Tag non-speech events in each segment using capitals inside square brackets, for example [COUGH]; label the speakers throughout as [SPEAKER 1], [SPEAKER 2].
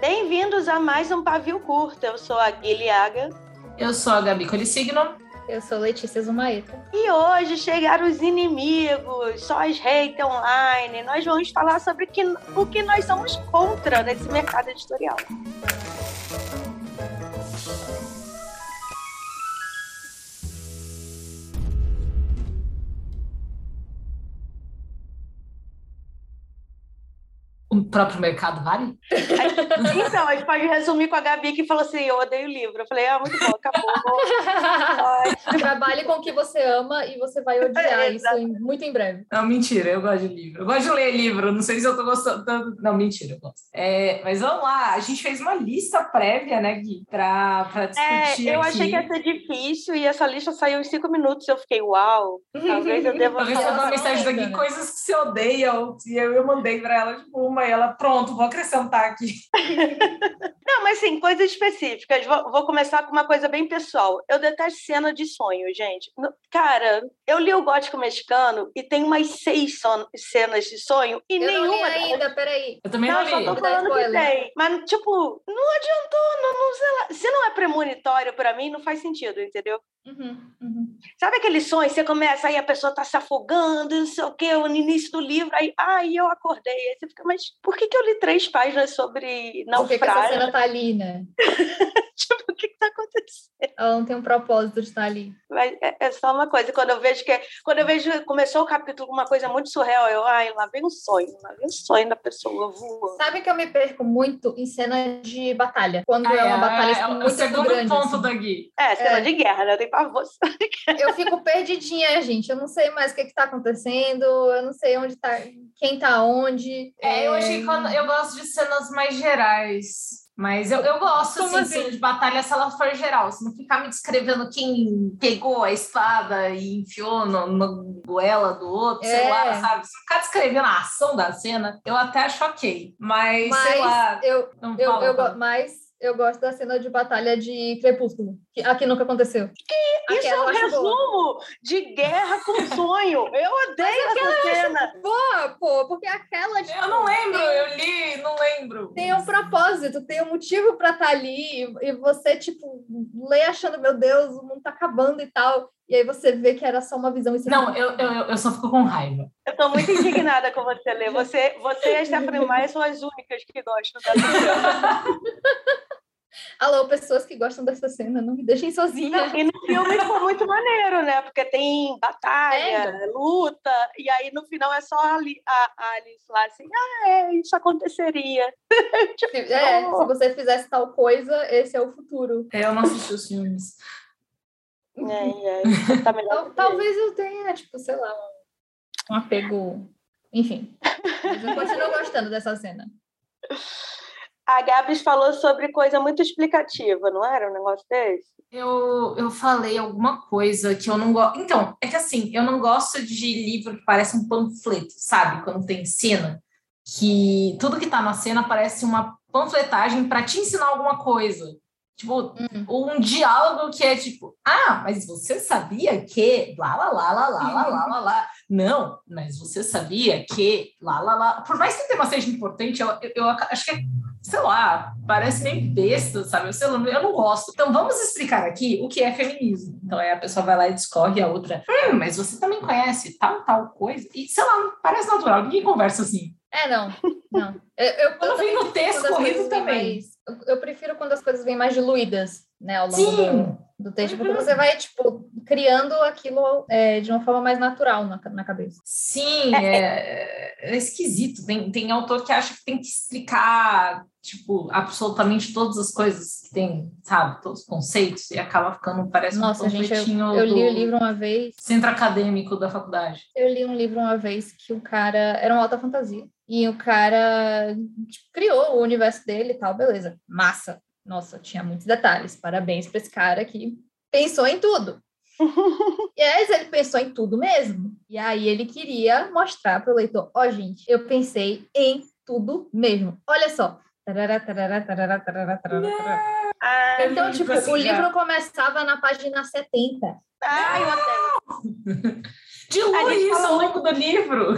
[SPEAKER 1] Bem-vindos a mais um Pavio Curto. Eu sou a Guilhaga.
[SPEAKER 2] Eu sou a Gabi Colissigno.
[SPEAKER 3] Eu sou Letícia Zumaeta.
[SPEAKER 1] E hoje chegaram os inimigos, só as hate online. Nós vamos falar sobre que- o que nós somos contra nesse mercado editorial.
[SPEAKER 2] O próprio mercado vale?
[SPEAKER 1] Então, a gente pode resumir com a Gabi que falou assim: eu odeio livro. Eu falei, ah, muito bom, acabou.
[SPEAKER 3] Trabalhe com o que você ama e você vai odiar
[SPEAKER 1] É,
[SPEAKER 3] isso em- muito em breve.
[SPEAKER 2] Não, mentira, eu gosto de livro. Eu gosto de ler livro, não sei se eu tô gostando. tanto. Não, mentira, eu gosto. É, mas vamos lá, a gente fez uma lista prévia, né, Gui, pra, pra
[SPEAKER 1] É,
[SPEAKER 2] discutir
[SPEAKER 1] eu
[SPEAKER 2] aqui.
[SPEAKER 1] achei que ia ser difícil e essa lista saiu em cinco minutos. Eu fiquei, uau, talvez eu deva
[SPEAKER 2] Talvez eu
[SPEAKER 1] falar
[SPEAKER 2] dou
[SPEAKER 1] sobre
[SPEAKER 2] uma mensagem
[SPEAKER 3] Nossa,
[SPEAKER 2] daqui,
[SPEAKER 3] né?
[SPEAKER 2] coisas que você odeia, ou- e eu, eu mandei pra ela, tipo, uma, e ela, pronto, vou acrescentar aqui.
[SPEAKER 1] Não, mas sim, coisas específicas. Vou, vou começar com uma coisa bem pessoal. Eu detesto cena de sonho, gente. No- Cara, eu li o Gótico Mexicano e tem umas seis son- cenas de sonho e
[SPEAKER 3] Eu não li
[SPEAKER 1] nenhuma delas-
[SPEAKER 3] ainda, peraí.
[SPEAKER 2] Eu também
[SPEAKER 1] Não,
[SPEAKER 2] não,
[SPEAKER 1] eu só
[SPEAKER 2] li. Ah,
[SPEAKER 1] tô
[SPEAKER 3] Dá
[SPEAKER 1] falando que
[SPEAKER 3] spoiler.
[SPEAKER 1] tem. Mas, tipo, não adiantou, não, não sei lá. Se não é premonitório pra mim, não faz sentido, entendeu?
[SPEAKER 3] Uhum, uhum.
[SPEAKER 1] Sabe aquele sonho, você começa, aí a pessoa tá se afogando, não sei o quê, no início do livro, aí, ai, eu acordei. Aí você fica, mas por que, que eu li três páginas sobre
[SPEAKER 3] Por que, que essa
[SPEAKER 1] naufrágio?
[SPEAKER 3] cena tá ali, né?
[SPEAKER 1] Tipo, o que que tá acontecendo?
[SPEAKER 3] Ela não tem um propósito de estar ali.
[SPEAKER 1] Mas é, é só uma coisa, quando eu vejo que é- quando eu vejo que começou o capítulo com uma coisa muito surreal, eu, ai, lá vem um sonho, lá vem um sonho da pessoa voando.
[SPEAKER 3] Sabe que eu me perco muito em cena de batalha. Quando é
[SPEAKER 1] tá
[SPEAKER 3] uma batalha assim,
[SPEAKER 2] é o
[SPEAKER 3] muito, muito
[SPEAKER 2] segundo
[SPEAKER 3] grande.
[SPEAKER 2] ponto
[SPEAKER 3] assim.
[SPEAKER 2] da Gui.
[SPEAKER 1] É, cena
[SPEAKER 3] É.
[SPEAKER 1] de guerra, né? Tem pavor.
[SPEAKER 3] Eu fico perdidinha, gente. Eu não sei mais o que, que tá acontecendo. Eu não sei onde tá, quem tá onde.
[SPEAKER 2] É, eu
[SPEAKER 3] É,
[SPEAKER 2] achei que eu, eu gosto de cenas mais gerais. Mas eu, eu gosto, assim,
[SPEAKER 3] Como
[SPEAKER 2] de
[SPEAKER 3] assim?
[SPEAKER 2] cena de batalha se ela for geral. Se não ficar me descrevendo quem pegou a espada e enfiou no- na goela do outro, sei
[SPEAKER 3] É.
[SPEAKER 2] lá, sabe? Se não ficar descrevendo a ação da cena, eu até acho ok. Mas, sei lá,
[SPEAKER 3] Mas eu,
[SPEAKER 2] não
[SPEAKER 3] eu,
[SPEAKER 2] fala,
[SPEAKER 3] eu,
[SPEAKER 2] fala.
[SPEAKER 3] go- mas eu gosto da cena de batalha de Crepúsculo. Que aqui nunca aconteceu.
[SPEAKER 1] Isso é um
[SPEAKER 3] Aquela eu acho boa. é
[SPEAKER 1] resumo de guerra com sonho. Eu odeio essa cena.
[SPEAKER 3] Boa, pô, porque aquela de.
[SPEAKER 2] Eu não lembro, eu li, não lembro.
[SPEAKER 3] Tem um propósito, tem um motivo pra estar ali e, e você, tipo, lê achando, meu Deus, o mundo tá acabando e tal. E aí você vê que era só uma visão. E você
[SPEAKER 2] Não, eu, eu, eu- eu só fico com raiva.
[SPEAKER 1] Eu tô muito indignada com você, Lê. Você, você e a Stephanie Maia são as únicas que gostam
[SPEAKER 3] [LAUGHS]
[SPEAKER 1] dessa cena.
[SPEAKER 3] Alô, pessoas que gostam dessa cena, não me deixem sozinha.
[SPEAKER 1] E no filme ficou muito maneiro, né? Porque tem batalha, luta, e aí no final é só a, Ali- a- a Alice lá assim, ah, é, isso aconteceria.
[SPEAKER 2] tipo,
[SPEAKER 3] Se- É, se você fizesse tal coisa, esse é o futuro.
[SPEAKER 2] Eu não assisti os filmes.
[SPEAKER 1] É, é, tá melhor
[SPEAKER 2] Então,
[SPEAKER 3] Tal-
[SPEAKER 1] que
[SPEAKER 3] talvez eu tenha, tipo, sei lá, um, um apego. Enfim. Mas eu continuo gostando dessa cena.
[SPEAKER 1] A Gabs falou sobre coisa muito explicativa, não era um negócio desse?
[SPEAKER 2] Eu, eu falei alguma coisa que eu não gosto. Então, é que assim, eu não gosto de livro que parece um panfleto, sabe? Quando tem cena, que tudo que tá na cena parece uma panfletagem para te ensinar alguma coisa. Tipo, ou um diálogo que é tipo, ah, mas você sabia que lá, lá, lá, lá, lá, lá, lá, lá, lá. Não, mas você sabia que lá, lá, lá. Por mais que o tema seja importante, eu, eu, eu acho que é sei lá, parece meio besta, sabe? Eu, sei lá, eu não gosto. Então vamos explicar aqui o que é feminismo. Então é a pessoa vai lá e discorre, a outra, "Hum, mas você também conhece tal, tal coisa. E sei lá, parece natural, ninguém conversa assim.
[SPEAKER 3] É, não. Não. Eu, eu, eu
[SPEAKER 2] Quando
[SPEAKER 3] também
[SPEAKER 2] vem no
[SPEAKER 3] prefiro
[SPEAKER 2] texto
[SPEAKER 3] quando as
[SPEAKER 2] É corrido
[SPEAKER 3] coisas vêm
[SPEAKER 2] também.
[SPEAKER 3] mais- eu, eu prefiro quando as coisas vêm mais diluídas, né, ao longo do,
[SPEAKER 2] Sim,
[SPEAKER 3] do texto, porque
[SPEAKER 2] Uhum.
[SPEAKER 3] você vai, tipo, criando aquilo é, de uma forma mais natural na, ca- na cabeça.
[SPEAKER 2] sim, é, é esquisito. Tem, tem autor que acha que tem que explicar, tipo, absolutamente todas as coisas que tem, sabe? Todos os conceitos, e acaba ficando, parece
[SPEAKER 3] Nossa,
[SPEAKER 2] um
[SPEAKER 3] gente, eu,
[SPEAKER 2] panfletinho
[SPEAKER 3] eu li o
[SPEAKER 2] do
[SPEAKER 3] livro uma vez,
[SPEAKER 2] centro acadêmico da faculdade.
[SPEAKER 3] eu li um livro uma vez que o cara, era uma alta fantasia, e o cara tipo, criou o universo dele e tal, beleza, massa. Nossa, tinha muitos detalhes, parabéns pra esse cara que pensou
[SPEAKER 1] [LAUGHS]
[SPEAKER 3] em tudo. E aí ele pensou em tudo mesmo. E aí ele queria mostrar para o leitor, ó, gente, eu pensei em tudo mesmo. Olha só. Tarará, tarará, tarará, tarará, tarará, tarará.
[SPEAKER 1] Ah,
[SPEAKER 3] Então,
[SPEAKER 2] Livro
[SPEAKER 3] tipo,
[SPEAKER 2] assim,
[SPEAKER 3] o
[SPEAKER 2] já.
[SPEAKER 3] livro começava na página 70.
[SPEAKER 2] Ah,
[SPEAKER 1] ai, eu odeio.
[SPEAKER 2] Dilui
[SPEAKER 1] A gente
[SPEAKER 2] isso
[SPEAKER 1] fala
[SPEAKER 2] ao longo do livro.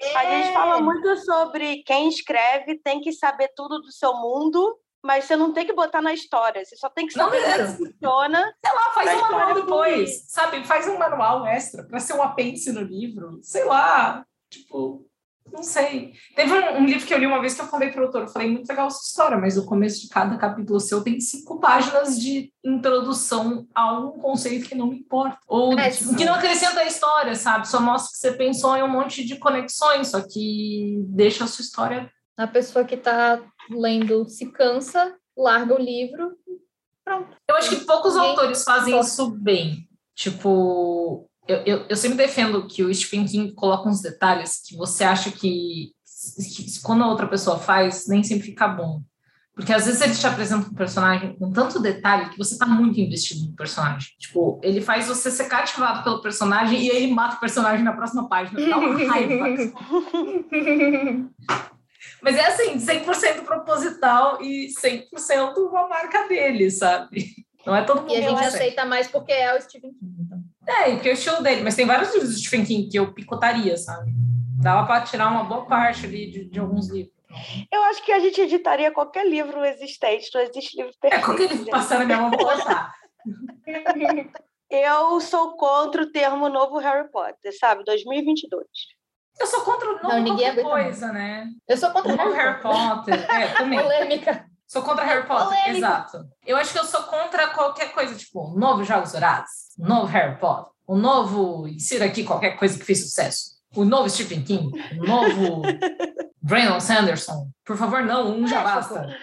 [SPEAKER 3] É,
[SPEAKER 1] A gente fala muito sobre quem escreve tem que saber tudo do seu mundo, mas você não tem que botar na história, você só tem que
[SPEAKER 2] Não
[SPEAKER 1] saber como é que funciona.
[SPEAKER 2] Sei lá, faz
[SPEAKER 1] Pra
[SPEAKER 2] um manual
[SPEAKER 1] história
[SPEAKER 2] depois,
[SPEAKER 1] fluir.
[SPEAKER 2] sabe? Faz um manual extra para ser um apêndice no livro. Sei lá, tipo, não sei. Teve um, um livro que eu li uma vez que eu falei pro autor, eu falei, muito legal essa história, mas o começo de cada capítulo seu tem cinco páginas de introdução a um conceito que não me importa. Ou
[SPEAKER 3] É,
[SPEAKER 2] tipo, que não acrescenta a história, sabe? Só mostra que você pensou em um monte de conexões, só que deixa a sua história.
[SPEAKER 3] A pessoa que tá lendo se cansa, larga o livro.
[SPEAKER 2] Eu acho que poucos
[SPEAKER 3] Ninguém
[SPEAKER 2] autores fazem
[SPEAKER 3] gosta.
[SPEAKER 2] isso bem. Tipo, eu, eu, eu sempre defendo que o Stephen King coloca uns detalhes que você acha que, que quando a outra pessoa faz, nem sempre fica bom. Porque às vezes ele te apresenta um personagem com tanto detalhe que você tá muito investido no personagem. Tipo, ele faz você ser cativado pelo personagem e aí ele mata o personagem na próxima página. Dá um
[SPEAKER 3] [LAUGHS]
[SPEAKER 2] uma raiva. Mas é assim, 100% proposital e 100% uma marca dele, sabe? Não é todo mundo
[SPEAKER 3] e a
[SPEAKER 2] que
[SPEAKER 3] gente
[SPEAKER 2] acerta.
[SPEAKER 3] aceita mais porque é o Stephen King. Então.
[SPEAKER 2] É, porque é o estilo dele, mas tem vários livros do Stephen King que eu picotaria, sabe? Dava pra tirar uma boa parte ali de, de alguns livros.
[SPEAKER 1] Eu acho que a gente editaria qualquer livro existente, não existe livro
[SPEAKER 2] É,
[SPEAKER 1] perfeito.
[SPEAKER 2] qualquer livro
[SPEAKER 1] gente.
[SPEAKER 2] que passar na minha mão, eu vou botar.
[SPEAKER 1] Eu sou contra o termo novo Harry Potter, sabe? 2022.
[SPEAKER 2] Eu sou contra o novo
[SPEAKER 3] Não, ninguém
[SPEAKER 2] qualquer
[SPEAKER 3] aguenta mais.
[SPEAKER 2] coisa, né?
[SPEAKER 3] Eu sou
[SPEAKER 2] O
[SPEAKER 3] contra
[SPEAKER 2] novo Harry Potter, é,
[SPEAKER 3] [LAUGHS]
[SPEAKER 2] também.
[SPEAKER 3] Polêmica.
[SPEAKER 2] Sou contra Harry Potter,
[SPEAKER 3] Polêmica.
[SPEAKER 2] exato. Eu acho que eu sou contra qualquer coisa, tipo, o novo Jogos Horazes, o novo Harry Potter, o novo insira aqui qualquer coisa que fez sucesso, o novo Stephen King, o
[SPEAKER 3] [LAUGHS]
[SPEAKER 2] novo Brandon Sanderson. Por favor, não, um já
[SPEAKER 3] É,
[SPEAKER 2] basta.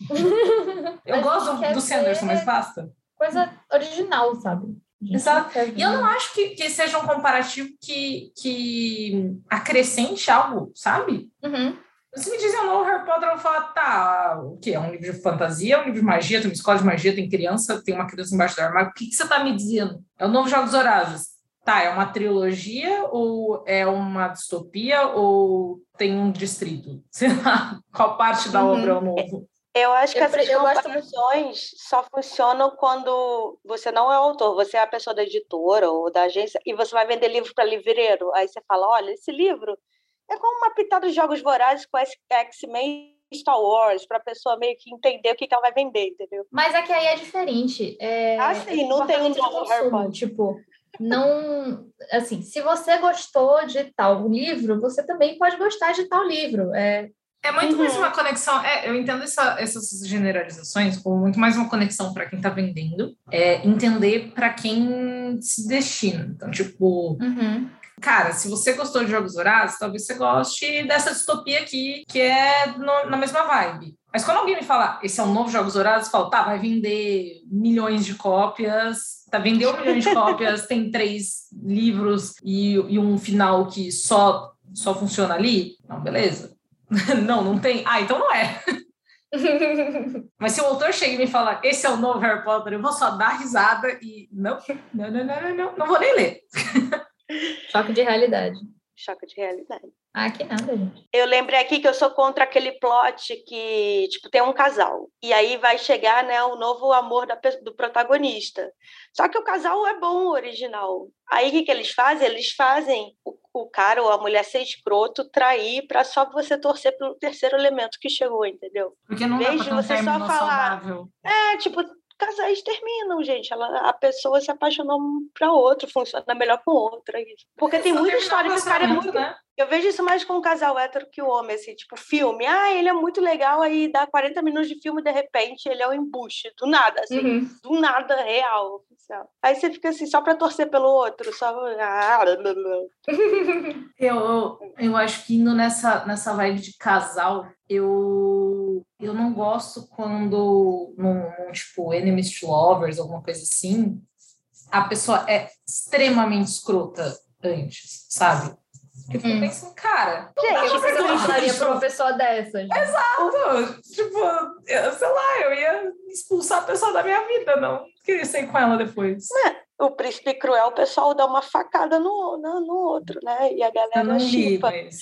[SPEAKER 2] [LAUGHS] Eu
[SPEAKER 3] Mas
[SPEAKER 2] gosto
[SPEAKER 3] quer
[SPEAKER 2] do, do Sanderson,
[SPEAKER 3] ver-
[SPEAKER 2] mas basta.
[SPEAKER 3] Coisa original, sabe? A gente
[SPEAKER 2] Exato.
[SPEAKER 3] quer ver.
[SPEAKER 2] E eu não acho que, que seja um comparativo que, que acrescente algo, sabe?
[SPEAKER 3] Uhum.
[SPEAKER 2] Se me dizem o novo Harry Potter, eu vou falar, tá, o que? É um livro de fantasia, é um livro de magia, tem uma escola de magia, tem criança, tem uma criança embaixo do armário. O que, que você tá me dizendo? É o novo Jogos Horazes. Tá, é uma trilogia ou é uma distopia ou tem um distrito? [LAUGHS] Sei lá, qual parte da
[SPEAKER 3] Uhum.
[SPEAKER 2] obra é o novo?
[SPEAKER 1] Eu acho que
[SPEAKER 3] Eu
[SPEAKER 1] essas
[SPEAKER 3] pre- eu gosto
[SPEAKER 1] comparações só funcionam quando você não é o autor, você é a pessoa da editora ou da agência e você vai vender livro para livreiro. Aí você fala, olha, esse livro é como uma pitada de jogos vorazes com X- X-Men e Star Wars, para a pessoa meio que entender o que, que ela vai vender, entendeu?
[SPEAKER 3] Mas é que aí é diferente. É...
[SPEAKER 1] Ah, sim,
[SPEAKER 3] é
[SPEAKER 1] não tem um
[SPEAKER 3] comportamento de
[SPEAKER 1] novo
[SPEAKER 3] consumo,
[SPEAKER 1] Harry Potter.
[SPEAKER 3] Tipo, não. Assim, se você gostou de tal livro, você também pode gostar de tal livro. É...
[SPEAKER 2] É muito mais
[SPEAKER 1] Uhum.
[SPEAKER 2] uma conexão. é, eu entendo essa- essas generalizações como muito mais uma conexão para quem tá vendendo, é entender para quem se destina. Então, tipo, Cara, se você gostou de Jogos Vorazes, talvez você goste dessa distopia aqui, que é no- na mesma vibe. Mas quando alguém me fala, esse é o novo Jogos Vorazes, eu falo, tá, vai vender milhões de cópias, tá, vendeu milhões de cópias, tem três livros e, e um final que só, só funciona ali? Não, beleza. [LAUGHS] não, não tem. Ah, então não é. Mas se o autor chega e me fala, esse é o novo Harry Potter, eu vou só dar risada e não, não, não, não, não, não, não vou nem ler.
[SPEAKER 3] Choque de realidade.
[SPEAKER 1] Choque de realidade.
[SPEAKER 3] Ah, que nada, gente.
[SPEAKER 1] Eu lembrei aqui que eu sou contra aquele plot que, tipo, tem um casal. E aí vai chegar, né, o novo amor da pe- do protagonista. Só que o casal é bom, o original. Aí o que, que eles fazem? Eles fazem o, o cara ou a mulher ser escroto, trair, pra só você torcer pelo terceiro elemento que chegou, entendeu?
[SPEAKER 2] Porque não
[SPEAKER 1] Vejo
[SPEAKER 2] dá pra ter um
[SPEAKER 1] você só
[SPEAKER 2] término
[SPEAKER 1] falar.
[SPEAKER 2] saudável.
[SPEAKER 1] É, tipo, casais terminam, gente. Ela, a pessoa se apaixonou um pra outro, funciona melhor com outra. Porque tem
[SPEAKER 2] Só
[SPEAKER 1] muita
[SPEAKER 2] terminar
[SPEAKER 1] história
[SPEAKER 2] o
[SPEAKER 1] que o cara é
[SPEAKER 2] relacionamento,
[SPEAKER 1] muito
[SPEAKER 2] né?
[SPEAKER 1] Eu vejo isso mais com o casal hétero que o homem, assim, tipo, filme. Ah, ele é muito legal, aí dá 40 minutos de filme, de repente, ele é um embuste, do nada, assim,
[SPEAKER 2] Uhum.
[SPEAKER 1] do nada, real, oficial. Aí você fica assim, só pra torcer pelo outro, só. Ah, blá, blá, blá.
[SPEAKER 2] Eu, eu, eu acho que indo nessa, nessa vibe de casal, eu, eu não gosto quando, num, num, tipo, enemies to lovers, alguma coisa assim, a pessoa é extremamente escrota antes, sabe? Porque eu fico
[SPEAKER 3] Hum.
[SPEAKER 2] pensando, cara,
[SPEAKER 1] Gente,
[SPEAKER 2] Não,
[SPEAKER 3] Eu não
[SPEAKER 2] não.
[SPEAKER 3] falaria pra uma pessoa dessa. gente.
[SPEAKER 2] Pô, tipo, eu, sei lá, eu ia expulsar a pessoa da minha vida, não queria sair com ela depois.
[SPEAKER 1] o príncipe cruel, o pessoal dá uma facada no, na- no outro, né? E a
[SPEAKER 2] Eu não
[SPEAKER 1] galera
[SPEAKER 2] li,
[SPEAKER 1] chipa.
[SPEAKER 2] mas...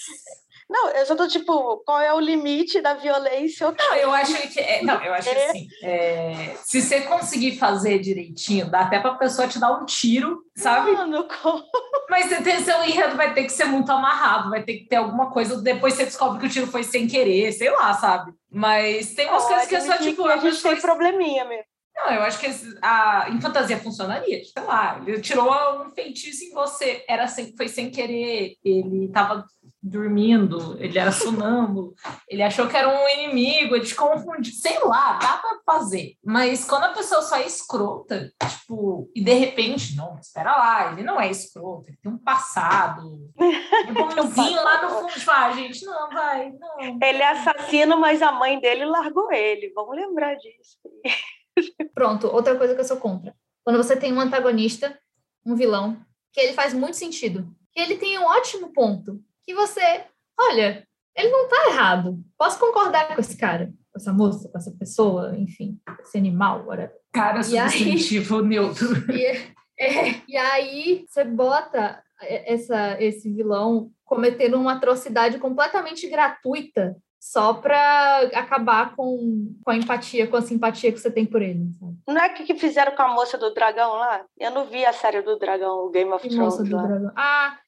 [SPEAKER 1] Não, eu só tô tipo, qual é o limite da violência? Eu
[SPEAKER 2] Não, eu acho que. é, não, eu acho que assim. é, se você conseguir fazer direitinho, dá até pra pessoa te dar um tiro, sabe?
[SPEAKER 1] Mano, como?
[SPEAKER 2] Mas você tem seu enredo vai ter que ser muito amarrado, vai ter que ter alguma coisa. Depois você descobre que o tiro foi sem querer, sei lá, sabe? Mas tem umas coisas que é só,
[SPEAKER 1] Olha,
[SPEAKER 2] tipo,
[SPEAKER 1] a
[SPEAKER 2] a
[SPEAKER 1] gente
[SPEAKER 2] pessoa.
[SPEAKER 1] tem probleminha mesmo.
[SPEAKER 2] Não, eu acho que esse- a, em fantasia funcionaria, sei lá. Ele tirou um feitiço em você, era sem, foi sem querer, ele tava dormindo, ele era sonâmbulo, ele achou que era um inimigo, ele te confundiu, sei lá, dá pra fazer. Mas quando a pessoa só é escrota, tipo, e de repente, não, espera lá, ele não é escroto, ele tem um passado, é bonzinho lá no fundo, tipo, ah, gente, não, vai, não.
[SPEAKER 1] Ele é assassino, mas a mãe dele largou ele. Vamos lembrar disso.
[SPEAKER 3] Pronto, outra coisa que eu sou contra. Quando você tem um antagonista, um vilão, que ele faz muito sentido. Que ele tem um ótimo ponto. Que você, olha, ele não tá errado. Posso concordar com esse cara, com essa moça, com essa pessoa, enfim, esse animal, whatever.
[SPEAKER 2] Cara,
[SPEAKER 3] E aí?
[SPEAKER 2] substantivo neutro.
[SPEAKER 3] E, é, e aí você bota e- essa, esse vilão cometendo uma atrocidade completamente gratuita só pra acabar com, com a empatia, com a simpatia que você tem por ele. sabe?
[SPEAKER 1] Não é o que que fizeram com a moça do dragão lá? Eu não vi a série do dragão, o Game of
[SPEAKER 3] Que moça
[SPEAKER 1] Thrones
[SPEAKER 3] do
[SPEAKER 1] lá.
[SPEAKER 3] dragão. Ah,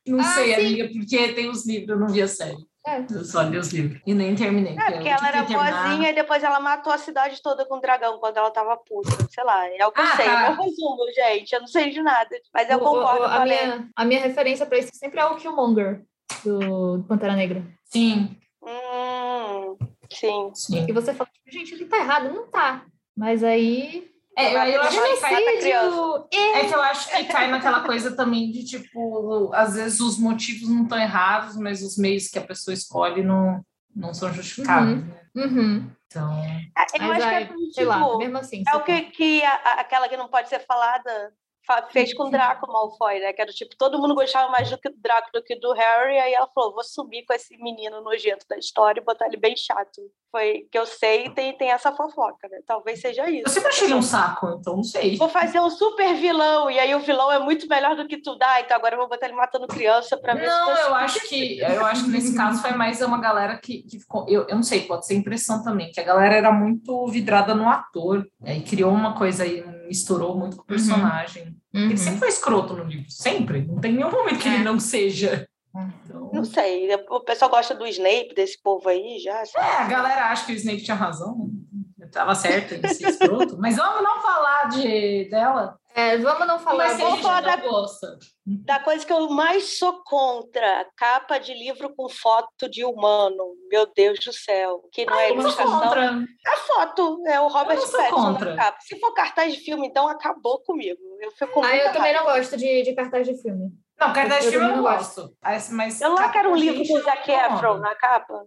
[SPEAKER 2] [LAUGHS] não
[SPEAKER 3] Ah,
[SPEAKER 2] sei,
[SPEAKER 3] sim.
[SPEAKER 2] amiga, porque tem os livros, eu não vi a série.
[SPEAKER 3] É.
[SPEAKER 2] Eu só li os livros. E nem terminei.
[SPEAKER 1] É, porque
[SPEAKER 2] eu
[SPEAKER 1] ela
[SPEAKER 2] tive
[SPEAKER 1] era
[SPEAKER 2] que terminar.
[SPEAKER 1] boazinha e depois ela matou a cidade toda com o dragão quando ela tava puta. Sei lá, é o que eu
[SPEAKER 2] Ah,
[SPEAKER 1] sei.
[SPEAKER 2] tá.
[SPEAKER 1] É meu resumo, gente. Eu não sei de nada. Mas eu
[SPEAKER 3] o- o-
[SPEAKER 1] concordo
[SPEAKER 3] o-
[SPEAKER 1] com a
[SPEAKER 3] a,
[SPEAKER 1] Lena.
[SPEAKER 3] minha, a minha referência pra isso sempre é o Killmonger do, do Pantera Negra.
[SPEAKER 2] Sim,
[SPEAKER 1] Hum, sim.
[SPEAKER 2] sim.
[SPEAKER 3] Que você fala, tipo, gente, ele tá errado, não tá. Mas aí.
[SPEAKER 2] É, eu, eu acho que cai,
[SPEAKER 3] Genocídio! É.
[SPEAKER 2] é que eu acho que cai naquela coisa também de, tipo, às vezes os motivos não estão errados, mas os meios que a pessoa escolhe não, não são justificáveis. né?
[SPEAKER 3] Uhum.
[SPEAKER 2] Então,
[SPEAKER 1] Ah, Eu
[SPEAKER 3] Mas
[SPEAKER 1] acho que é
[SPEAKER 3] aí,
[SPEAKER 1] como,
[SPEAKER 3] Sei lá,
[SPEAKER 1] tipo,
[SPEAKER 3] mesmo assim.
[SPEAKER 1] é
[SPEAKER 3] você
[SPEAKER 1] o que, que a- a- aquela que não pode ser falada fa- fez com o Draco Malfoy, né? Que era tipo, todo mundo gostava mais do que do Draco do que do Harry, aí ela falou, vou subir com esse menino nojento da história e botar ele bem chato. Foi que eu sei, tem, tem essa fofoca, né? Talvez seja
[SPEAKER 2] eu
[SPEAKER 1] isso.
[SPEAKER 2] sempre achei ele um saco, então não sei.
[SPEAKER 1] Vou fazer um super vilão, e aí o vilão é muito melhor do que tu dá, então agora eu vou botar ele matando criança pra ver se
[SPEAKER 2] Não,
[SPEAKER 1] consigo.
[SPEAKER 2] eu acho que eu acho que nesse caso foi mais uma galera que, que ficou. Eu, eu não sei, pode ser impressão também, que a galera era muito vidrada no ator. Aí criou uma coisa aí, misturou muito com o personagem.
[SPEAKER 3] Uhum.
[SPEAKER 2] Ele sempre foi escroto no livro, sempre. Não tem nenhum momento que
[SPEAKER 3] É.
[SPEAKER 2] ele não seja. Então,
[SPEAKER 1] Não sei, o pessoal gosta do Snape, desse povo aí, já. sei
[SPEAKER 2] é,
[SPEAKER 1] lá.
[SPEAKER 2] a galera acha que o Snape tinha razão. né? Eu tava certo de ser escroto. Mas vamos não falar de, dela.
[SPEAKER 3] É, vamos não falar
[SPEAKER 2] Mas
[SPEAKER 1] Mas
[SPEAKER 2] se
[SPEAKER 1] eu
[SPEAKER 2] a
[SPEAKER 1] vou
[SPEAKER 2] gente
[SPEAKER 1] falar
[SPEAKER 2] não
[SPEAKER 1] da-
[SPEAKER 2] gosta.
[SPEAKER 1] Da coisa que eu mais sou contra, capa de livro com foto de humano. Meu Deus do céu, que não é
[SPEAKER 2] Eu não sou
[SPEAKER 1] ilustração.
[SPEAKER 2] contra.
[SPEAKER 1] A foto é o Robert
[SPEAKER 2] não sou
[SPEAKER 1] Pattinson
[SPEAKER 2] contra.
[SPEAKER 1] na capa. Se for cartaz de filme, então acabou comigo. Eu fico
[SPEAKER 3] Ah,
[SPEAKER 1] muito
[SPEAKER 3] eu também não gosto de, de cartaz de filme. [LAUGHS]
[SPEAKER 2] Não, Kardashian eu
[SPEAKER 3] Eu
[SPEAKER 2] não
[SPEAKER 3] não
[SPEAKER 2] gosto. Mas- Mas,
[SPEAKER 1] Eu lá quero um livro
[SPEAKER 2] gente,
[SPEAKER 1] com
[SPEAKER 2] não
[SPEAKER 1] Zac
[SPEAKER 2] me incomoda.
[SPEAKER 1] Efron na capa.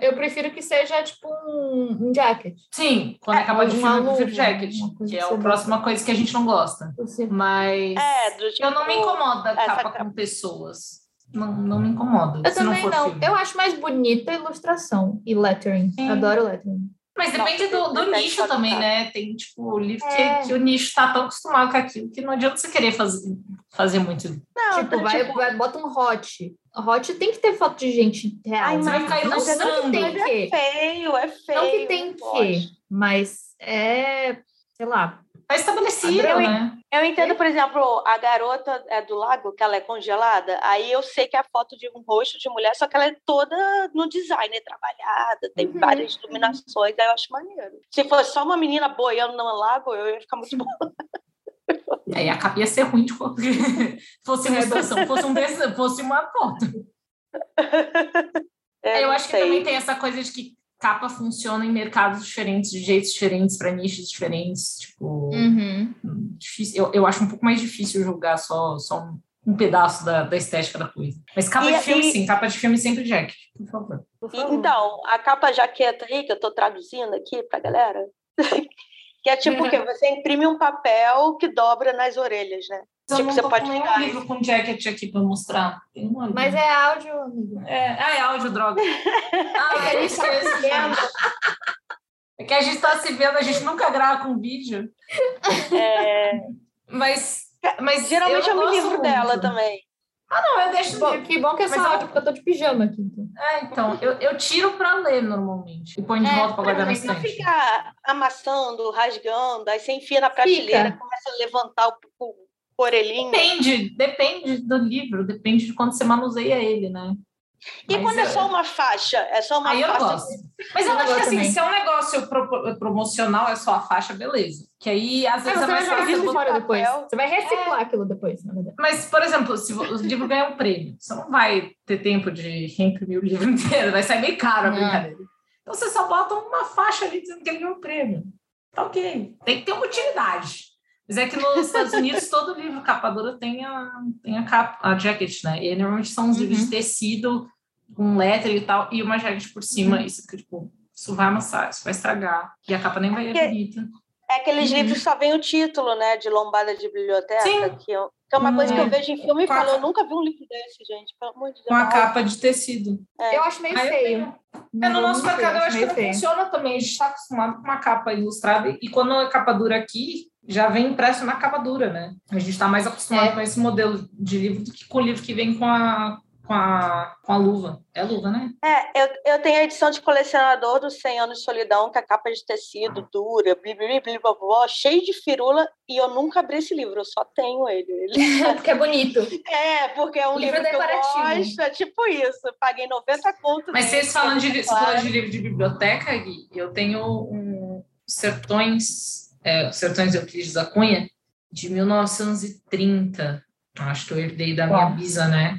[SPEAKER 3] eu prefiro que seja tipo um, um jacket.
[SPEAKER 2] Sim, quando acaba de
[SPEAKER 3] um
[SPEAKER 2] filme, eu prefiro
[SPEAKER 3] aluno,
[SPEAKER 2] Jacket,
[SPEAKER 3] uma coisa assim,
[SPEAKER 2] que
[SPEAKER 3] né?
[SPEAKER 2] é
[SPEAKER 3] que
[SPEAKER 2] a
[SPEAKER 3] você
[SPEAKER 2] próxima coisa que a gente não gosta.
[SPEAKER 3] Assim.
[SPEAKER 2] Mas
[SPEAKER 1] É, do tipo-
[SPEAKER 2] eu não me incomodo da
[SPEAKER 1] essa
[SPEAKER 2] capa
[SPEAKER 1] capa.
[SPEAKER 2] com pessoas. Não, não me incomoda.
[SPEAKER 3] Eu
[SPEAKER 2] se não
[SPEAKER 3] também
[SPEAKER 2] for
[SPEAKER 3] não.
[SPEAKER 2] filme.
[SPEAKER 3] Eu acho mais bonita a ilustração e lettering.
[SPEAKER 2] Sim.
[SPEAKER 3] Adoro lettering.
[SPEAKER 2] Mas depende
[SPEAKER 1] Não,
[SPEAKER 2] do, do
[SPEAKER 1] eu também
[SPEAKER 2] nicho
[SPEAKER 1] sou
[SPEAKER 2] também,
[SPEAKER 1] advogada.
[SPEAKER 2] né? Tem, tipo, livro
[SPEAKER 3] É.
[SPEAKER 2] que, que o nicho tá tão acostumado com aquilo que não adianta você querer fazer, fazer muito.
[SPEAKER 1] Não,
[SPEAKER 3] tipo,
[SPEAKER 1] do
[SPEAKER 2] tá,
[SPEAKER 3] vai,
[SPEAKER 1] tipo,
[SPEAKER 3] vai- bota um hot. Hot tem que ter foto de gente real.
[SPEAKER 1] Ai,
[SPEAKER 3] né?
[SPEAKER 1] mas-
[SPEAKER 2] Você vai ficar
[SPEAKER 3] não,
[SPEAKER 1] mas
[SPEAKER 3] não que tem
[SPEAKER 2] ilustrando.
[SPEAKER 3] que.
[SPEAKER 1] feio, é feio.
[SPEAKER 3] Não que tem que. Mas é. Sei lá.
[SPEAKER 2] Tá estabelecido,
[SPEAKER 1] Padrão,
[SPEAKER 2] né?
[SPEAKER 1] Eu entendo, por exemplo, a garota é, do lago, que ela é congelada, aí eu sei que é a foto de um rosto de mulher, só que ela é toda no design, é trabalhada, tem
[SPEAKER 3] Uhum,
[SPEAKER 1] várias iluminações, aí eu acho maneiro. Se fosse só uma menina boiando no lago, eu ia ficar [LAUGHS] muito bom.
[SPEAKER 2] Aí a capa ia ser ruim de qualquer. [LAUGHS] fosse
[SPEAKER 3] É,
[SPEAKER 2] uma ilustração, fosse, um desenho, fosse uma foto. eu
[SPEAKER 1] É, não
[SPEAKER 2] acho que
[SPEAKER 1] sei.
[SPEAKER 2] também tem essa coisa de que capa funciona em mercados diferentes, de jeitos diferentes, para nichos diferentes. Tipo,
[SPEAKER 3] Uhum.
[SPEAKER 1] Hum.
[SPEAKER 2] difícil. Eu, eu acho um pouco mais difícil julgar só, só um, um pedaço da, da estética da coisa. Mas capa
[SPEAKER 1] E-
[SPEAKER 2] de filme,
[SPEAKER 1] e-
[SPEAKER 2] sim, capa de filme sempre Jack, por favor.
[SPEAKER 3] Por
[SPEAKER 1] E,
[SPEAKER 3] favor.
[SPEAKER 1] Então, a capa jaqueta aí, que eu tô traduzindo aqui pra galera, [LAUGHS] que é tipo o
[SPEAKER 2] Uhum.
[SPEAKER 1] quê? Você imprime um papel que dobra nas orelhas, né?
[SPEAKER 2] Eu
[SPEAKER 1] Tipo,
[SPEAKER 2] não
[SPEAKER 1] você
[SPEAKER 2] tô
[SPEAKER 1] pode
[SPEAKER 2] com nenhum
[SPEAKER 1] tirar
[SPEAKER 2] livro com jacket aqui para mostrar. Tem um ali.
[SPEAKER 3] Mas é áudio, amigo.
[SPEAKER 2] É, ah, é
[SPEAKER 1] [LAUGHS]
[SPEAKER 2] áudio, droga. Ah, é isso mesmo, gente. É que a gente tá se vendo, a gente nunca grava com vídeo.
[SPEAKER 1] É,
[SPEAKER 2] Mas, mas
[SPEAKER 1] geralmente
[SPEAKER 2] eu
[SPEAKER 1] eu me
[SPEAKER 2] gosto
[SPEAKER 1] livro
[SPEAKER 2] muito.
[SPEAKER 1] dela também.
[SPEAKER 2] Ah, não, eu deixo
[SPEAKER 3] Bom,
[SPEAKER 2] livre.
[SPEAKER 3] tipo, que bom que essa
[SPEAKER 2] Mas eu-
[SPEAKER 3] aula, porque eu tô de pijama aqui. Então.
[SPEAKER 2] É, então, eu, eu tiro pra ler normalmente. E põe de
[SPEAKER 3] É,
[SPEAKER 2] volta pra guardar na
[SPEAKER 1] Pra não
[SPEAKER 2] estante.
[SPEAKER 1] ficar amassando, rasgando, aí você enfia na prateleira,
[SPEAKER 3] Fica.
[SPEAKER 1] começa a levantar o, o orelhinho.
[SPEAKER 2] Depende, depende do livro, depende de quando você manuseia ele, né?
[SPEAKER 1] E
[SPEAKER 2] Mas
[SPEAKER 1] quando é
[SPEAKER 2] eu-
[SPEAKER 1] só uma faixa? É só uma
[SPEAKER 2] Aí eu não
[SPEAKER 1] faixa.
[SPEAKER 2] gosto. Mas eu,
[SPEAKER 3] Eu
[SPEAKER 2] acho que
[SPEAKER 3] gosto
[SPEAKER 2] assim,
[SPEAKER 3] também.
[SPEAKER 2] se é um negócio pro- promocional, é só a faixa, beleza. Que aí, às
[SPEAKER 3] Mas
[SPEAKER 2] vezes,
[SPEAKER 3] você
[SPEAKER 2] é
[SPEAKER 3] vai
[SPEAKER 2] mais
[SPEAKER 3] jogar
[SPEAKER 2] fácil.
[SPEAKER 3] aquilo fora
[SPEAKER 1] papel.
[SPEAKER 3] depois. Você
[SPEAKER 2] É.
[SPEAKER 3] vai reciclar aquilo depois, na verdade.
[SPEAKER 2] Mas, por exemplo, se vo- o livro ganhar um prêmio, você não vai ter tempo de reimprimir o livro [LAUGHS] inteiro, vai sair bem caro a
[SPEAKER 3] Não.
[SPEAKER 2] brincadeira. Então você só bota uma faixa ali dizendo que ele ganhou um prêmio. Tá ok. Tem que ter uma utilidade. Mas é que nos Estados Unidos todo livro capa dura tem a, tem a, capa, a jacket, né? E normalmente são uns livros de tecido com letra e tal, e uma jacket por cima. Isso fica tipo, isso vai amassar, isso vai estragar. E a capa nem vai
[SPEAKER 1] Porque-
[SPEAKER 2] é bonita.
[SPEAKER 1] É aqueles
[SPEAKER 3] Uhum.
[SPEAKER 1] livros que só vem o título, né? De lombada de biblioteca.
[SPEAKER 2] Sim.
[SPEAKER 1] Que, eu- que é uma coisa que eu
[SPEAKER 2] Hum.
[SPEAKER 1] vejo em filme e
[SPEAKER 2] Com a
[SPEAKER 1] falo, eu
[SPEAKER 2] ca-
[SPEAKER 1] nunca vi um livro desse, gente. Pelo amor de Deus.
[SPEAKER 2] Com a capa de tecido.
[SPEAKER 1] É.
[SPEAKER 3] Eu acho meio
[SPEAKER 2] Aí eu
[SPEAKER 3] feio.
[SPEAKER 2] tenho- É, no nosso
[SPEAKER 3] Muito feio,
[SPEAKER 2] mercado eu acho que
[SPEAKER 3] meio
[SPEAKER 2] não
[SPEAKER 3] feio.
[SPEAKER 2] funciona também. A gente está acostumado com uma capa ilustrada e quando é capa dura aqui, já vem impresso na capa dura, né? A gente está mais acostumado
[SPEAKER 3] É.
[SPEAKER 2] com esse modelo de livro do que com o livro que vem com a, com a, com a luva. É luva, né?
[SPEAKER 1] É, eu, eu tenho a edição de colecionador dos 100 anos de solidão, que a capa é de tecido dura, blí, blí, blí, blí, blá, blá, cheio de firula, e eu nunca abri esse livro, eu só tenho ele. Ele-
[SPEAKER 3] É, porque é bonito.
[SPEAKER 1] É, porque é um livro,
[SPEAKER 3] Livro
[SPEAKER 1] que eu
[SPEAKER 3] decorativo.
[SPEAKER 1] gosto, é tipo isso, eu paguei 90 conto.
[SPEAKER 2] Mas
[SPEAKER 1] nele,
[SPEAKER 2] vocês falando de, li-
[SPEAKER 1] claro.
[SPEAKER 2] falando de livro de biblioteca, Gui, eu tenho um Sertões, é, Sertões Euclides da Cunha, de 1930. Acho que eu herdei da minha
[SPEAKER 3] Uau.
[SPEAKER 2] bisa, né?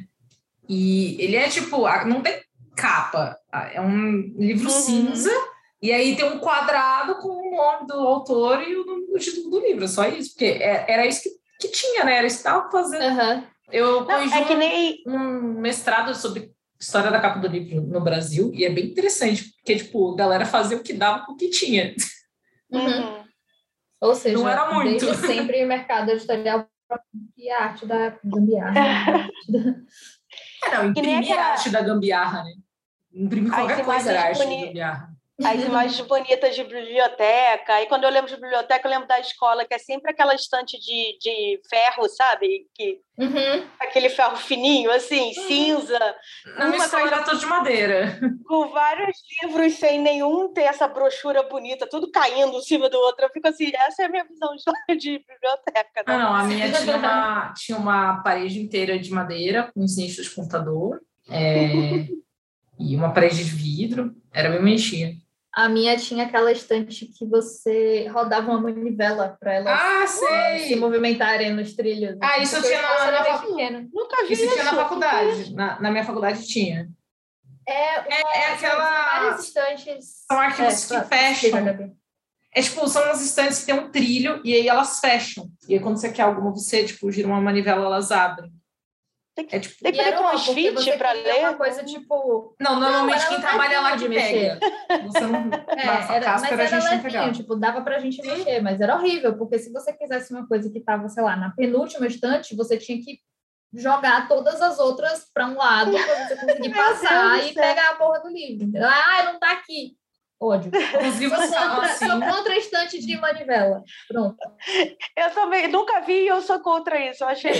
[SPEAKER 2] E ele é tipo, a- não tem capa, a- é um livro
[SPEAKER 1] Uhum.
[SPEAKER 2] cinza, e aí tem um quadrado com o nome do autor e o nome do título do livro, só isso, porque é- era isso que, que tinha, né? Era isso que estava fazendo.
[SPEAKER 3] [LAUGHS] Aham.
[SPEAKER 2] Eu
[SPEAKER 1] Não,
[SPEAKER 2] conjunto-
[SPEAKER 1] é que nem.
[SPEAKER 2] um mestrado sobre história da capa do livro no Brasil e é bem interessante, porque, tipo, a galera fazia o que dava com o que tinha.
[SPEAKER 3] Uhum.
[SPEAKER 1] Uhum.
[SPEAKER 3] Ou seja,
[SPEAKER 2] Não era muito.
[SPEAKER 3] desde sempre o mercado editorial e a arte da gambiarra. a
[SPEAKER 2] [LAUGHS]
[SPEAKER 3] arte da-
[SPEAKER 2] Era
[SPEAKER 1] Que É, nem
[SPEAKER 2] imprimir a
[SPEAKER 1] aquela-
[SPEAKER 2] arte da gambiarra, né? Imprimir
[SPEAKER 1] As
[SPEAKER 2] qualquer coisa era
[SPEAKER 1] imagens
[SPEAKER 2] arte da
[SPEAKER 1] boni-
[SPEAKER 2] gambiarra.
[SPEAKER 1] As imagens bonitas de biblioteca. E quando eu lembro de biblioteca, eu lembro da escola, que é sempre aquela estante de, de ferro, sabe? Que,
[SPEAKER 3] Uhum.
[SPEAKER 1] aquele ferro fininho, assim,
[SPEAKER 2] Uhum.
[SPEAKER 1] cinza,
[SPEAKER 2] Na minha
[SPEAKER 1] Uma
[SPEAKER 2] escola
[SPEAKER 1] coisa-
[SPEAKER 2] era tudo de madeira.
[SPEAKER 1] com vários livros sem nenhum ter essa brochura bonita, tudo caindo um em cima do outro. Eu fico assim, essa é a minha visão de, [LAUGHS] de biblioteca.
[SPEAKER 2] Ah,
[SPEAKER 1] Né?
[SPEAKER 2] não, a minha tinha
[SPEAKER 1] [LAUGHS]
[SPEAKER 2] uma, tinha uma parede inteira de madeira com os nichos de computador
[SPEAKER 1] [LAUGHS]
[SPEAKER 2] é, e uma parede de vidro. Era bem mexida.
[SPEAKER 3] A minha tinha aquela estante que você rodava uma manivela para elas
[SPEAKER 2] Ah,
[SPEAKER 3] se
[SPEAKER 2] sei!
[SPEAKER 3] movimentarem nos trilhos.
[SPEAKER 2] Ah, isso eu
[SPEAKER 3] Porque
[SPEAKER 2] tinha
[SPEAKER 3] o
[SPEAKER 2] na-
[SPEAKER 3] espaço era
[SPEAKER 2] na
[SPEAKER 3] bem
[SPEAKER 2] facu-
[SPEAKER 3] pequeno.
[SPEAKER 1] Nunca vi
[SPEAKER 2] Isso
[SPEAKER 1] isso.
[SPEAKER 2] tinha na faculdade. Na, na minha faculdade tinha.
[SPEAKER 3] É, uma,
[SPEAKER 2] é aquela-
[SPEAKER 3] Várias estantes.
[SPEAKER 2] São arquivos que
[SPEAKER 3] claro.
[SPEAKER 2] fecham.
[SPEAKER 3] Explica, Gabi.
[SPEAKER 2] É tipo, são umas estantes que tem um trilho e aí elas fecham. E aí, quando você quer alguma, você, tipo, gira uma manivela, elas abrem.
[SPEAKER 1] Tem que-
[SPEAKER 2] É tipo.
[SPEAKER 1] Tem que
[SPEAKER 3] E era
[SPEAKER 1] fazer um
[SPEAKER 3] uma, porque você
[SPEAKER 1] convite para
[SPEAKER 3] queria
[SPEAKER 1] ler. né?
[SPEAKER 3] Uma coisa tipo
[SPEAKER 2] Não, normalmente
[SPEAKER 3] Não,
[SPEAKER 2] quem
[SPEAKER 3] era
[SPEAKER 2] trabalha é lá que
[SPEAKER 3] levinho de
[SPEAKER 2] pega. Você não. Nossa,
[SPEAKER 3] É, era, mas
[SPEAKER 2] Casper, a
[SPEAKER 3] era
[SPEAKER 2] gente não
[SPEAKER 3] levinho,
[SPEAKER 2] pegava.
[SPEAKER 3] tipo, dava pra gente mexer, mas era horrível, porque se você quisesse uma coisa que tava, sei lá, na penúltima estante, você tinha que jogar todas as outras pra um lado pra você
[SPEAKER 1] [LAUGHS]
[SPEAKER 3] conseguir passar
[SPEAKER 1] Deus do
[SPEAKER 3] e
[SPEAKER 1] céu.
[SPEAKER 3] pegar a porra do livro. entendeu? Ah, não tá aqui.
[SPEAKER 1] [LAUGHS]
[SPEAKER 3] Ódio.
[SPEAKER 2] Os livros
[SPEAKER 3] [LAUGHS]
[SPEAKER 1] Ah,
[SPEAKER 2] ficavam
[SPEAKER 3] Contra,
[SPEAKER 2] assim.
[SPEAKER 3] sou contra a estante de manivela.
[SPEAKER 1] [LAUGHS]
[SPEAKER 3] Pronto.
[SPEAKER 1] Eu também nunca vi e eu sou contra isso. Eu achei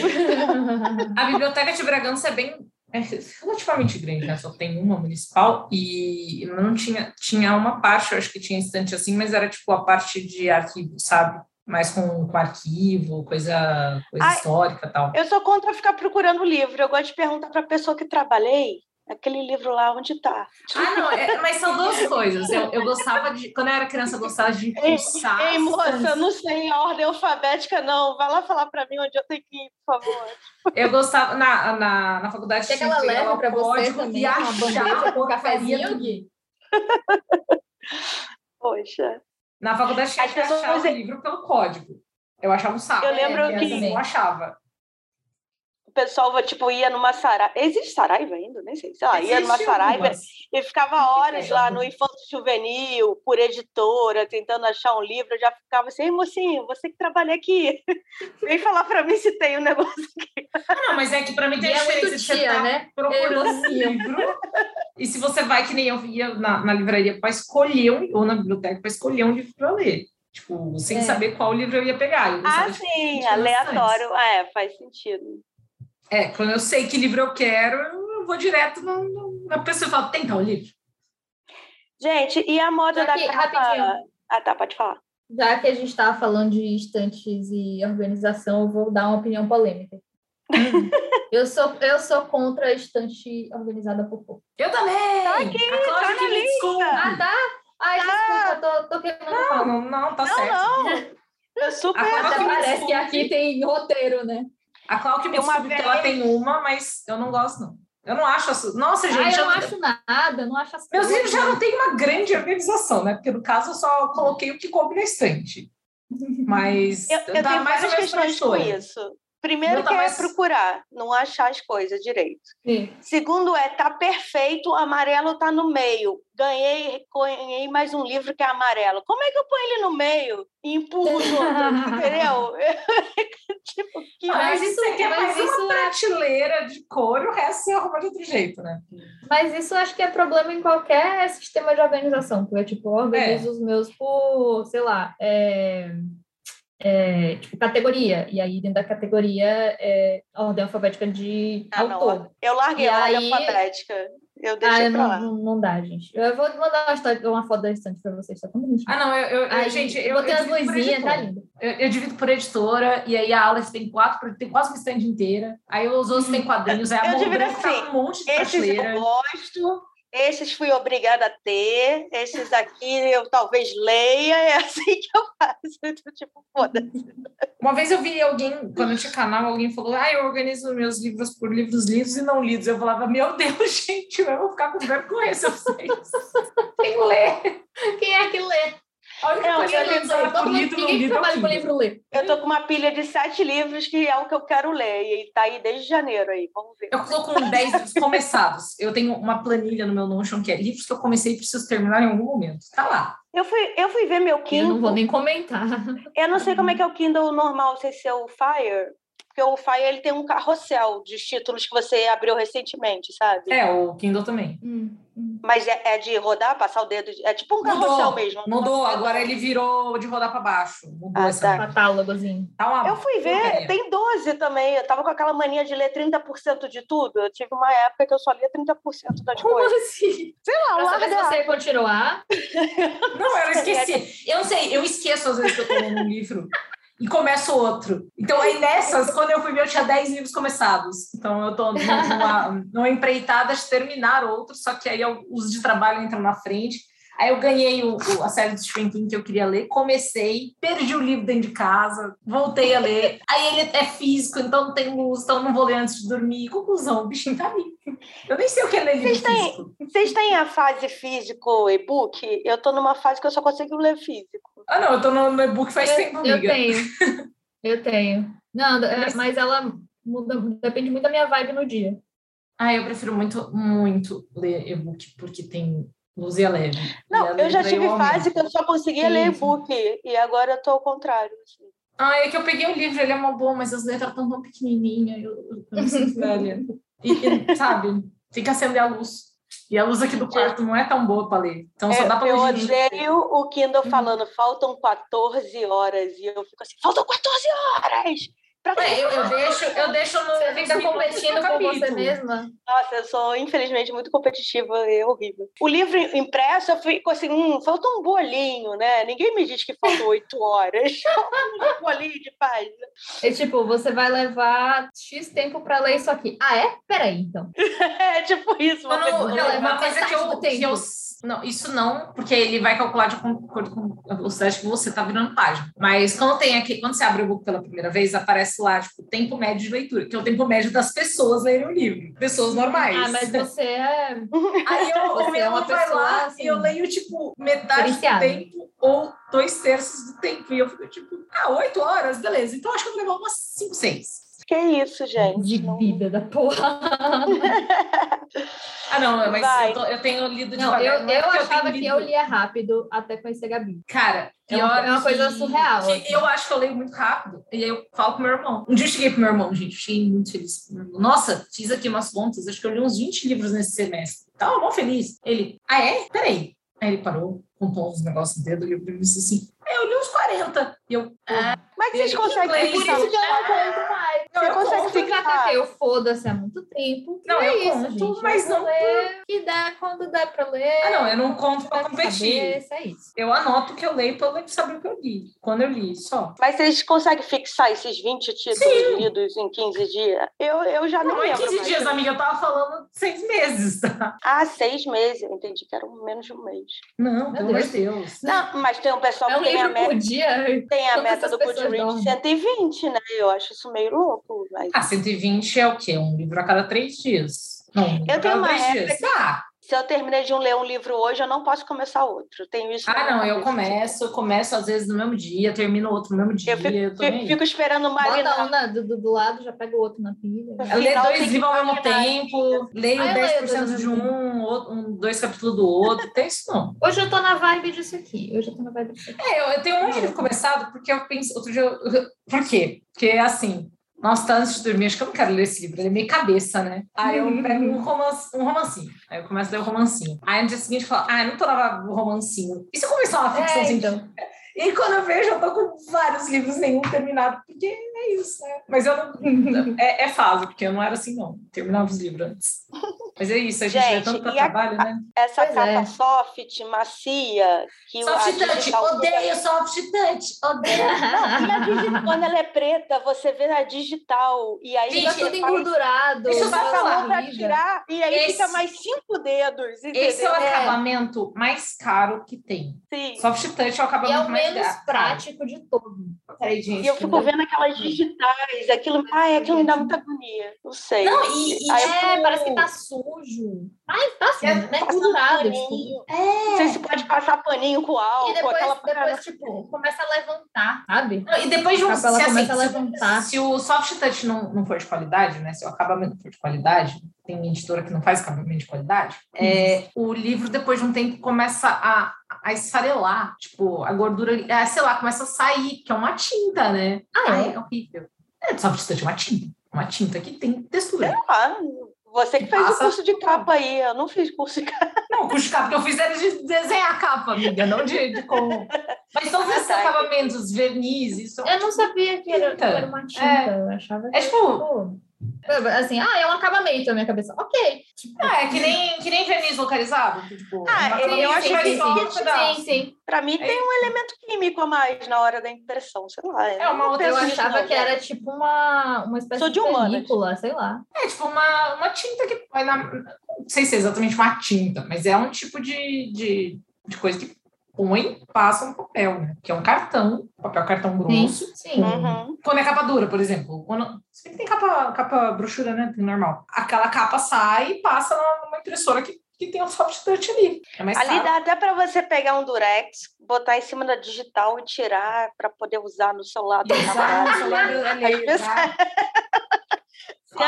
[SPEAKER 2] A biblioteca de Bragança é bem é relativamente grande, né? Só tem uma municipal e não tinha tinha uma parte, eu acho que tinha estante assim, mas era tipo a parte de arquivo, sabe? Mais com, com arquivo, coisa, coisa
[SPEAKER 1] Ai.
[SPEAKER 2] histórica e tal.
[SPEAKER 1] Eu sou contra ficar procurando livro. Eu gosto de perguntar para a pessoa que trabalhei aquele livro lá onde tá? está.
[SPEAKER 2] Ah, não, é- mas são
[SPEAKER 1] [LAUGHS]
[SPEAKER 2] duas coisas. Eu, eu gostava de. Quando eu era criança, eu gostava de impulsar.
[SPEAKER 1] Ei, moça, eu
[SPEAKER 2] as-
[SPEAKER 1] não sei a ordem alfabética, não. Vai lá falar para mim onde eu tenho que ir, por favor.
[SPEAKER 2] Eu gostava. Na, na, na faculdade
[SPEAKER 3] Quer que
[SPEAKER 2] tinha
[SPEAKER 3] ela
[SPEAKER 2] pegar
[SPEAKER 3] leve
[SPEAKER 2] o
[SPEAKER 3] pra você
[SPEAKER 2] código
[SPEAKER 3] também
[SPEAKER 2] e
[SPEAKER 3] uma
[SPEAKER 2] achar
[SPEAKER 3] bandeja com um
[SPEAKER 2] porcaria
[SPEAKER 3] cafezinho,
[SPEAKER 2] do
[SPEAKER 3] Gui?
[SPEAKER 1] Poxa.
[SPEAKER 2] Na faculdade tinha
[SPEAKER 1] As
[SPEAKER 2] que achar
[SPEAKER 1] pessoas-
[SPEAKER 2] o livro pelo código. Eu achava um saco.
[SPEAKER 1] Eu lembro
[SPEAKER 2] É, criança,
[SPEAKER 3] que-
[SPEAKER 2] Eu achava.
[SPEAKER 1] O pessoal vai, tipo, ia numa saraiva. Existe saraiva ainda? Nem sei. Sei lá, Ah, ia numa
[SPEAKER 2] Existem
[SPEAKER 1] saraiva
[SPEAKER 2] algumas.
[SPEAKER 1] e ficava horas
[SPEAKER 2] Tem
[SPEAKER 1] lá no
[SPEAKER 2] algumas.
[SPEAKER 1] Infanto Juvenil, por editora, tentando achar um livro. Eu já ficava assim, "Ei, mocinho, você que trabalha aqui, [LAUGHS] vem falar para mim se tem um negócio.
[SPEAKER 2] Não, mas é que pra mim
[SPEAKER 3] E
[SPEAKER 2] tem a
[SPEAKER 3] é muito
[SPEAKER 2] diferença de você
[SPEAKER 3] tia,
[SPEAKER 2] tá
[SPEAKER 3] né?
[SPEAKER 2] procurando um
[SPEAKER 3] [LAUGHS] Emocinha.
[SPEAKER 2] livro. E se você vai, que nem eu ia na, na livraria para escolher, um, ou na biblioteca para escolher um livro para ler. Tipo, sem
[SPEAKER 3] É.
[SPEAKER 2] saber qual livro eu ia pegar. Eu gostava
[SPEAKER 1] Ah,
[SPEAKER 2] de
[SPEAKER 1] sim,
[SPEAKER 2] interessantes.
[SPEAKER 1] aleatório. Ah, é, faz sentido.
[SPEAKER 2] É, quando eu sei que livro eu quero, eu vou direto no, no, na pessoa e falo, tem tal livro.
[SPEAKER 1] Gente, e a moda
[SPEAKER 3] Só
[SPEAKER 1] da
[SPEAKER 3] que,
[SPEAKER 1] capa...
[SPEAKER 3] rapidinho.
[SPEAKER 1] Ah, tá, pode falar.
[SPEAKER 3] Já que a gente estava falando de estantes e organização, eu vou dar uma opinião polêmica.
[SPEAKER 2] Uhum.
[SPEAKER 3] eu, sou, eu sou contra a estante organizada por cor.
[SPEAKER 2] Eu também!
[SPEAKER 1] Tá aqui,
[SPEAKER 2] a Cláudia
[SPEAKER 1] tá
[SPEAKER 2] que
[SPEAKER 1] na
[SPEAKER 2] me desculpa.
[SPEAKER 3] Ah, tá? Ai, desculpa, eu tô, tô queimando
[SPEAKER 2] Não,
[SPEAKER 3] palma.
[SPEAKER 2] não, não, tá
[SPEAKER 1] Não,
[SPEAKER 2] certo.
[SPEAKER 1] não. Eu super...
[SPEAKER 2] Agora
[SPEAKER 3] Até
[SPEAKER 2] que me
[SPEAKER 3] parece que
[SPEAKER 2] desculpe.
[SPEAKER 3] aqui tem roteiro, né?
[SPEAKER 2] A Cláudia que me
[SPEAKER 1] Tem É uma
[SPEAKER 2] desculpe, porque ela
[SPEAKER 1] vez-
[SPEAKER 2] tem uma, mas eu não gosto, não. Eu não acho... Assim...
[SPEAKER 1] Ah,
[SPEAKER 2] Nossa, gente...
[SPEAKER 3] Ai, eu
[SPEAKER 2] eu-
[SPEAKER 3] não acho nada, não acho as
[SPEAKER 2] Meus
[SPEAKER 3] coisas.
[SPEAKER 2] livros já não têm uma grande organização, né? Porque, no caso, eu só coloquei o que coube na estante. Mas...
[SPEAKER 1] Eu, eu
[SPEAKER 2] dá
[SPEAKER 1] tenho
[SPEAKER 2] mais ou
[SPEAKER 1] várias
[SPEAKER 2] menos pra
[SPEAKER 1] questões com
[SPEAKER 2] história.
[SPEAKER 1] isso. Primeiro
[SPEAKER 2] Não, tá
[SPEAKER 1] que é
[SPEAKER 2] mais-
[SPEAKER 1] procurar, não achar as coisas direito.
[SPEAKER 3] Sim.
[SPEAKER 1] Segundo é, tá perfeito, amarelo tá no meio. Ganhei, ganhei mais um livro que é amarelo. Como é que eu ponho ele no meio e
[SPEAKER 3] [LAUGHS]
[SPEAKER 1] empurro os outros, entendeu? [LAUGHS] tipo, que...
[SPEAKER 3] Ah,
[SPEAKER 2] Mas
[SPEAKER 3] Mas
[SPEAKER 2] isso aqui é
[SPEAKER 3] mas
[SPEAKER 2] mais
[SPEAKER 3] isso
[SPEAKER 2] uma
[SPEAKER 3] é-
[SPEAKER 2] prateleira de cor e o resto você arruma de outro jeito, né?
[SPEAKER 3] Mas isso eu acho que é problema em qualquer sistema de organização. Porque, tipo, eu organizo os meus por, sei lá, é, é, tipo, categoria. E aí, dentro da categoria, é, a ordem alfabética de
[SPEAKER 1] Ah, não.
[SPEAKER 3] autor.
[SPEAKER 1] Eu larguei
[SPEAKER 3] E
[SPEAKER 1] a ordem
[SPEAKER 3] aí-
[SPEAKER 1] alfabética. Eu
[SPEAKER 3] Ah,
[SPEAKER 1] deixei
[SPEAKER 3] eu
[SPEAKER 1] pra
[SPEAKER 3] não,
[SPEAKER 1] lá.
[SPEAKER 3] não, não dá, gente. Eu vou mandar uma, história- uma foto da estante pra vocês, só como
[SPEAKER 2] Ah, não, eu, eu- eu-
[SPEAKER 3] Aí,
[SPEAKER 2] gente, eu,
[SPEAKER 3] botei
[SPEAKER 2] eu
[SPEAKER 3] as
[SPEAKER 2] divido por
[SPEAKER 3] luzinhas, tá
[SPEAKER 2] editora.
[SPEAKER 3] lindo.
[SPEAKER 2] Eu, eu divido por editora, e aí a aula tem quatro, pro- tem quase uma estante inteira. Aí os outros têm quadrinhos, aí a
[SPEAKER 1] Eu
[SPEAKER 2] mão
[SPEAKER 1] divido
[SPEAKER 2] branca tá
[SPEAKER 1] assim,
[SPEAKER 2] com um monte de
[SPEAKER 1] Esses
[SPEAKER 2] prateleira.
[SPEAKER 1] eu gosto, esses fui obrigada a ter, esses aqui eu talvez leia, é [LAUGHS] assim que eu faço. Eu tô tipo, foda-se.
[SPEAKER 2] Uma vez eu vi alguém, quando eu tinha canal, alguém falou: Ah, eu organizo meus livros por livros lidos e não lidos. Eu falava: Meu Deus, [LAUGHS] gente, eu vou ficar com vergonha se eu sei Tem ler.
[SPEAKER 3] [LAUGHS] Quem é que lê?
[SPEAKER 2] A única
[SPEAKER 1] Não,
[SPEAKER 2] coisa que
[SPEAKER 1] eu
[SPEAKER 2] eu
[SPEAKER 1] não
[SPEAKER 2] organizava por
[SPEAKER 3] Todo mundo-
[SPEAKER 2] lido, não
[SPEAKER 3] É, ninguém
[SPEAKER 2] lido, é o
[SPEAKER 3] trabalha com
[SPEAKER 2] Kindle.
[SPEAKER 3] livro lê.
[SPEAKER 1] Eu tô com uma pilha de sete livros que é o que eu quero ler, e tá aí desde janeiro aí, vamos ver.
[SPEAKER 2] Eu tô com 10 livros começados. Eu tenho uma planilha no meu Notion que é livros que eu comecei e preciso terminar em algum momento. Tá lá.
[SPEAKER 1] Eu fui, eu fui ver meu
[SPEAKER 3] Eu
[SPEAKER 1] Kindle.
[SPEAKER 3] não vou nem comentar. [LAUGHS]
[SPEAKER 1] Eu não sei como é que é o Kindle normal, não sei se é o Fire, porque o Fire ele tem um carrossel de títulos que você abriu recentemente, sabe?
[SPEAKER 2] É, o Kindle também.
[SPEAKER 3] Hum, hum.
[SPEAKER 1] Mas é, é de rodar, passar o dedo, é tipo um
[SPEAKER 2] Mudou.
[SPEAKER 1] carrossel mesmo.
[SPEAKER 2] Mudou, agora ele virou de rodar pra baixo. Mudou
[SPEAKER 1] Ah,
[SPEAKER 2] essa.
[SPEAKER 1] tá.
[SPEAKER 3] Catálogozinho.
[SPEAKER 2] Tá uma
[SPEAKER 1] Eu fui ver,
[SPEAKER 2] porcaria.
[SPEAKER 1] tem 12 também. Eu tava com aquela mania de ler 30% de tudo. Eu tive uma época que eu só lia 30% das coisas.
[SPEAKER 3] assim?
[SPEAKER 1] Ah,
[SPEAKER 3] Pra saber se
[SPEAKER 1] larga.
[SPEAKER 3] você ia continuar.
[SPEAKER 2] Não,
[SPEAKER 1] [LAUGHS]
[SPEAKER 2] eu esqueci. Eu não sei, eu esqueço às vezes que eu tô lendo um livro e começo outro. Então, aí nessas, quando eu fui ver, eu tinha 10 livros começados. Então, eu tô numa, numa empreitada de terminar outros, só que aí eu- os de trabalho entram na frente. Aí eu ganhei o- o- a série do Stephen King que eu queria ler, comecei, perdi o livro dentro de casa, voltei a ler. Aí ele é físico, então não tem luz, então não vou ler antes de dormir. Conclusão, o bichinho tá ali. Eu nem sei o que é ler livro
[SPEAKER 1] Vocês têm-
[SPEAKER 2] físico.
[SPEAKER 1] Vocês têm a fase físico e-book? Eu tô numa fase que eu só consigo ler físico.
[SPEAKER 2] Ah, não, eu tô no, no e-book faz tempo,
[SPEAKER 3] Eu
[SPEAKER 2] amiga.
[SPEAKER 3] tenho. Eu tenho. Não, é-
[SPEAKER 2] Mas-
[SPEAKER 3] mas ela muda, depende muito da minha vibe no dia.
[SPEAKER 2] Ah, eu prefiro muito, muito ler e-book, porque tem luz e é leve. E a
[SPEAKER 1] Não, eu já
[SPEAKER 2] letra é
[SPEAKER 1] tive
[SPEAKER 2] aumento.
[SPEAKER 1] fase que eu só conseguia
[SPEAKER 3] Sim,
[SPEAKER 1] ler
[SPEAKER 3] sim.
[SPEAKER 1] e-book. E agora eu tô ao contrário. assim.
[SPEAKER 2] Ah, é que eu peguei o livro, ele é uma boa, mas as letras estão tão pequenininhas, eu, eu eu
[SPEAKER 1] [LAUGHS]
[SPEAKER 2] me sinto velha. E, e, sabe, tem que acender a luz. E a luz aqui do quarto não é tão boa para ler. Então só dá
[SPEAKER 1] Eu,
[SPEAKER 2] para
[SPEAKER 1] É, eu
[SPEAKER 2] ler de noite.
[SPEAKER 1] odeio o Kindle
[SPEAKER 2] Uhum.
[SPEAKER 1] falando, faltam 14 horas. E eu fico assim, faltam 14 horas! Pra
[SPEAKER 2] [LAUGHS]
[SPEAKER 1] quê?
[SPEAKER 2] É, eu, eu deixo, eu deixo no.
[SPEAKER 3] Você fica
[SPEAKER 2] no
[SPEAKER 3] competindo com
[SPEAKER 2] capítulo.
[SPEAKER 3] você mesma.
[SPEAKER 1] Nossa, eu sou, infelizmente, muito competitiva, é horrível. O livro impresso, eu fico assim, hum, falta um bolinho, né? Ninguém me diz que faltam oito horas. [LAUGHS] um bolinho de página.
[SPEAKER 3] É tipo, você vai levar X tempo pra ler isso aqui. Ah, é? Peraí, então.
[SPEAKER 1] É tipo isso. uma
[SPEAKER 2] Eu não-
[SPEAKER 1] pessoa-
[SPEAKER 2] não,
[SPEAKER 3] Ela
[SPEAKER 2] uma
[SPEAKER 3] vai
[SPEAKER 2] coisa que
[SPEAKER 3] metade
[SPEAKER 2] eu,
[SPEAKER 3] do tempo.
[SPEAKER 2] que eu- Não, isso não, porque ele vai calcular de acordo com a velocidade que você está virando página. Mas quando tem aqui, quando você abre o book pela primeira vez, aparece lá, tipo, tempo médio de leitura, que é o tempo médio das pessoas lerem o livro. Pessoas normais.
[SPEAKER 3] Ah, mas você é
[SPEAKER 2] [LAUGHS] Aí eu, o
[SPEAKER 3] [LAUGHS] você é
[SPEAKER 2] meu
[SPEAKER 3] uma
[SPEAKER 2] aluno vai
[SPEAKER 3] pessoa,
[SPEAKER 2] lá
[SPEAKER 3] assim,
[SPEAKER 2] e eu leio, tipo, metade
[SPEAKER 3] viciada.
[SPEAKER 2] do tempo ou dois terços do tempo. E eu fico, tipo, ah, oito horas, beleza. Então acho que eu vou levar umas cinco, seis.
[SPEAKER 1] Que isso, gente.
[SPEAKER 3] de
[SPEAKER 1] Não-
[SPEAKER 3] vida da porra.
[SPEAKER 2] Ah, não, mas
[SPEAKER 1] Vai.
[SPEAKER 2] eu, tô- eu tenho lido
[SPEAKER 3] Não, eu,
[SPEAKER 2] devagar. não é
[SPEAKER 3] eu
[SPEAKER 2] porque tenho
[SPEAKER 3] achava que
[SPEAKER 2] lido-
[SPEAKER 3] eu lia rápido até conhecer a Gabi.
[SPEAKER 2] Cara,
[SPEAKER 3] É uma-
[SPEAKER 2] pior
[SPEAKER 3] é uma coisa
[SPEAKER 2] que-
[SPEAKER 3] surreal,
[SPEAKER 2] que
[SPEAKER 3] assim.
[SPEAKER 2] eu acho que eu leio muito rápido. E aí eu falo pro meu irmão. Um dia eu cheguei pro meu irmão, gente. eu Cheguei muito feliz. com o meu irmão. Nossa, fiz aqui umas contas. Acho que eu li uns 20 livros nesse semestre. Tá Tava bom feliz. Ele, ah, é? Peraí. Aí ele parou, contou uns negócios no dedo e eu disse assim: Eu li uns 40. E eu.
[SPEAKER 3] Ah,
[SPEAKER 1] Mas vocês
[SPEAKER 2] Ele-
[SPEAKER 1] conseguem
[SPEAKER 2] Ele-
[SPEAKER 3] Por isso que eu
[SPEAKER 1] fixar.
[SPEAKER 3] não aguento mais.
[SPEAKER 1] Não, eu
[SPEAKER 3] eu
[SPEAKER 1] consigo
[SPEAKER 3] conto assim. os
[SPEAKER 1] ficar.
[SPEAKER 3] HQ, eu foda-se há muito tempo.
[SPEAKER 2] Não,
[SPEAKER 3] E é
[SPEAKER 2] eu
[SPEAKER 3] isso,
[SPEAKER 2] conto,
[SPEAKER 3] gente.
[SPEAKER 2] mas
[SPEAKER 3] eu vou
[SPEAKER 2] não
[SPEAKER 3] ler o que dá quando dá pra ler.
[SPEAKER 2] Ah, não, eu não conto pra
[SPEAKER 3] dá pra saber,
[SPEAKER 2] competir.
[SPEAKER 3] isso é isso.
[SPEAKER 2] Eu anoto o que eu leio pra eu saber o que eu li. Quando eu li, só.
[SPEAKER 1] Mas vocês conseguem fixar esses 20 títulos lidos em 15 dias? Eu, eu já
[SPEAKER 2] Não
[SPEAKER 1] nem
[SPEAKER 2] é
[SPEAKER 1] lembro.
[SPEAKER 2] 15
[SPEAKER 1] mais.
[SPEAKER 2] dias, amiga. Eu tava falando seis meses, [LAUGHS] tá?
[SPEAKER 1] Ah, seis meses. Eu entendi que era menos de um mês.
[SPEAKER 2] Não,
[SPEAKER 3] Meu
[SPEAKER 2] pelo amor de Deus.
[SPEAKER 1] Não, mas tem um pessoal
[SPEAKER 3] É um
[SPEAKER 1] que tem a
[SPEAKER 3] livro
[SPEAKER 1] meta,
[SPEAKER 3] por dia.
[SPEAKER 1] tem a
[SPEAKER 3] Quantas
[SPEAKER 1] meta do
[SPEAKER 3] pessoas
[SPEAKER 1] Goodreads
[SPEAKER 3] dormem?
[SPEAKER 1] de 120, né? Eu acho isso meio louco. Mas...
[SPEAKER 2] Ah, 120 é o quê? Um livro a cada três dias. Não, um livro
[SPEAKER 1] Eu
[SPEAKER 2] a
[SPEAKER 1] tenho
[SPEAKER 2] cada
[SPEAKER 1] uma
[SPEAKER 2] três
[SPEAKER 1] época
[SPEAKER 2] dias.
[SPEAKER 1] que-
[SPEAKER 2] Ah,
[SPEAKER 1] Se eu terminei de um- ler um livro hoje, eu não posso começar outro. Eu Tenho isso. na
[SPEAKER 2] ah,
[SPEAKER 1] minha
[SPEAKER 2] não, eu
[SPEAKER 1] cabeça.
[SPEAKER 2] começo, eu começo às vezes no mesmo dia, termino outro no mesmo dia.
[SPEAKER 1] Eu
[SPEAKER 2] Eu,
[SPEAKER 1] fico-
[SPEAKER 2] tô nem aí.
[SPEAKER 1] Fico esperando
[SPEAKER 3] Bota
[SPEAKER 2] tá-
[SPEAKER 1] marinar.
[SPEAKER 3] um na- do, do lado, já pega o outro na pilha.
[SPEAKER 2] Eu leio
[SPEAKER 1] Afinal,
[SPEAKER 2] dois
[SPEAKER 1] tem que
[SPEAKER 2] livros ao mesmo
[SPEAKER 1] combinar,
[SPEAKER 2] tempo, leio
[SPEAKER 3] Ah, eu leio
[SPEAKER 2] 10%
[SPEAKER 3] dois
[SPEAKER 2] de
[SPEAKER 3] ao mesmo
[SPEAKER 2] um, outro, um, dois capítulos do outro. Tem isso não.
[SPEAKER 3] Hoje eu tô na vibe disso aqui. Hoje eu tô na vibe disso aqui.
[SPEAKER 2] É, eu, eu tenho um monte de livro começado, porque eu penso. Outro dia. eu- por quê? Porque assim. Nossa, tá antes de dormir, acho que eu não quero ler esse livro, ele é meio cabeça, né? Aí
[SPEAKER 1] Uhum.
[SPEAKER 2] eu pego um, romance, um romancinho, aí eu começo a ler o romancinho. Aí no dia seguinte eu falo, ah, eu não tô na vibe do romancinho. E se eu começar uma ficção
[SPEAKER 3] É,
[SPEAKER 2] científica?
[SPEAKER 3] [LAUGHS] então.
[SPEAKER 2] E quando eu vejo, eu tô com vários livros, nenhum terminado, porque é isso, né? Mas eu não. [LAUGHS] É, é fase, porque eu não era assim, não. Terminava os livros antes. Mas é isso, a gente,
[SPEAKER 1] Gente,
[SPEAKER 2] é tanto pra
[SPEAKER 1] e a-
[SPEAKER 2] trabalho, né?
[SPEAKER 1] Essa
[SPEAKER 3] Pois
[SPEAKER 1] capa
[SPEAKER 3] é.
[SPEAKER 1] soft, macia. Que a tá
[SPEAKER 2] Soft touch,
[SPEAKER 1] digital-
[SPEAKER 2] odeio soft touch, odeio.
[SPEAKER 1] [LAUGHS] E a digi- quando ela é preta, você vê na digital. E aí
[SPEAKER 3] Gente,
[SPEAKER 1] você
[SPEAKER 3] tudo
[SPEAKER 1] faz-
[SPEAKER 3] engordurado.
[SPEAKER 2] Deixa eu só
[SPEAKER 1] passa a mão
[SPEAKER 2] falar,
[SPEAKER 1] pra tirar e aí
[SPEAKER 2] Esse-
[SPEAKER 1] fica mais cinco dedos.
[SPEAKER 2] Esse é o
[SPEAKER 1] entendeu?
[SPEAKER 2] acabamento mais caro que tem.
[SPEAKER 1] Sim.
[SPEAKER 2] Soft touch é o
[SPEAKER 3] E
[SPEAKER 2] acabamento
[SPEAKER 3] é o
[SPEAKER 2] mais
[SPEAKER 3] menos
[SPEAKER 2] caro.
[SPEAKER 3] prático de todos.
[SPEAKER 2] Peraí, gente.
[SPEAKER 1] E é eu fico vendo aquelas digitais, aquilo, ai, aquilo me dá muita agonia, não sei.
[SPEAKER 2] Não, e, e
[SPEAKER 1] Aí eu
[SPEAKER 3] É,
[SPEAKER 2] tipo,
[SPEAKER 3] parece que tá sujo. Mas tá sujo,
[SPEAKER 2] É,
[SPEAKER 3] né?
[SPEAKER 1] passa
[SPEAKER 3] Engordurado.
[SPEAKER 2] um
[SPEAKER 1] paninho.
[SPEAKER 3] tipo. É.
[SPEAKER 1] Não sei se pode passar paninho com álcool,
[SPEAKER 3] E depois,
[SPEAKER 1] aquela assim.
[SPEAKER 3] depois tipo, começa a levantar, sabe?
[SPEAKER 2] Não, e depois de um
[SPEAKER 3] A capa, ela
[SPEAKER 2] se,
[SPEAKER 3] começa a
[SPEAKER 2] se-
[SPEAKER 3] levantar.
[SPEAKER 2] Se o soft touch não, não for de qualidade, né? Se o acabamento não for de qualidade, tem editora que não faz acabamento de qualidade, é, o livro, depois de um tempo, começa a, a esfarelar. Tipo, a gordura, ah, sei lá, começa a sair, que é uma tinta, né? Ah, é, horrível. É, soft touch é uma tinta. Uma tinta que tem textura.
[SPEAKER 1] Sei lá, você que fez
[SPEAKER 2] Passa-
[SPEAKER 1] o curso de capa aí, eu não fiz curso de capa.
[SPEAKER 2] Não, o curso de capa que eu fiz era de desenhar a capa, amiga, não de, de como. Mas todos esses
[SPEAKER 1] Ah, tá.
[SPEAKER 2] acabamentos, verniz, isso
[SPEAKER 3] Ah, Eu não sabia que era, que
[SPEAKER 2] Tinta.
[SPEAKER 3] era uma tinta.
[SPEAKER 2] É.
[SPEAKER 3] Eu achava que
[SPEAKER 2] é tipo,
[SPEAKER 3] Pô. Assim, ah, é um acabamento na minha cabeça. Ok. Tipo,
[SPEAKER 2] Ah, é que nem, que nem verniz localizado. que, Tipo,
[SPEAKER 1] Ah,
[SPEAKER 2] uma
[SPEAKER 1] eu-
[SPEAKER 2] coisa
[SPEAKER 1] eu acho
[SPEAKER 2] vai
[SPEAKER 1] que-
[SPEAKER 2] só um pedaço.
[SPEAKER 3] sim, sim.
[SPEAKER 1] Pra mim tem um elemento químico a mais na hora da impressão, sei lá.
[SPEAKER 2] É, uma
[SPEAKER 1] não
[SPEAKER 2] outra-
[SPEAKER 1] penso
[SPEAKER 3] Eu
[SPEAKER 2] Sim,
[SPEAKER 1] nisso,
[SPEAKER 3] achava
[SPEAKER 1] não.
[SPEAKER 3] que era tipo uma, uma espécie
[SPEAKER 1] Sou de
[SPEAKER 3] de
[SPEAKER 1] humanas.
[SPEAKER 3] película, sei lá.
[SPEAKER 2] É tipo uma, uma tinta que vai na. Não sei se é exatamente uma tinta, mas é um tipo de, de, de coisa que põe, passa um papel, né? Que é um cartão, papel cartão
[SPEAKER 3] Sim,
[SPEAKER 2] grosso.
[SPEAKER 3] sim.
[SPEAKER 1] Uhum.
[SPEAKER 2] Quando é capa dura, por exemplo. Quando, se bem que tem capa, capa brochura, né? Tem normal. Aquela capa sai e passa numa impressora que, que tem um soft touch ali. É mais
[SPEAKER 1] Ali
[SPEAKER 2] caro.
[SPEAKER 1] dá até pra você pegar um durex, botar em cima da digital e tirar pra poder usar no celular do
[SPEAKER 2] Exato,
[SPEAKER 1] trabalho.
[SPEAKER 2] celular ali, né?
[SPEAKER 1] [LAUGHS] Às vezes-
[SPEAKER 2] exato.
[SPEAKER 1] é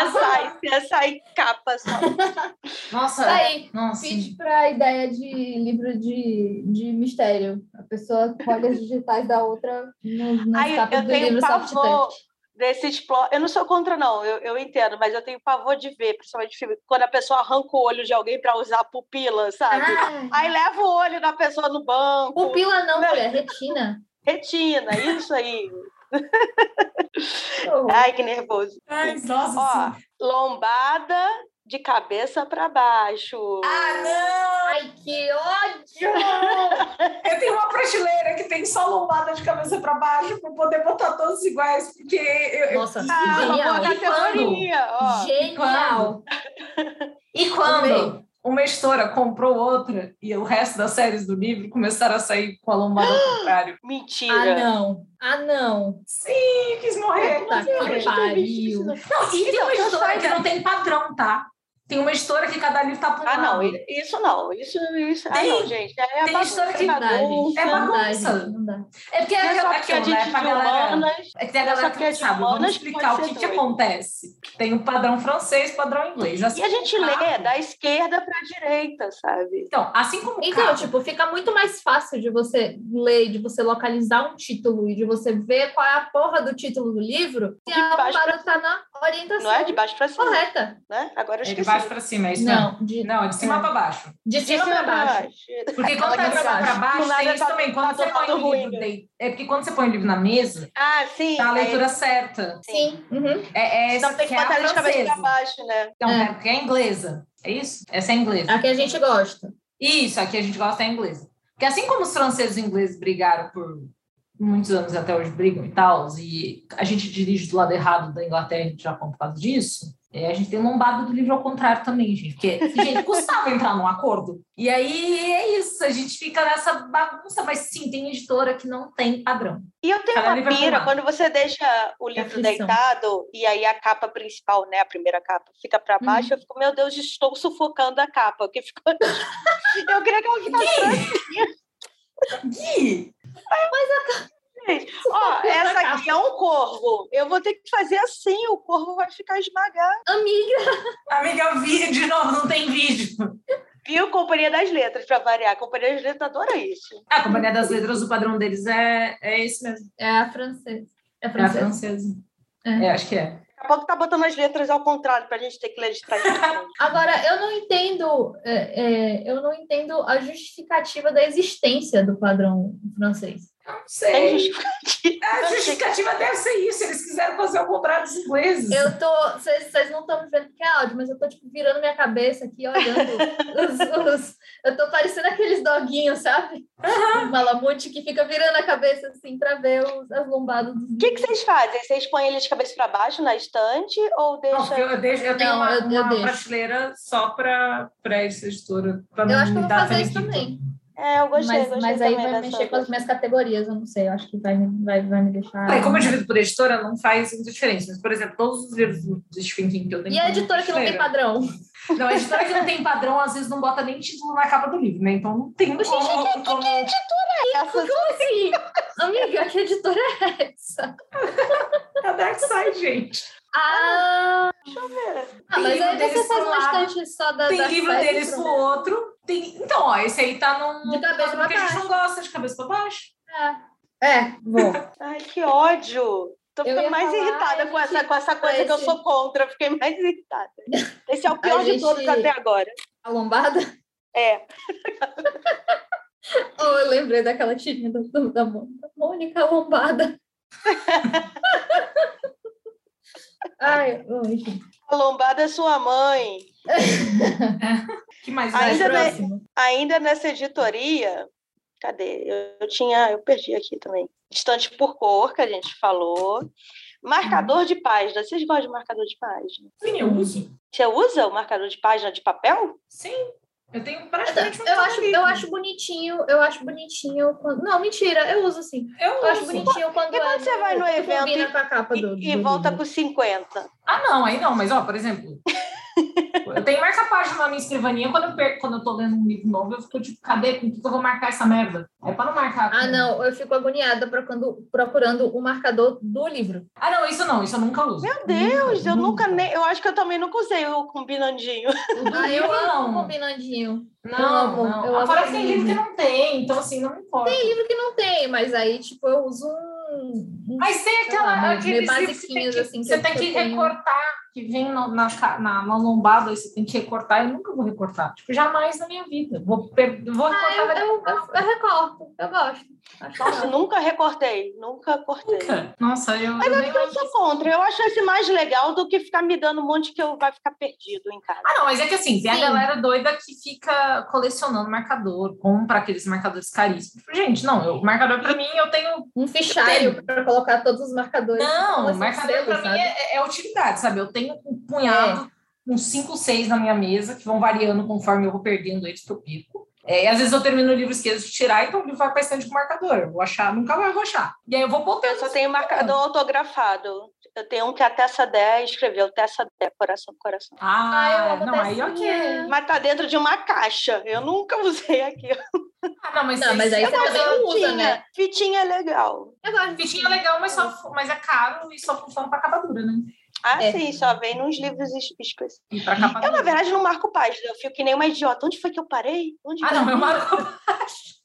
[SPEAKER 1] CSI, CSI capa só.
[SPEAKER 2] Nossa,
[SPEAKER 3] Tá aí.
[SPEAKER 2] nossa.
[SPEAKER 3] Pitch pra ideia de livro de, de mistério. A pessoa colhe as digitais da outra nos, nas
[SPEAKER 1] Ai,
[SPEAKER 3] capas
[SPEAKER 1] eu
[SPEAKER 3] do
[SPEAKER 1] tenho
[SPEAKER 3] livro soft
[SPEAKER 1] pavor
[SPEAKER 3] touch.
[SPEAKER 1] desse explode. Eu não sou contra, não, eu, eu entendo, mas eu tenho pavor de ver, principalmente filme, quando a pessoa arranca o olho de alguém para usar a pupila, sabe?
[SPEAKER 3] Ah,
[SPEAKER 1] Aí leva o olho da pessoa no banco,
[SPEAKER 3] pupila não,
[SPEAKER 1] Não.
[SPEAKER 3] mulher, retina.
[SPEAKER 1] retina, isso aí.
[SPEAKER 3] Que horror.
[SPEAKER 1] Ai, que nervoso.
[SPEAKER 2] Ai, nossa,
[SPEAKER 1] Ó,
[SPEAKER 2] sim.
[SPEAKER 1] lombada de cabeça para baixo.
[SPEAKER 2] Ah, não!
[SPEAKER 3] Ai, que ódio!
[SPEAKER 2] Eu tenho uma prateleira que tem só lombada de cabeça para baixo para poder botar todos iguais, porque eu. eu-
[SPEAKER 3] Nossa,
[SPEAKER 1] Ah, uma boa
[SPEAKER 3] genial.
[SPEAKER 1] categoria, ó.
[SPEAKER 3] Genial!
[SPEAKER 2] E
[SPEAKER 3] Amei.
[SPEAKER 2] quando uma editora comprou outra e o resto das séries do livro começaram a sair com a lombada ao contrário.
[SPEAKER 3] Ah,
[SPEAKER 1] Mentira.
[SPEAKER 3] não! Ah, não!
[SPEAKER 2] Ih, quis morrer.
[SPEAKER 3] Puta que pariu!
[SPEAKER 2] É. Não, e tem uma editora que não tem padrão, tá? Tem uma editora que cada livro tá por um
[SPEAKER 1] Ah, não,
[SPEAKER 2] lado.
[SPEAKER 1] isso não, isso, isso. ah,
[SPEAKER 2] Tem-
[SPEAKER 1] não, gente, é
[SPEAKER 2] tem
[SPEAKER 1] bagunça,
[SPEAKER 2] história de
[SPEAKER 1] é
[SPEAKER 3] Dá, gente.
[SPEAKER 1] bagunça.
[SPEAKER 2] é
[SPEAKER 3] Não dá,
[SPEAKER 2] bagunça.
[SPEAKER 3] gente, não dá.
[SPEAKER 2] É porque
[SPEAKER 1] Não
[SPEAKER 2] é
[SPEAKER 1] é só
[SPEAKER 2] aquela
[SPEAKER 1] porque a
[SPEAKER 2] questão,
[SPEAKER 1] gente
[SPEAKER 2] né?
[SPEAKER 1] de
[SPEAKER 2] Pra galera.
[SPEAKER 1] humanas
[SPEAKER 2] É que tem a
[SPEAKER 1] Essa
[SPEAKER 2] galera que não
[SPEAKER 1] piada de
[SPEAKER 2] sabe. Vamos
[SPEAKER 1] humanas
[SPEAKER 2] explicar o
[SPEAKER 1] pode
[SPEAKER 2] que,
[SPEAKER 1] ser
[SPEAKER 2] que
[SPEAKER 1] doida.
[SPEAKER 2] acontece. Tem o padrão francês, padrão inglês. Assim
[SPEAKER 1] E a gente
[SPEAKER 2] como
[SPEAKER 1] lê
[SPEAKER 2] carro.
[SPEAKER 1] da esquerda para a direita, sabe?
[SPEAKER 2] Então, assim como
[SPEAKER 3] Então,
[SPEAKER 2] carro,
[SPEAKER 3] tipo, fica muito mais fácil de você ler, de você localizar um título e de você ver qual é a porra do título do livro se
[SPEAKER 1] De
[SPEAKER 3] a
[SPEAKER 1] baixo
[SPEAKER 3] lombada tá na orientação
[SPEAKER 1] Não é de baixo para cima,
[SPEAKER 3] correta.
[SPEAKER 1] né? Agora eu
[SPEAKER 2] é de
[SPEAKER 1] esqueci
[SPEAKER 2] baixo para cima, é isso
[SPEAKER 3] Não,
[SPEAKER 2] mesmo?
[SPEAKER 3] de,
[SPEAKER 2] Não, é de cima para baixo.
[SPEAKER 3] de cima para baixo.
[SPEAKER 2] Porque quando
[SPEAKER 3] Ela
[SPEAKER 2] tá de
[SPEAKER 3] tá pra
[SPEAKER 2] cima
[SPEAKER 3] baixo.
[SPEAKER 2] para baixo,
[SPEAKER 1] Do
[SPEAKER 2] tem
[SPEAKER 1] nada
[SPEAKER 2] isso
[SPEAKER 1] tá-
[SPEAKER 2] também. Quando
[SPEAKER 1] tá
[SPEAKER 2] você
[SPEAKER 1] todo
[SPEAKER 2] põe o livro
[SPEAKER 1] ruim.
[SPEAKER 2] dei- É porque quando você põe o livro na mesa,
[SPEAKER 1] Ah, sim.
[SPEAKER 2] tá a
[SPEAKER 1] aí-
[SPEAKER 2] leitura certa.
[SPEAKER 3] Sim. uhum.
[SPEAKER 2] É, é essa
[SPEAKER 1] Não tem que
[SPEAKER 2] é a
[SPEAKER 1] botar de cabeça
[SPEAKER 2] francesa.
[SPEAKER 1] pra baixo, né?
[SPEAKER 2] Não,
[SPEAKER 3] É.
[SPEAKER 2] é porque é inglesa. É isso? Essa é a inglesa.
[SPEAKER 3] A que a gente gosta.
[SPEAKER 2] Isso, aqui a gente gosta é inglesa. Porque assim como os franceses e ingleses brigaram por muitos anos e até hoje brigam e tal, e a gente dirige do lado errado da Inglaterra e do Japão por causa disso, é, a gente tem lombado do livro ao contrário também, gente. Porque, gente, custava entrar num acordo. E aí é isso, a gente fica nessa bagunça, mas sim, tem editora que não tem padrão.
[SPEAKER 1] E eu tenho
[SPEAKER 2] Cada
[SPEAKER 1] uma
[SPEAKER 2] livro é
[SPEAKER 1] pira,
[SPEAKER 2] formado.
[SPEAKER 1] quando você deixa o livro
[SPEAKER 3] aflição.
[SPEAKER 1] deitado e aí a capa principal, né, a primeira capa, fica pra baixo, eu fico, meu Deus, estou sufocando a capa, que ficou... [LAUGHS] eu queria que ela ficasse assim,
[SPEAKER 2] Gui!
[SPEAKER 1] Ó, essa aqui é um corvo. Eu vou ter que fazer assim, o corvo vai ficar esmagado.
[SPEAKER 3] Amiga,
[SPEAKER 2] Amiga, eu vi de novo, não tem vídeo.
[SPEAKER 1] Viu? Companhia das Letras, para variar. A Companhia das Letras adora isso.
[SPEAKER 2] A Companhia das Letras, o padrão deles é, é esse mesmo.
[SPEAKER 3] é a francesa. É
[SPEAKER 2] É
[SPEAKER 3] a
[SPEAKER 2] a
[SPEAKER 3] francesa.
[SPEAKER 2] francesa.
[SPEAKER 3] É.
[SPEAKER 2] É, acho que é.
[SPEAKER 1] Daqui a pouco tá botando as letras ao contrário, pra gente ter que
[SPEAKER 3] [LAUGHS]
[SPEAKER 1] legislar. isso também.
[SPEAKER 3] Agora, eu não entendo, é, é, eu não entendo a justificativa da existência do padrão francês.
[SPEAKER 2] Eu Não
[SPEAKER 3] É.
[SPEAKER 1] Tem
[SPEAKER 2] sei.
[SPEAKER 1] justificativa.
[SPEAKER 3] Então,
[SPEAKER 2] A justificativa deve ser isso. Eles quiseram fazer o contrário dos ingleses.
[SPEAKER 3] Eu tô, vocês vocês não estão me vendo que é áudio, mas eu tô tipo virando minha cabeça aqui, olhando
[SPEAKER 1] [LAUGHS]
[SPEAKER 3] os, os- eu tô parecendo aqueles doguinhos, sabe? O malamute que fica virando a cabeça assim pra ver os, as lombadas dos
[SPEAKER 1] O que, que vocês fazem? Vocês põem ele de cabeça para baixo na estante ou
[SPEAKER 2] Não, porque
[SPEAKER 1] deixa.
[SPEAKER 2] eu, deixo- eu tenho
[SPEAKER 3] Não,
[SPEAKER 2] uma,
[SPEAKER 3] eu- eu
[SPEAKER 2] uma
[SPEAKER 3] deixo.
[SPEAKER 2] prateleira só para essa editora. Pra
[SPEAKER 3] Eu
[SPEAKER 2] não
[SPEAKER 3] acho
[SPEAKER 2] me
[SPEAKER 3] que eu vou
[SPEAKER 2] dar
[SPEAKER 3] fazer isso
[SPEAKER 2] faniquito.
[SPEAKER 3] também.
[SPEAKER 1] É, eu tá gostei,
[SPEAKER 3] mas
[SPEAKER 1] gostei
[SPEAKER 3] mas aí
[SPEAKER 1] também
[SPEAKER 3] vai
[SPEAKER 1] dessa-
[SPEAKER 3] mexer com as minhas categorias, eu não sei. Eu acho que vai, me- vai, vai me deixar.
[SPEAKER 2] Aí,
[SPEAKER 1] é
[SPEAKER 2] como eu divido por editora, não faz muita diferença. Mas, por exemplo, todos os livros do do Stephen King que eu tenho.
[SPEAKER 3] E a
[SPEAKER 2] estão na
[SPEAKER 3] editora que não tem
[SPEAKER 2] prateleira.
[SPEAKER 3] padrão?
[SPEAKER 2] Não, a editora que não tem padrão, às vezes não bota nem título na capa do livro, né? Então não tem como. como-
[SPEAKER 1] Essas-
[SPEAKER 3] Assim, amiga, que editora é essa?
[SPEAKER 2] É Dark Side, gente.
[SPEAKER 3] Ah, ah
[SPEAKER 2] Tem
[SPEAKER 3] mas
[SPEAKER 2] livro
[SPEAKER 3] aí você
[SPEAKER 2] deles
[SPEAKER 3] faz
[SPEAKER 2] pro
[SPEAKER 3] uma
[SPEAKER 2] lado,
[SPEAKER 3] estante só da
[SPEAKER 2] Tem
[SPEAKER 3] da
[SPEAKER 2] livro
[SPEAKER 3] série,
[SPEAKER 2] deles pro
[SPEAKER 3] pronto.
[SPEAKER 2] outro. Tem... Então, ó, esse aí tá num.
[SPEAKER 3] De cabeça pra
[SPEAKER 2] porque a gente não gosta de cabeça pra baixo.
[SPEAKER 3] É, vou.
[SPEAKER 1] Ai, que ódio! Tô ficando
[SPEAKER 3] ia
[SPEAKER 1] mais
[SPEAKER 3] falar,
[SPEAKER 1] irritada com,
[SPEAKER 3] a
[SPEAKER 1] essa,
[SPEAKER 3] gente-
[SPEAKER 1] com essa coisa que eu
[SPEAKER 3] esse-
[SPEAKER 1] sou contra. Fiquei mais
[SPEAKER 3] [LAUGHS]
[SPEAKER 1] irritada. Esse é o pior de
[SPEAKER 3] gente-
[SPEAKER 1] todos até agora.
[SPEAKER 3] [LAUGHS] A lombada?
[SPEAKER 1] É.
[SPEAKER 3] [LAUGHS] Oh, eu lembrei daquela tirinha da, da, da Mônica. Mônica Lombada. [LAUGHS] Ai, oh, enfim.
[SPEAKER 1] A lombada é sua mãe.
[SPEAKER 2] que mais?
[SPEAKER 1] Ainda
[SPEAKER 3] Mas
[SPEAKER 1] bem-
[SPEAKER 3] próximo.
[SPEAKER 1] ainda nessa editoria, cadê? Eu, eu tinha, eu perdi aqui também. Estante por cor, que a gente falou. Marcador de página. Vocês gostam de marcador de página?
[SPEAKER 2] Sim, eu uso.
[SPEAKER 1] Você usa o marcador de página de papel?
[SPEAKER 2] Sim, eu tenho praticamente um
[SPEAKER 3] Eu acho,
[SPEAKER 2] livro.
[SPEAKER 3] eu acho bonitinho, eu acho bonitinho quando... Não, mentira, eu uso sim.
[SPEAKER 2] Eu,
[SPEAKER 3] Eu acho
[SPEAKER 2] uso.
[SPEAKER 3] bonitinho quando
[SPEAKER 1] E quando
[SPEAKER 3] é
[SPEAKER 1] você vai no
[SPEAKER 3] que
[SPEAKER 1] evento
[SPEAKER 3] combina
[SPEAKER 1] e-
[SPEAKER 3] com a capa
[SPEAKER 1] E,
[SPEAKER 3] do, do
[SPEAKER 1] e volta
[SPEAKER 3] livro.
[SPEAKER 1] com 50.
[SPEAKER 2] Ah, não, aí não, mas ó, por
[SPEAKER 3] [LAUGHS]
[SPEAKER 2] exemplo, eu tenho marca-página na minha escrivaninha, quando eu, perco, quando eu tô lendo um livro novo, eu fico tipo, cadê? Com o que que eu vou marcar essa merda? É pra não marcar. com-
[SPEAKER 3] Ah, não, eu fico agoniada procurando, procurando o marcador do livro.
[SPEAKER 2] Ah, não, isso não, isso eu nunca uso.
[SPEAKER 1] Meu Deus, eu nunca nem. Eu acho que eu também nunca usei o combinandinho.
[SPEAKER 2] O do
[SPEAKER 3] Ah, eu
[SPEAKER 2] livro,
[SPEAKER 3] amo
[SPEAKER 2] não.
[SPEAKER 3] combinandinho. eu
[SPEAKER 2] Não,
[SPEAKER 3] amo,
[SPEAKER 2] não.
[SPEAKER 3] eu
[SPEAKER 2] Ah,
[SPEAKER 3] amo
[SPEAKER 2] Fora que tem
[SPEAKER 3] livro.
[SPEAKER 2] livro que não tem, então assim, não importa.
[SPEAKER 3] Tem livro que não tem, mas aí, tipo, eu uso um... um
[SPEAKER 2] Mas tem
[SPEAKER 3] Sei lá,
[SPEAKER 2] aquela,
[SPEAKER 3] meio-
[SPEAKER 2] aqueles livros que
[SPEAKER 3] meio
[SPEAKER 2] tem
[SPEAKER 3] basiquinhos,
[SPEAKER 2] que,
[SPEAKER 3] assim, que
[SPEAKER 2] você
[SPEAKER 3] eu-
[SPEAKER 2] tem
[SPEAKER 3] que
[SPEAKER 2] que
[SPEAKER 3] eu tenho.
[SPEAKER 2] recortar, que vem no- na, ca- na, na lombada, aí você tem que recortar. Eu nunca vou recortar, tipo, jamais na minha vida. Vou, per- vou
[SPEAKER 3] Ah, eu,
[SPEAKER 2] recortar
[SPEAKER 3] eu, eu, eu recorto, eu gosto. Acho
[SPEAKER 1] [LAUGHS] Nossa,
[SPEAKER 3] legal.
[SPEAKER 1] nunca recortei. Nunca cortei.
[SPEAKER 2] nunca. Nossa, eu,
[SPEAKER 1] Mas
[SPEAKER 2] eu
[SPEAKER 1] eu,
[SPEAKER 2] nem
[SPEAKER 1] eu sou contra. Eu acho esse mais legal do que ficar me dando um monte que eu vai ficar perdido em casa.
[SPEAKER 2] Ah, não, mas é que assim, tem
[SPEAKER 3] Sim.
[SPEAKER 2] a galera doida que fica colecionando marcador, compra aqueles marcadores caríssimos. Tipo, Gente, não, eu, o marcador pra mim eu tenho
[SPEAKER 3] Um fichário para colocar todos os marcadores.
[SPEAKER 2] Não,
[SPEAKER 3] Assim,
[SPEAKER 2] marcador
[SPEAKER 3] selo,
[SPEAKER 2] para mim
[SPEAKER 3] sabe? É.
[SPEAKER 2] é, é utilidade, sabe? Eu tenho um punhado, uns 5, 6 na minha mesa, que vão variando conforme eu vou perdendo eles que eu pico. É, e às vezes eu termino o livro esqueço de tirar, então o livro vai para estante com marcador. Eu vou achar, nunca mais vou achar. E aí eu vou botando.
[SPEAKER 1] Eu só tenho marcador autografado. Eu tenho um que a Tessa Dé escreveu, Tessa Dé, coração, coração.
[SPEAKER 3] Ah, eu
[SPEAKER 2] Ah,
[SPEAKER 3] amo
[SPEAKER 2] não, aí ok.
[SPEAKER 3] testinha.
[SPEAKER 1] Mas tá dentro de uma caixa. Eu nunca [LAUGHS] usei aqui.
[SPEAKER 2] Ah, não, mas,
[SPEAKER 3] Não, mas aí
[SPEAKER 2] eu
[SPEAKER 3] você
[SPEAKER 2] gosto
[SPEAKER 3] também
[SPEAKER 2] da
[SPEAKER 3] não usa,
[SPEAKER 1] Fitinha.
[SPEAKER 3] né?
[SPEAKER 1] Fitinha é legal.
[SPEAKER 3] Eu gosto de
[SPEAKER 2] Fitinha é legal, mas, só, mas é caro e só funciona para capa dura, né?
[SPEAKER 1] Ah,
[SPEAKER 3] É.
[SPEAKER 1] sim, só vem nos livros es- específicos.
[SPEAKER 2] E para capa
[SPEAKER 1] Eu, Então, na
[SPEAKER 2] dura.
[SPEAKER 1] verdade, não marco página. Eu fico que nem uma idiota. Onde foi que eu parei? Onde
[SPEAKER 2] Ah,
[SPEAKER 1] foi?
[SPEAKER 2] não, eu marco.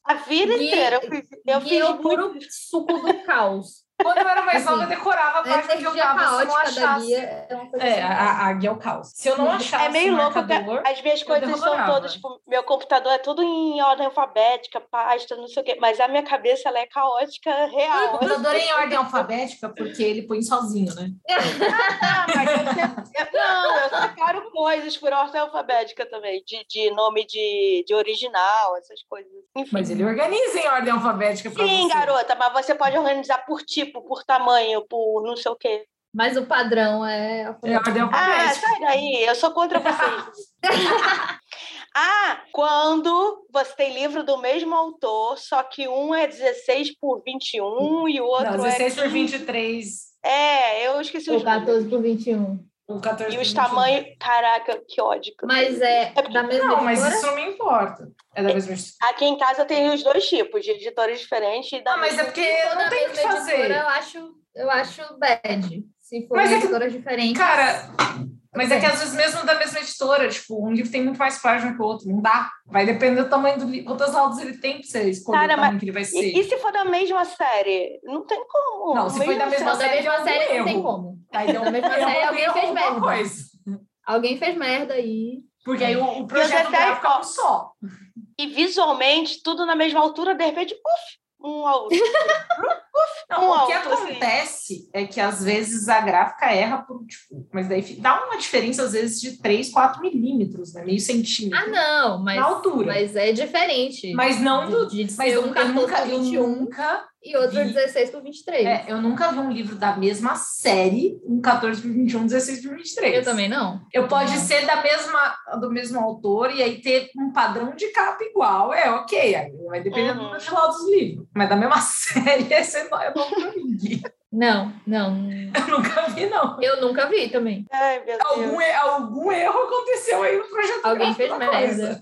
[SPEAKER 1] A vida
[SPEAKER 3] Gui-
[SPEAKER 1] inteira. Eu fiz, eu
[SPEAKER 3] Eu
[SPEAKER 1] fiz
[SPEAKER 3] fiz o
[SPEAKER 1] muito.
[SPEAKER 3] puro suco do caos.
[SPEAKER 2] Quando eu era mais
[SPEAKER 3] Assim,
[SPEAKER 2] nova, eu decorava a
[SPEAKER 3] A
[SPEAKER 2] parte onde eu
[SPEAKER 3] energia
[SPEAKER 2] tava. Se eu não
[SPEAKER 3] caótica da
[SPEAKER 2] achasse.
[SPEAKER 3] Bia é uma coisa
[SPEAKER 2] É,
[SPEAKER 3] assim.
[SPEAKER 2] a, a guia é o caos. Se eu não
[SPEAKER 3] É
[SPEAKER 1] É
[SPEAKER 2] achasse
[SPEAKER 1] meio
[SPEAKER 2] o
[SPEAKER 1] louco, que
[SPEAKER 2] marcador,
[SPEAKER 1] as minhas coisas são
[SPEAKER 2] devorava.
[SPEAKER 1] todas, tipo, meu computador é tudo em ordem alfabética, pasta, não sei o quê, mas a minha cabeça ela é caótica
[SPEAKER 2] o
[SPEAKER 1] real.
[SPEAKER 2] computador é em ordem alfabética, porque ele põe sozinho, né?
[SPEAKER 1] Ah, mas eu se- eu- não, eu separo coisas por ordem alfabética também, de, de nome de, de original, essas coisas. Enfim.
[SPEAKER 2] Mas ele organiza em ordem alfabética pra
[SPEAKER 1] Sim,
[SPEAKER 2] você.
[SPEAKER 1] garota, mas você pode organizar por tipo, por tamanho, por não sei o quê.
[SPEAKER 3] Mas o padrão é. a
[SPEAKER 2] É ordem
[SPEAKER 1] Ah,
[SPEAKER 2] alfabética.
[SPEAKER 1] sai daí, eu sou contra vocês.
[SPEAKER 2] [LAUGHS]
[SPEAKER 1] ah, quando você tem livro do mesmo autor, só que um é 16 por 21 e o outro
[SPEAKER 2] não,
[SPEAKER 1] é.
[SPEAKER 2] 16 por 23,
[SPEAKER 1] É, eu esqueci os
[SPEAKER 3] Ou
[SPEAKER 1] números.
[SPEAKER 3] 14 por 21.
[SPEAKER 2] o 14
[SPEAKER 1] E
[SPEAKER 2] por
[SPEAKER 1] os
[SPEAKER 2] 21.
[SPEAKER 1] tamanhos. Caraca, que ódio. que eu
[SPEAKER 3] Mas
[SPEAKER 1] tenho.
[SPEAKER 3] é
[SPEAKER 1] porque-
[SPEAKER 3] da mesma
[SPEAKER 2] Não, mas
[SPEAKER 3] editora?
[SPEAKER 2] isso não me importa. É da mesma história.
[SPEAKER 1] Aqui em casa tem os dois tipos, de editores diferentes. e da
[SPEAKER 2] Ah, mas é
[SPEAKER 1] mesma-
[SPEAKER 2] porque eu
[SPEAKER 3] da
[SPEAKER 2] não tenho o que
[SPEAKER 3] mesma editora,
[SPEAKER 2] fazer.
[SPEAKER 3] eu acho, eu acho bad. Se for
[SPEAKER 2] Mas é que-
[SPEAKER 3] editoras diferentes.
[SPEAKER 2] Cara, mas é que
[SPEAKER 3] Sim.
[SPEAKER 2] às vezes mesmo da mesma editora, tipo, um livro tem muito mais página que o outro, não dá. Vai depender do tamanho do livro, quantas aulas ele tem pra você escolher
[SPEAKER 1] Cara,
[SPEAKER 2] o tamanho que ele vai ser.
[SPEAKER 1] E, e se for da mesma série? Não tem como.
[SPEAKER 2] assim. Não, se for da mesma
[SPEAKER 3] Não, da
[SPEAKER 2] série,
[SPEAKER 3] mesma
[SPEAKER 2] eu
[SPEAKER 3] série não tem
[SPEAKER 2] um erro.
[SPEAKER 3] como.
[SPEAKER 2] Aí deu
[SPEAKER 3] Na mesma
[SPEAKER 2] deu
[SPEAKER 3] série, alguém
[SPEAKER 2] erro
[SPEAKER 3] fez
[SPEAKER 2] alguma
[SPEAKER 3] merda.
[SPEAKER 2] coisa.
[SPEAKER 3] Alguém fez merda aí.
[SPEAKER 2] Porque aí o, o
[SPEAKER 1] E
[SPEAKER 2] projeto
[SPEAKER 1] eu detesto-
[SPEAKER 2] gráfico é um só.
[SPEAKER 1] e assim, visualmente, tudo na mesma altura, de repente, uf, um
[SPEAKER 2] [LAUGHS]
[SPEAKER 1] ao outro.
[SPEAKER 2] Não,
[SPEAKER 1] Um
[SPEAKER 2] o que
[SPEAKER 1] alto, assim.
[SPEAKER 2] acontece é que às vezes a gráfica erra por, tipo, mas daí fi- dá uma diferença às vezes de 3, 4 milímetros, né? Meio centímetro.
[SPEAKER 3] Ah, não, mas,
[SPEAKER 2] na altura.
[SPEAKER 3] mas é diferente.
[SPEAKER 2] Mas não do.
[SPEAKER 3] de, de ser
[SPEAKER 2] Mas eu
[SPEAKER 3] um
[SPEAKER 2] nunca, eu
[SPEAKER 3] 14
[SPEAKER 2] nunca,
[SPEAKER 3] por
[SPEAKER 2] eu
[SPEAKER 3] 21
[SPEAKER 2] nunca,
[SPEAKER 3] e outro
[SPEAKER 2] vi.
[SPEAKER 3] 16 por 23.
[SPEAKER 2] é, eu nunca vi um livro da mesma série, um 14 por 21, 16 por 23.
[SPEAKER 3] Eu também não.
[SPEAKER 2] Eu pode
[SPEAKER 3] Não.
[SPEAKER 2] ser da mesma, do mesmo autor e aí ter um padrão de capa igual, é ok. aí Vai depender do
[SPEAKER 1] Uhum.
[SPEAKER 2] número de lados do livro. Mas da mesma [LAUGHS] série, essa é nova pra mim.
[SPEAKER 3] Não, não.
[SPEAKER 2] Eu nunca vi, não.
[SPEAKER 3] Eu nunca vi também.
[SPEAKER 1] Ai, meu Deus.
[SPEAKER 2] Algum, e- algum erro aconteceu aí no projeto.
[SPEAKER 3] Alguém
[SPEAKER 2] gráfico
[SPEAKER 3] fez
[SPEAKER 2] da coisa.
[SPEAKER 3] merda.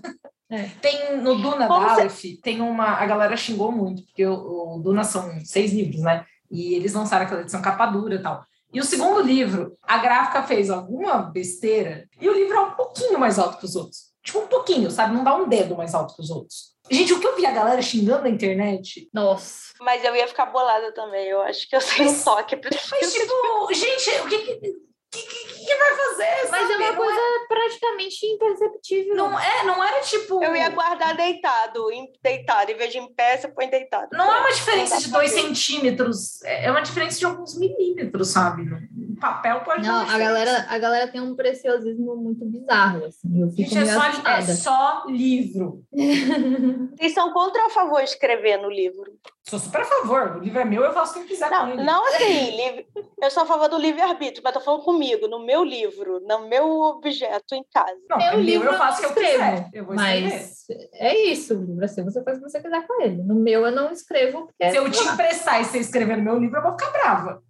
[SPEAKER 2] Tem no Duna
[SPEAKER 1] Como
[SPEAKER 2] da
[SPEAKER 1] você-
[SPEAKER 2] Aleph, tem uma. A galera xingou muito, porque o, o Duna são seis livros, né? E eles lançaram aquela edição capa dura e tal. E o segundo livro, a gráfica fez alguma besteira e o livro é um pouquinho mais alto que os outros. Tipo, um pouquinho, sabe? Não dá um dedo mais alto que os outros. Gente, o que eu vi a galera xingando na internet?
[SPEAKER 3] Nossa.
[SPEAKER 1] Mas eu ia ficar bolada também. Eu acho que eu tenho um toque. pra
[SPEAKER 2] Mas,
[SPEAKER 1] isso.
[SPEAKER 2] tipo, gente, o que que, que, que- que vai fazer?
[SPEAKER 3] Mas é
[SPEAKER 2] sabe?
[SPEAKER 3] uma
[SPEAKER 2] Não
[SPEAKER 3] coisa praticamente imperceptível.
[SPEAKER 2] Não é, não era tipo.
[SPEAKER 1] Eu ia guardar deitado, em- deitado. Em vez de em pé, você põe deitado.
[SPEAKER 2] Não é uma diferença
[SPEAKER 1] Não dá
[SPEAKER 2] de
[SPEAKER 1] pra
[SPEAKER 2] dois
[SPEAKER 1] ver.
[SPEAKER 2] centímetros, é é uma diferença de alguns milímetros, sabe? Um papel pode
[SPEAKER 3] Não,
[SPEAKER 2] dar uma
[SPEAKER 3] a
[SPEAKER 2] diferença.
[SPEAKER 3] galera, a galera tem um preciosismo muito bizarro, assim. Eu fico
[SPEAKER 2] Gente, é
[SPEAKER 3] meio
[SPEAKER 2] só, é
[SPEAKER 3] assustada.
[SPEAKER 2] só livro.
[SPEAKER 1] Vocês são contra ou a favor de escrever no livro?
[SPEAKER 2] Sou super a favor. O livro é meu, eu faço o que eu quiser com
[SPEAKER 1] Não,
[SPEAKER 2] ele.
[SPEAKER 1] não
[SPEAKER 2] [LAUGHS]
[SPEAKER 1] assim. livre- Eu sou a favor do livre-arbítrio, mas tô falando comigo, no meu livro, no meu objeto em casa.
[SPEAKER 2] Não,
[SPEAKER 3] Meu
[SPEAKER 2] é meu,
[SPEAKER 3] livro
[SPEAKER 2] eu faço o que eu
[SPEAKER 3] escrevo,
[SPEAKER 2] quiser. Eu vou escrever.
[SPEAKER 3] Mas é isso, o livro assim, você faz o que você quiser com ele. No meu eu não escrevo porque.
[SPEAKER 2] Se eu te
[SPEAKER 3] sei lá.
[SPEAKER 2] emprestar e você escrever no meu livro, eu vou ficar
[SPEAKER 3] [LAUGHS]
[SPEAKER 2] brava.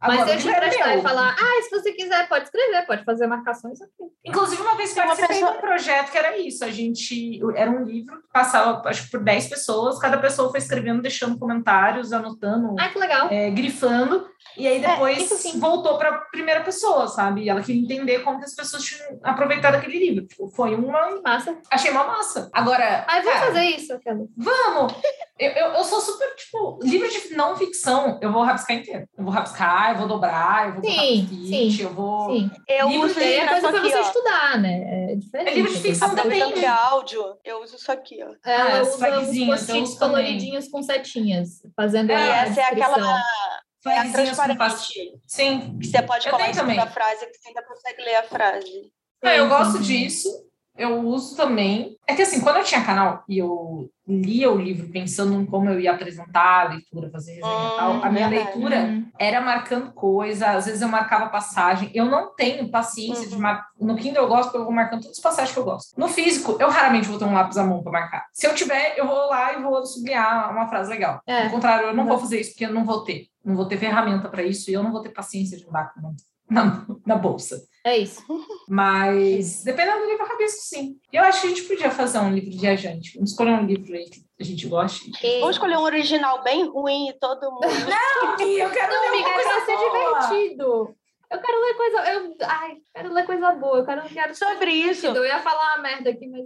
[SPEAKER 3] Mas
[SPEAKER 2] Agora,
[SPEAKER 3] se
[SPEAKER 2] o
[SPEAKER 3] eu te
[SPEAKER 2] livro é
[SPEAKER 3] emprestar
[SPEAKER 2] meu.
[SPEAKER 3] e falar, ah, se você quiser, pode escrever, pode fazer marcações aqui.
[SPEAKER 2] Inclusive, uma vez participei
[SPEAKER 1] pessoa-
[SPEAKER 2] de um projeto que era isso. A gente era um livro que passava, acho que por 10 pessoas, cada pessoa foi escrevendo, deixando comentários, anotando
[SPEAKER 3] Ah, que legal.
[SPEAKER 2] é, grifando, e aí
[SPEAKER 1] É,
[SPEAKER 2] depois
[SPEAKER 1] isso sim.
[SPEAKER 2] voltou para a primeira pessoa, sabe? E ela queria entender como que as pessoas tinham aproveitado aquele livro. Tipo, Foi uma.
[SPEAKER 3] Massa.
[SPEAKER 2] Achei uma massa. Agora.
[SPEAKER 3] Ah, vamos
[SPEAKER 2] cara,
[SPEAKER 3] fazer isso, aquela.
[SPEAKER 2] Vamos! Eu, eu, eu sou super, tipo, livro de não ficção, eu vou rabiscar inteiro. Eu vou rabiscar, eu vou dobrar, eu vou botar
[SPEAKER 3] Sim,
[SPEAKER 2] post-it, eu vou.
[SPEAKER 3] Sim.
[SPEAKER 1] Eu
[SPEAKER 2] Livro
[SPEAKER 1] uso
[SPEAKER 2] tem
[SPEAKER 3] E aí
[SPEAKER 1] isso
[SPEAKER 3] é coisa pra
[SPEAKER 1] aqui,
[SPEAKER 3] você
[SPEAKER 1] ó.
[SPEAKER 3] estudar, né? É diferente.
[SPEAKER 2] É livro de ficção
[SPEAKER 3] Você
[SPEAKER 1] Pra
[SPEAKER 2] também.
[SPEAKER 3] sabe-
[SPEAKER 1] música e áudio, eu uso isso aqui, ó.
[SPEAKER 3] Ela
[SPEAKER 2] Ah, os
[SPEAKER 3] usa os
[SPEAKER 2] tagzinhos, eu
[SPEAKER 3] post-its
[SPEAKER 2] uso também.
[SPEAKER 3] coloridinhos com setinhas, fazendo
[SPEAKER 2] É,
[SPEAKER 3] a
[SPEAKER 1] essa é aquela-
[SPEAKER 3] descrição.
[SPEAKER 1] É a
[SPEAKER 2] Flags com
[SPEAKER 1] transparente.
[SPEAKER 2] pastilha. Sim.
[SPEAKER 1] Que você pode
[SPEAKER 2] Eu
[SPEAKER 1] colar
[SPEAKER 2] tenho
[SPEAKER 1] em cima
[SPEAKER 2] também.
[SPEAKER 1] da frase, que você ainda consegue ler a frase.
[SPEAKER 2] Não, Ah, eu
[SPEAKER 3] É, Sim,
[SPEAKER 2] gosto
[SPEAKER 3] sim.
[SPEAKER 2] disso, eu uso também. É que assim, quando eu tinha canal e eu lia o livro pensando em como eu ia apresentar a leitura, fazer resenha e tal, a minha
[SPEAKER 1] Hum,
[SPEAKER 2] leitura
[SPEAKER 3] Hum.
[SPEAKER 2] era marcando coisa, às vezes eu marcava passagem. Eu não tenho paciência de
[SPEAKER 1] Uhum.
[SPEAKER 2] marcar. No Kindle eu gosto, porque eu vou marcando todas as passagens que eu gosto. No físico, eu raramente vou ter um lápis à mão para marcar. Se eu tiver, eu vou lá e vou sublinhar uma frase legal.
[SPEAKER 3] É.
[SPEAKER 2] Ao contrário, eu não
[SPEAKER 3] Uhum.
[SPEAKER 2] vou fazer isso porque eu não vou ter. Não vou ter ferramenta para isso e eu não vou ter paciência de andar com [LAUGHS] na, na bolsa.
[SPEAKER 3] É isso.
[SPEAKER 2] Mas dependendo do livro, eu rabisco sim. Eu acho que a gente podia fazer um livro viajante. Vamos escolher um livro aí que a gente goste.
[SPEAKER 3] E-
[SPEAKER 1] Vou escolher um original bem ruim e todo [LAUGHS] mundo.
[SPEAKER 2] eu quero
[SPEAKER 3] Não, amiga, eu quero ser divertido. Eu quero ler coisa. Eu, ai, quero ler coisa boa. Eu quero, um eu quero ser
[SPEAKER 1] Sobre isso,
[SPEAKER 3] divertido. Eu ia falar uma merda aqui, mas.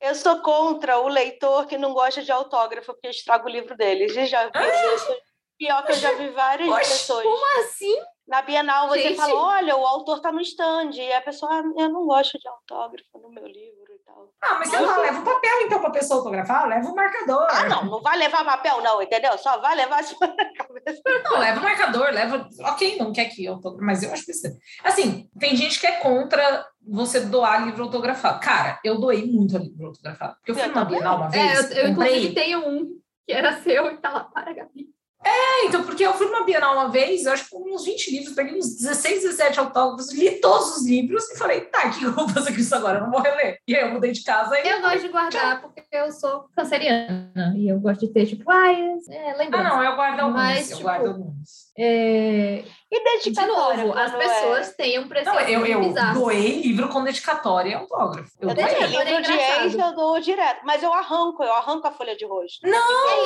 [SPEAKER 1] eu sou
[SPEAKER 2] Ah!
[SPEAKER 1] contra o leitor que não gosta de autógrafo, porque estraga o livro dele. Vocês já viram isso? Pior que eu já vi várias
[SPEAKER 2] Oxe,
[SPEAKER 1] pessoas.
[SPEAKER 3] Como assim?
[SPEAKER 1] Na Bienal você
[SPEAKER 3] Gente.
[SPEAKER 1] falou, olha, o autor tá no stand. E a pessoa, ah, eu não gosto de autógrafo no meu livro e tal.
[SPEAKER 2] Ah, mas sei lá, leva o papel então pra pessoa autografar, leva o marcador.
[SPEAKER 1] Ah, não, não vai levar papel, não, entendeu? Só vai levar [LAUGHS] isso na cabeça.
[SPEAKER 2] Não, leva o marcador, leva. Ok, não quer que eu autografe, mas eu acho que precisa. Assim, tem gente que é contra você doar livro autografado. Cara, eu doei muito livro autografado. Porque eu fui
[SPEAKER 1] Eu
[SPEAKER 2] numa
[SPEAKER 1] também.
[SPEAKER 2] Bienal uma
[SPEAKER 3] É,
[SPEAKER 2] vez.
[SPEAKER 3] eu, eu
[SPEAKER 2] comprei.
[SPEAKER 3] inclusive tenho um que era seu e tá lá para Gabi.
[SPEAKER 2] É, então, porque eu fui numa Bienal uma vez, eu acho que com uns 20 livros, peguei uns 16, 17 autógrafos, li todos os livros e falei, tá, o que eu vou fazer com isso agora? Eu não vou reler. E aí eu mudei de casa e.
[SPEAKER 3] Eu gosto de guardar porque eu sou canceriana e eu gosto de ter, tipo, ai, é,
[SPEAKER 2] Ah,
[SPEAKER 3] lembrança.
[SPEAKER 2] não, eu guardo alguns.
[SPEAKER 3] Mas,
[SPEAKER 2] eu
[SPEAKER 3] tipo,
[SPEAKER 2] guardo alguns.
[SPEAKER 3] É,
[SPEAKER 1] E desde que
[SPEAKER 3] de novo,
[SPEAKER 1] agora,
[SPEAKER 3] as
[SPEAKER 1] quando é-
[SPEAKER 3] pessoas têm um preço
[SPEAKER 2] Não, eu, eu
[SPEAKER 3] bizarro.
[SPEAKER 2] doei livro com dedicatória e autógrafo. Eu,
[SPEAKER 1] Eu
[SPEAKER 2] doei.
[SPEAKER 1] deixei
[SPEAKER 3] também, mas é
[SPEAKER 1] livro de
[SPEAKER 3] engraçado.
[SPEAKER 1] ex, eu dou direto. Mas eu arranco, eu arranco a folha de rosto.
[SPEAKER 3] É
[SPEAKER 2] Hum.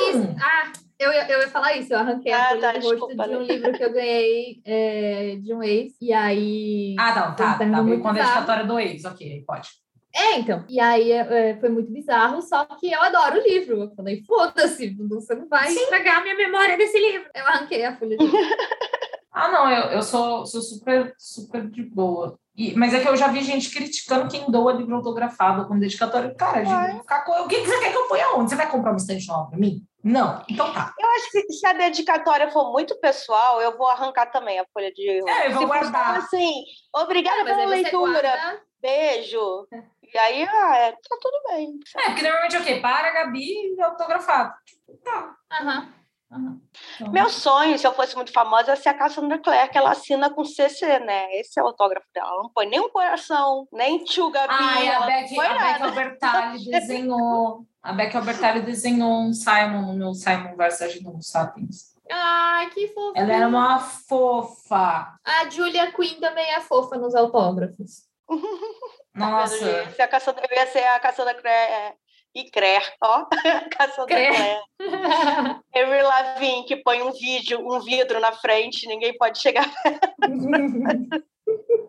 [SPEAKER 3] isso. Ah, eu, ia- eu ia falar isso. Eu arranquei
[SPEAKER 1] Ah,
[SPEAKER 3] a folha
[SPEAKER 1] tá,
[SPEAKER 3] do rosto
[SPEAKER 1] desculpa,
[SPEAKER 3] de um
[SPEAKER 1] né?
[SPEAKER 3] livro que eu ganhei é, de um ex. E aí...
[SPEAKER 2] Ah, não, tá.
[SPEAKER 3] Então,
[SPEAKER 2] tá
[SPEAKER 3] muito
[SPEAKER 2] com a
[SPEAKER 3] bizarro.
[SPEAKER 2] dedicatória do ex, ok, aí pode.
[SPEAKER 3] É, então. E aí é, é, foi muito bizarro, só que eu adoro o livro. Eu falei, foda-se, você não vai estragar a minha memória desse livro. Eu arranquei a folha de
[SPEAKER 2] Ah, não, eu, eu sou, sou super, super de boa. E- mas é que eu já vi gente criticando quem doa livro autografado com dedicatória. Cara, gente, eu vou ficar com... o que, que você quer que eu ponha onde? Você vai comprar uma estante nova pra mim? Não, então tá.
[SPEAKER 1] Eu acho que se a dedicatória for muito pessoal, eu vou arrancar também a folha de rosto.
[SPEAKER 2] É, eu vou
[SPEAKER 1] se for só
[SPEAKER 2] guardar.
[SPEAKER 1] assim, obrigada
[SPEAKER 3] Mas
[SPEAKER 1] pela
[SPEAKER 3] aí você
[SPEAKER 1] leitura,
[SPEAKER 3] guarda...
[SPEAKER 1] beijo. E aí, ah, é, tá tudo bem.
[SPEAKER 2] É, porque normalmente, ok, para, Gabi, autografado.
[SPEAKER 3] Aham. aham.
[SPEAKER 2] Então,
[SPEAKER 1] Meu sonho, se eu fosse muito famosa, ia ser a Cassandra Clare, que ela assina com CC, né? Esse é o autógrafo dela. Ela não põe nem um coração, nem tio Gabi.
[SPEAKER 2] Ai, a
[SPEAKER 1] ela não
[SPEAKER 2] Beck,
[SPEAKER 1] põe
[SPEAKER 2] a Beck
[SPEAKER 1] nada.
[SPEAKER 2] Albertalli
[SPEAKER 3] [LAUGHS]
[SPEAKER 2] desenhou. A Beck Albertalli desenhou um Simon, no Simon versus Aginomo Sapiens.
[SPEAKER 3] Ai, que fofa.
[SPEAKER 2] Ela é era uma fofa.
[SPEAKER 3] A Julia Quinn também é fofa nos autógrafos.
[SPEAKER 1] Tá
[SPEAKER 2] Nossa.
[SPEAKER 1] Eu ia ser a Cassandra, eu ia ser a Cassandra Clare. é, E Crer, ó. [LAUGHS] Cassandra
[SPEAKER 3] Clare.
[SPEAKER 1] Clare.
[SPEAKER 3] Ah,
[SPEAKER 1] Avril Lavigne, que põe um vídeo, um vidro na frente, ninguém pode chegar. [LAUGHS]
[SPEAKER 3] Tá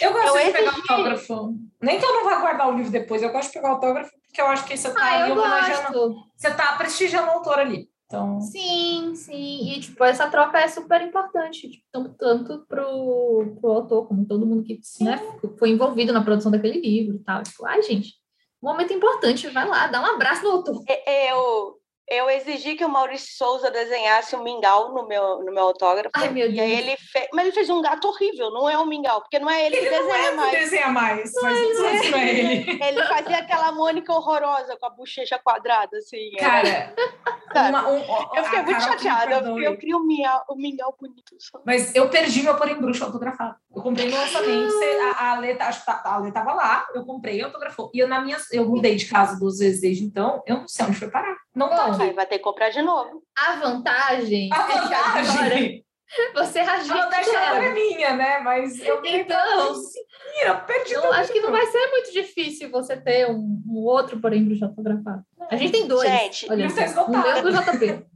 [SPEAKER 2] Eu gosto
[SPEAKER 1] Eu
[SPEAKER 2] de pegar
[SPEAKER 1] exigi.
[SPEAKER 2] autógrafo. Nem que eu não vá guardar o livro depois, eu gosto de pegar autógrafo porque eu acho que você tá
[SPEAKER 3] Ah,
[SPEAKER 2] aí
[SPEAKER 3] eu
[SPEAKER 2] homenageando.
[SPEAKER 3] gosto.
[SPEAKER 2] Você tá prestigiando o autor ali. Então,
[SPEAKER 3] Sim, sim. E, tipo, essa troca é super importante. Tipo, tanto, tanto pro, pro autor, como todo mundo que né, foi envolvido na produção daquele livro e tal. Tipo, ai, gente, momento importante. Vai lá, dá um abraço no autor.
[SPEAKER 1] É, Eu, eu exigi que o Maurício Souza desenhasse um mingau no meu, no meu autógrafo.
[SPEAKER 3] Ai, meu
[SPEAKER 1] E aí
[SPEAKER 3] Deus.
[SPEAKER 1] ele fez. Mas ele fez um gato horrível, não é um mingau, porque não é ele, que
[SPEAKER 2] não
[SPEAKER 1] desenha
[SPEAKER 2] é
[SPEAKER 1] mais.
[SPEAKER 2] mais. desenha mais, mas isso não é ele.
[SPEAKER 1] Ele fazia aquela Mônica horrorosa com a bochecha quadrada, assim. era- Sabe?
[SPEAKER 2] Cara, uma- um-
[SPEAKER 1] eu fiquei muito
[SPEAKER 2] a Carol é que me
[SPEAKER 1] chateada. Eu,
[SPEAKER 2] perdoe.
[SPEAKER 1] eu queria um mingau, um mingau bonito. Só.
[SPEAKER 2] Mas eu perdi meu porém bruxo autografado. Eu comprei no lançamento, você- a, a Lê, tá- acho que tá- a Lê tava lá, eu comprei e autografou. E eu, na minha, eu mudei de casa duas vezes desde então, eu não sei onde foi parar. Não tá
[SPEAKER 3] Bom,
[SPEAKER 2] aqui.
[SPEAKER 1] Aí vai ter que comprar de novo.
[SPEAKER 3] A vantagem
[SPEAKER 2] [LAUGHS] A
[SPEAKER 3] é que agora
[SPEAKER 2] vantagem,
[SPEAKER 3] você
[SPEAKER 2] a vantagem agora é
[SPEAKER 3] agita.
[SPEAKER 2] minha, né? Mas eu me
[SPEAKER 3] Então,
[SPEAKER 2] eu perdi
[SPEAKER 3] não-
[SPEAKER 2] tudo.
[SPEAKER 3] acho que não vai ser muito difícil você ter um, um outro, porém, bruxo autografado. A gente tem dois.
[SPEAKER 1] Gente,
[SPEAKER 3] Olha,
[SPEAKER 2] Não tá
[SPEAKER 3] um meu do JP.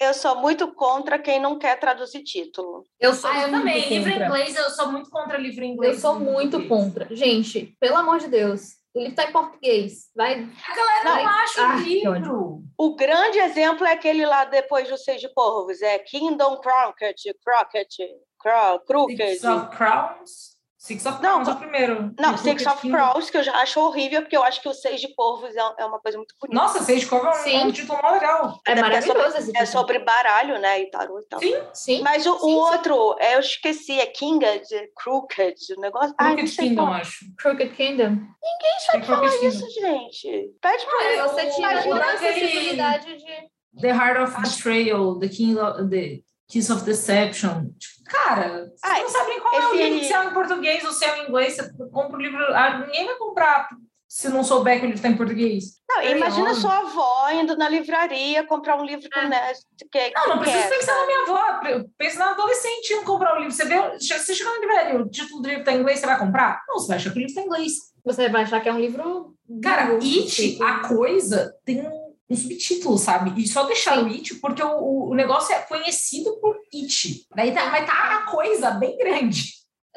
[SPEAKER 1] Eu sou muito contra quem não quer traduzir título.
[SPEAKER 3] Eu sou
[SPEAKER 2] Ah, eu
[SPEAKER 3] muito
[SPEAKER 2] também. Livro em
[SPEAKER 3] contra.
[SPEAKER 2] inglês, eu sou muito contra livro em
[SPEAKER 3] Eu
[SPEAKER 2] inglês.
[SPEAKER 3] sou muito contra. Gente, pelo amor de Deus. O livro tá em português. Vai. é
[SPEAKER 2] A galera não
[SPEAKER 3] Ai,
[SPEAKER 2] acha
[SPEAKER 3] ah,
[SPEAKER 2] o
[SPEAKER 3] que ódio.
[SPEAKER 2] livro.
[SPEAKER 1] O grande exemplo é aquele lá depois do Seis de Corvos. É Kingdom Crockett, Crockett, Cro- Crooked.
[SPEAKER 2] Six of Crowns? Six of
[SPEAKER 1] Não,
[SPEAKER 2] Crowns é o primeiro.
[SPEAKER 1] Não,
[SPEAKER 2] O
[SPEAKER 1] Six
[SPEAKER 2] Crooked
[SPEAKER 1] of
[SPEAKER 2] Kingdom.
[SPEAKER 1] Crows, que eu já acho horrível, porque eu acho que o Seis de Corvos é é uma coisa muito bonita.
[SPEAKER 2] Nossa, Seis de Corvo é um-
[SPEAKER 3] Sim.
[SPEAKER 2] um título mó legal.
[SPEAKER 3] É
[SPEAKER 1] Até porque sobre-
[SPEAKER 3] maravilhoso esse
[SPEAKER 1] É
[SPEAKER 3] livro.
[SPEAKER 1] sobre baralho, né? E tarô e tal.
[SPEAKER 2] Sim.
[SPEAKER 3] Sim.
[SPEAKER 1] Mas o, o
[SPEAKER 3] Sim, sim.
[SPEAKER 1] outro, é, eu esqueci, é Kinged, Crooked, o negócio. Ai, não
[SPEAKER 2] Crooked
[SPEAKER 1] sei
[SPEAKER 2] Kingdom,
[SPEAKER 1] falar.
[SPEAKER 2] acho. É
[SPEAKER 3] Crooked Kingdom.
[SPEAKER 1] Quem sabe
[SPEAKER 2] Tem
[SPEAKER 1] falar
[SPEAKER 2] Crooked Kingdom.
[SPEAKER 1] isso, gente? Pede pra
[SPEAKER 2] É,
[SPEAKER 1] mim.
[SPEAKER 3] Você
[SPEAKER 2] o-
[SPEAKER 3] tira
[SPEAKER 2] o
[SPEAKER 3] toda a
[SPEAKER 2] daquele-
[SPEAKER 3] acessibilidade de.
[SPEAKER 2] The Heart
[SPEAKER 1] Ah.
[SPEAKER 2] of Betrayal, The King of the Kiss of Deception. Tipo, cara, você
[SPEAKER 1] Ai,
[SPEAKER 2] não sabe nem qual é o
[SPEAKER 1] esse-
[SPEAKER 2] livro que saiu em português ou saiu em inglês. Você compra o livro. ah, Ninguém vai comprar se não souber que o livro tá em português.
[SPEAKER 1] Não,
[SPEAKER 2] é
[SPEAKER 1] imagina
[SPEAKER 2] enorme.
[SPEAKER 1] sua avó indo na livraria comprar um livro
[SPEAKER 3] É.
[SPEAKER 1] do Nest. Que,
[SPEAKER 2] Não, não
[SPEAKER 1] que
[SPEAKER 2] precisa
[SPEAKER 1] é.
[SPEAKER 2] pensar na minha avó. Eu penso na adolescente indo comprar o livro. Você vê, você chega na livraria, o título do livro tá em inglês, você vai comprar? Não, você vai achar que o livro tá em inglês.
[SPEAKER 3] Você vai achar que é um livro.
[SPEAKER 2] Cara,
[SPEAKER 3] gringo,
[SPEAKER 2] It,
[SPEAKER 3] tipo.
[SPEAKER 2] a coisa, tem um, um subtítulo, sabe? E só deixaram It, porque o- o, o negócio é conhecido por It. Daí tá, mas tá a coisa bem grande.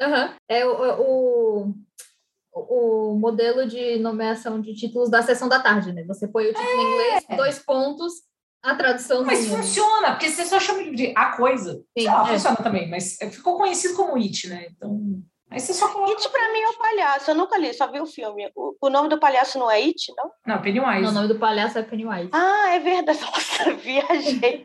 [SPEAKER 3] Aham. É o. o... o- O É. modelo de nomeação de títulos da sessão da tarde, né? Você põe o título em inglês, dois pontos, a tradução
[SPEAKER 2] Mas
[SPEAKER 3] do-
[SPEAKER 2] funciona, porque você só chama de a coisa.
[SPEAKER 3] Sim,
[SPEAKER 2] Sei lá,
[SPEAKER 3] é.
[SPEAKER 2] funciona também, mas é, ficou conhecido como It, né? Então. Aí você só coloca.
[SPEAKER 1] It pra mim é o palhaço, eu nunca li, só vi o filme. O, o nome do palhaço não é It, não?
[SPEAKER 2] Não, Pennywise.
[SPEAKER 3] Não, o nome do palhaço é Pennywise.
[SPEAKER 1] Ah, é verdade. [LAUGHS] Nossa,
[SPEAKER 2] [LAUGHS]
[SPEAKER 1] viajei.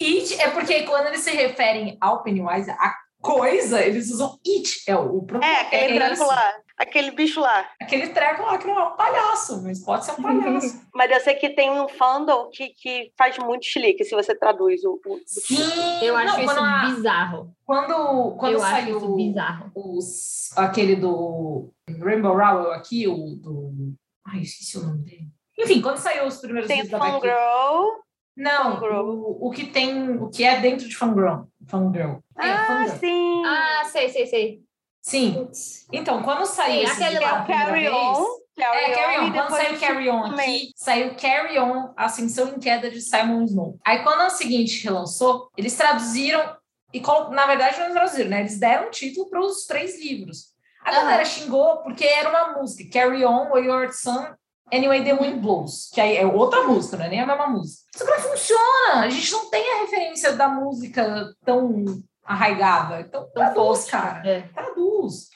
[SPEAKER 2] It é porque quando eles se referem ao Pennywise, a coisa, eles usam it. É o, o próprio.
[SPEAKER 1] É, aquele
[SPEAKER 2] é
[SPEAKER 1] treco
[SPEAKER 2] isso.
[SPEAKER 1] lá, aquele bicho lá.
[SPEAKER 2] Aquele treco lá que não é um palhaço, mas pode ser um
[SPEAKER 3] [LAUGHS]
[SPEAKER 2] palhaço.
[SPEAKER 1] Mas eu sei que tem um fandom que, que faz muito chilique se você traduz o. o-
[SPEAKER 2] Sim,
[SPEAKER 3] Eu acho
[SPEAKER 2] não,
[SPEAKER 3] isso
[SPEAKER 2] quando, a-
[SPEAKER 3] bizarro.
[SPEAKER 2] quando, quando
[SPEAKER 3] eu
[SPEAKER 2] saiu
[SPEAKER 3] acho isso bizarro.
[SPEAKER 2] os- aquele do Rainbow Rowell aqui, o do. Ai, esqueci o nome dele. Enfim, quando saiu os primeiros
[SPEAKER 1] Tem
[SPEAKER 2] vídeos da Becky.
[SPEAKER 1] Fangirl.
[SPEAKER 2] Não,
[SPEAKER 1] Fangirl.
[SPEAKER 2] o, o que tem, o que é dentro de Fangirl. Fangirl. É,
[SPEAKER 1] Ah,
[SPEAKER 2] Fangirl.
[SPEAKER 1] sim.
[SPEAKER 3] Ah, sei, sei, sei.
[SPEAKER 2] Sim.
[SPEAKER 3] Putz.
[SPEAKER 2] Então, quando saiu
[SPEAKER 3] Sim,
[SPEAKER 2] esses
[SPEAKER 3] aquele
[SPEAKER 2] pela
[SPEAKER 3] lá,
[SPEAKER 1] o
[SPEAKER 2] primeira
[SPEAKER 1] Carry
[SPEAKER 2] vez-
[SPEAKER 1] On.
[SPEAKER 2] É, Carry On.
[SPEAKER 1] e
[SPEAKER 2] Quando
[SPEAKER 1] depois
[SPEAKER 2] saiu Carry On aqui,
[SPEAKER 1] também.
[SPEAKER 2] saiu Carry On, Ascensão em Queda de Simon Snow. Aí, quando a seguinte relançou, eles traduziram, e colo- na verdade não traduziram, né? Eles deram título para os três livros. A
[SPEAKER 3] Aham.
[SPEAKER 2] galera xingou porque era uma música, Carry On, Where Your Sun, Anyway The Wind Blows, que aí é outra música, não é nem a mesma música. Só que não funciona, a gente não tem a referência da música tão arraigada. Então, traduz, cara,
[SPEAKER 3] É.
[SPEAKER 2] traduz.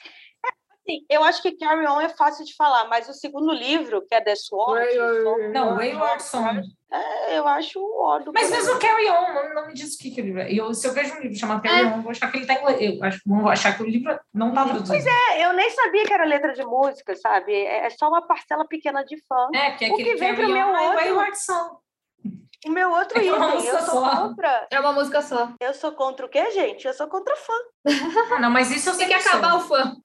[SPEAKER 1] Sim, eu acho que Carry On é fácil de falar, mas o segundo livro, que é The Sword, né? É,
[SPEAKER 2] Não, Wayward Song
[SPEAKER 1] eu acho um o ó do
[SPEAKER 2] Mas
[SPEAKER 1] Carry
[SPEAKER 2] mesmo o Carry On, não, não me diz o que, que o livro é. Eu, se eu vejo um livro chamado
[SPEAKER 3] É.
[SPEAKER 2] Carry On, eu vou achar que ele tá em inglês. Eu acho, vou achar que o livro não tá traduzido. Pois é.
[SPEAKER 1] On. Eu nem sabia que era letra de música, sabe? É é só uma parcela pequena de fã.
[SPEAKER 2] É, porque
[SPEAKER 1] O que
[SPEAKER 2] aquele
[SPEAKER 1] vem pro meu
[SPEAKER 2] é
[SPEAKER 1] ódio-
[SPEAKER 2] Wayward Song.
[SPEAKER 1] O meu outro
[SPEAKER 2] É
[SPEAKER 1] item,
[SPEAKER 2] uma
[SPEAKER 1] eu
[SPEAKER 2] música
[SPEAKER 1] sou
[SPEAKER 2] só.
[SPEAKER 1] contra.
[SPEAKER 3] É uma música só.
[SPEAKER 1] Eu sou contra o quê, gente? Eu sou contra fã.
[SPEAKER 2] Ah, não, mas isso eu
[SPEAKER 3] Tem
[SPEAKER 2] sei
[SPEAKER 3] que acabar o fã.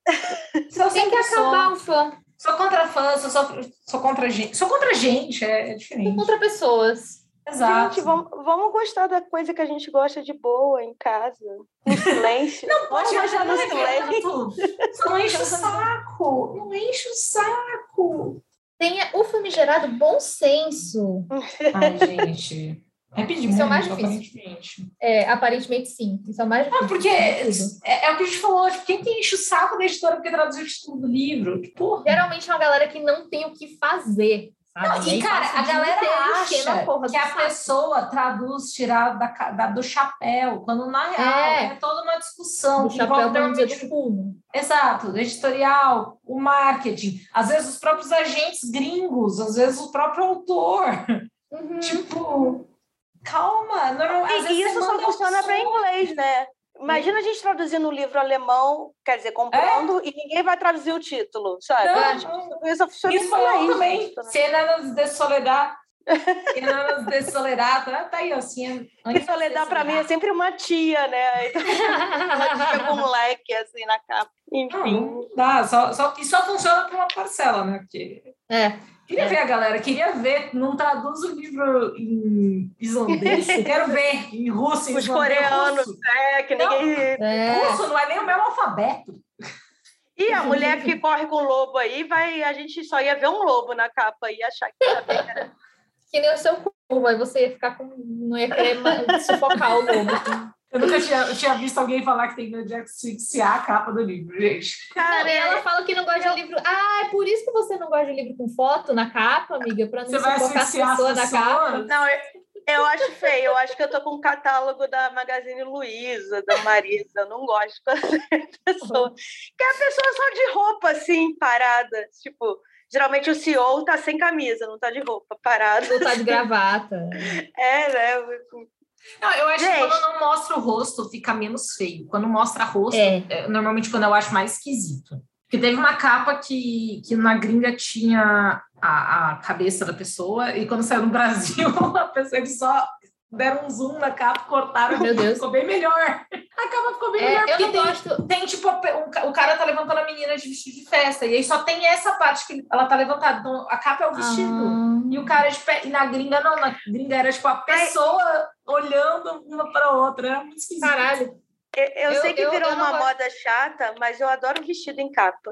[SPEAKER 2] Sou,
[SPEAKER 3] Tem um que acabar o fã.
[SPEAKER 2] Sou, sou contra fã, sou, sou, sou contra gente. Sou contra gente, é, é diferente.
[SPEAKER 3] Contra pessoas.
[SPEAKER 2] Exato.
[SPEAKER 1] Gente, vamos, vamos gostar da coisa que a gente gosta de boa em casa. No silêncio.
[SPEAKER 2] Não pode
[SPEAKER 1] Vamos gostar
[SPEAKER 2] achar no
[SPEAKER 1] no
[SPEAKER 3] é
[SPEAKER 1] silêncio.
[SPEAKER 2] retrato. Só não enche o saco. Não enche o
[SPEAKER 3] [LAUGHS]
[SPEAKER 2] saco.
[SPEAKER 3] Tenha o famigerado bom senso.
[SPEAKER 2] Ai, gente. É pedir
[SPEAKER 3] Isso é
[SPEAKER 2] muito,
[SPEAKER 3] o mais difícil.
[SPEAKER 2] aparentemente.
[SPEAKER 3] É, aparentemente, sim. Isso é o mais
[SPEAKER 2] Ah,
[SPEAKER 3] difícil
[SPEAKER 2] porque
[SPEAKER 3] de
[SPEAKER 2] é,
[SPEAKER 3] tudo.
[SPEAKER 2] é o que a gente falou, tipo, quem que enche o saco da editora porque traduziu o título do livro? Que Porra.
[SPEAKER 3] Geralmente é uma galera que não tem o que fazer. Sabe?
[SPEAKER 2] Não, e,
[SPEAKER 3] aí
[SPEAKER 2] cara,
[SPEAKER 3] passa o
[SPEAKER 2] a
[SPEAKER 3] dia
[SPEAKER 2] galera
[SPEAKER 3] inteiro enchendo
[SPEAKER 2] acha
[SPEAKER 3] porra do
[SPEAKER 2] que a
[SPEAKER 3] saco.
[SPEAKER 2] pessoa traduz tirado da, ca- da- do chapéu, quando na real
[SPEAKER 3] É.
[SPEAKER 2] é, toda uma discussão
[SPEAKER 3] do
[SPEAKER 2] que
[SPEAKER 3] chapéu
[SPEAKER 2] envolve
[SPEAKER 3] pra não dizer
[SPEAKER 2] normalmente
[SPEAKER 3] do fumo.
[SPEAKER 2] Exato, o editorial, o marketing, às vezes os próprios agentes gringos, às vezes o próprio autor.
[SPEAKER 3] Uhum.
[SPEAKER 2] Tipo, calma, normal, às
[SPEAKER 1] E
[SPEAKER 2] vezes
[SPEAKER 1] isso
[SPEAKER 2] você
[SPEAKER 1] só
[SPEAKER 2] manda um
[SPEAKER 1] funciona para
[SPEAKER 2] som.
[SPEAKER 1] inglês, né? Imagina a gente traduzindo um livro alemão, quer dizer, comprando, e ninguém vai traduzir o título, sabe?
[SPEAKER 2] Não,
[SPEAKER 1] A gente
[SPEAKER 2] não.
[SPEAKER 1] Isso só funciona em
[SPEAKER 2] Espanhol
[SPEAKER 1] inglês,
[SPEAKER 2] também.
[SPEAKER 1] gente, né?
[SPEAKER 2] Cenas de Soledad. Cenas de Soledad. Ah, Tá aí, assim.
[SPEAKER 1] Porque Soledad, para mim, é sempre uma tia, né? Então, ela chega
[SPEAKER 2] [LAUGHS]
[SPEAKER 1] um leque, assim, na capa.
[SPEAKER 2] Não,
[SPEAKER 1] Enfim.
[SPEAKER 2] não dá. Só, só, e só funciona para uma parcela, né? Porque...
[SPEAKER 3] É.
[SPEAKER 2] Queria
[SPEAKER 3] É.
[SPEAKER 2] ver a galera, queria ver. Não traduz o livro em islandês. Eu Quero ver em russo, em
[SPEAKER 1] Os
[SPEAKER 2] islandês,
[SPEAKER 1] coreanos,
[SPEAKER 2] Russo.
[SPEAKER 1] é, que
[SPEAKER 2] Ah, Não.
[SPEAKER 1] ninguém...
[SPEAKER 3] É.
[SPEAKER 2] Russo não é nem o mesmo alfabeto.
[SPEAKER 1] E a mulher
[SPEAKER 2] [LAUGHS]
[SPEAKER 1] que corre com o lobo aí, vai, a gente só ia ver um lobo na capa e achar que era
[SPEAKER 2] [LAUGHS]
[SPEAKER 3] Que nem o seu cu. Aí você ia ficar com. Não ia querer
[SPEAKER 2] [LAUGHS]
[SPEAKER 3] ma- sufocar o lobo.
[SPEAKER 2] Eu nunca tinha, eu tinha visto alguém falar que tem medo de asfixiar a capa do livro, gente.
[SPEAKER 3] Não,
[SPEAKER 1] cara.
[SPEAKER 3] e ela fala que não gosta de livro. Ah, é por isso que você não gosta de livro com foto na capa, amiga? Pra não
[SPEAKER 2] Você vai
[SPEAKER 3] sufocar as
[SPEAKER 2] asfixiar a
[SPEAKER 3] pessoas na capa.
[SPEAKER 2] pessoa.
[SPEAKER 1] Não, eu, eu acho feio. Eu acho que eu tô com um catálogo da Magazine Luiza, da Marisa. Eu não gosto quando tem pessoa. Que é a pessoa só de roupa, assim, parada. Tipo, geralmente o CEO tá sem camisa, não tá de roupa, parado.
[SPEAKER 3] Não tá de gravata.
[SPEAKER 1] É, né?
[SPEAKER 2] Não, eu acho que
[SPEAKER 1] Gente.
[SPEAKER 2] quando não mostra o rosto, fica menos feio. Quando mostra rosto,
[SPEAKER 3] É.
[SPEAKER 2] é, normalmente quando eu acho mais esquisito. Porque teve uma capa que, que na gringa tinha a, a cabeça da pessoa, e quando saiu no Brasil, [LAUGHS] a pessoa, eles só deram um zoom na capa, cortaram,
[SPEAKER 3] [LAUGHS] Meu Deus.
[SPEAKER 2] ficou bem melhor. A capa ficou bem melhor,
[SPEAKER 3] É, eu
[SPEAKER 2] porque
[SPEAKER 3] não
[SPEAKER 2] tem,
[SPEAKER 3] gosto.
[SPEAKER 2] tem, tipo, a pe- um ca- o cara tá levantando a menina de vestido de festa, e aí só tem essa parte que ele- ela tá levantada, então a capa é o
[SPEAKER 3] Ah.
[SPEAKER 2] vestido. E o cara é de pé, e na gringa não, na gringa era tipo
[SPEAKER 3] É.
[SPEAKER 2] a pessoa olhando uma para outra, era muito esquisito.
[SPEAKER 3] Caralho.
[SPEAKER 1] Eu, eu
[SPEAKER 3] Eu-
[SPEAKER 1] sei que
[SPEAKER 3] eu-
[SPEAKER 1] virou
[SPEAKER 3] eu não
[SPEAKER 1] uma
[SPEAKER 3] gosto.
[SPEAKER 1] moda chata, mas eu adoro vestido em capa.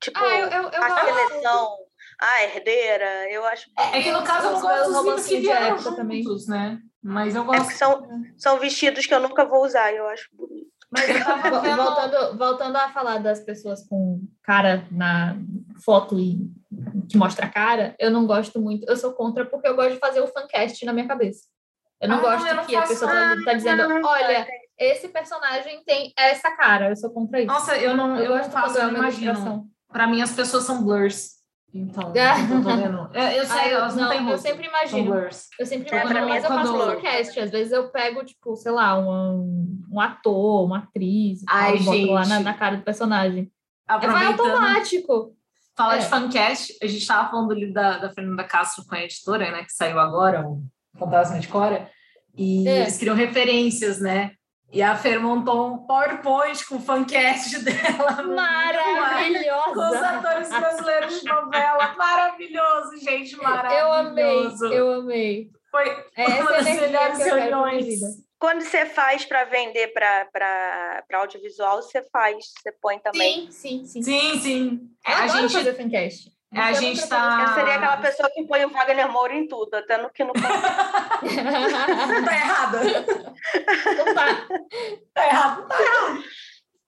[SPEAKER 1] Tipo,
[SPEAKER 3] Ah, eu, eu, eu
[SPEAKER 1] a
[SPEAKER 3] gosto.
[SPEAKER 1] seleção, a herdeira, eu acho.
[SPEAKER 2] É que no caso eu não
[SPEAKER 3] Os
[SPEAKER 2] gosto dos
[SPEAKER 3] meus
[SPEAKER 2] livros que
[SPEAKER 3] romancinhos de
[SPEAKER 2] vieram
[SPEAKER 3] época também.
[SPEAKER 2] juntos, né? Mas eu
[SPEAKER 1] É porque
[SPEAKER 2] gosto.
[SPEAKER 1] são, são vestidos que eu nunca vou usar, eu acho bonito.
[SPEAKER 2] Mas eu tava
[SPEAKER 3] Vol-
[SPEAKER 2] vendo...
[SPEAKER 3] Voltando, voltando a falar das pessoas com cara na foto e que mostra a cara, eu não gosto muito. Eu sou contra porque eu gosto de fazer o fancast na minha cabeça. Eu não
[SPEAKER 2] Ah,
[SPEAKER 3] gosto
[SPEAKER 2] eu não
[SPEAKER 3] que a
[SPEAKER 2] faço-
[SPEAKER 3] pessoa tá, tá dizendo,
[SPEAKER 1] Ah,
[SPEAKER 3] olha, esse personagem tem essa cara. Eu sou contra isso.
[SPEAKER 2] Nossa, eu não,
[SPEAKER 3] eu,
[SPEAKER 2] eu, não
[SPEAKER 3] gosto
[SPEAKER 2] faço,
[SPEAKER 3] quando é
[SPEAKER 2] eu
[SPEAKER 3] uma
[SPEAKER 2] não imagino.
[SPEAKER 3] ilustração.
[SPEAKER 2] Pra mim, as pessoas são blurs. Então,
[SPEAKER 3] [LAUGHS] Ah.
[SPEAKER 2] eu tô vendo. Eu, eu sei,
[SPEAKER 3] Ah, eu,
[SPEAKER 2] elas não, têm
[SPEAKER 3] não, eu
[SPEAKER 2] rosto.
[SPEAKER 3] sempre
[SPEAKER 2] São
[SPEAKER 3] imagino.
[SPEAKER 2] blurs.
[SPEAKER 3] Eu sempre
[SPEAKER 1] É,
[SPEAKER 3] imagino,
[SPEAKER 1] pra mim é
[SPEAKER 3] mas eu faço
[SPEAKER 2] quando-
[SPEAKER 3] podcast. Às vezes eu pego, tipo, sei lá, um, um ator, uma atriz, e tal,
[SPEAKER 2] Ai,
[SPEAKER 3] e boto lá na,
[SPEAKER 2] gente.
[SPEAKER 3] na cara do personagem. É, vai
[SPEAKER 2] Aproveitando,
[SPEAKER 3] automático.
[SPEAKER 2] falar de
[SPEAKER 3] É.
[SPEAKER 2] fancast, a gente tava falando ali da, da Fernanda Castro com a editora, né, que saiu agora, o Fantasma de Cora, e
[SPEAKER 3] É.
[SPEAKER 2] eles criam referências, né? E a Fer montou um PowerPoint com o fancast [LAUGHS] dela. né? no Com os
[SPEAKER 3] Maravilhosa.
[SPEAKER 2] atores brasileiros de novela. Maravilhoso, gente,
[SPEAKER 3] Eu amei,
[SPEAKER 2] maravilhoso.
[SPEAKER 3] eu amei.
[SPEAKER 2] Foi
[SPEAKER 3] É
[SPEAKER 2] uma das
[SPEAKER 3] essa energia
[SPEAKER 2] melhores
[SPEAKER 3] que eu quero pra minha
[SPEAKER 2] reuniões.
[SPEAKER 3] vida.
[SPEAKER 1] Quando você faz para vender para audiovisual, você faz, você põe também.
[SPEAKER 3] Sim, sim, sim.
[SPEAKER 2] Sim, sim. É,
[SPEAKER 3] Eu
[SPEAKER 2] a
[SPEAKER 3] adoro
[SPEAKER 2] gente,
[SPEAKER 3] fazer fancast.
[SPEAKER 2] é, a
[SPEAKER 3] Eu
[SPEAKER 2] gente
[SPEAKER 3] adoro
[SPEAKER 1] Eu
[SPEAKER 2] tá...
[SPEAKER 1] seria
[SPEAKER 3] Ah.
[SPEAKER 1] aquela pessoa que põe o Wagner Moura em tudo, até no que
[SPEAKER 3] [LAUGHS]
[SPEAKER 1] não
[SPEAKER 3] fazer-
[SPEAKER 2] [LAUGHS] Tá errada.
[SPEAKER 3] Então tá.
[SPEAKER 2] Tá errado.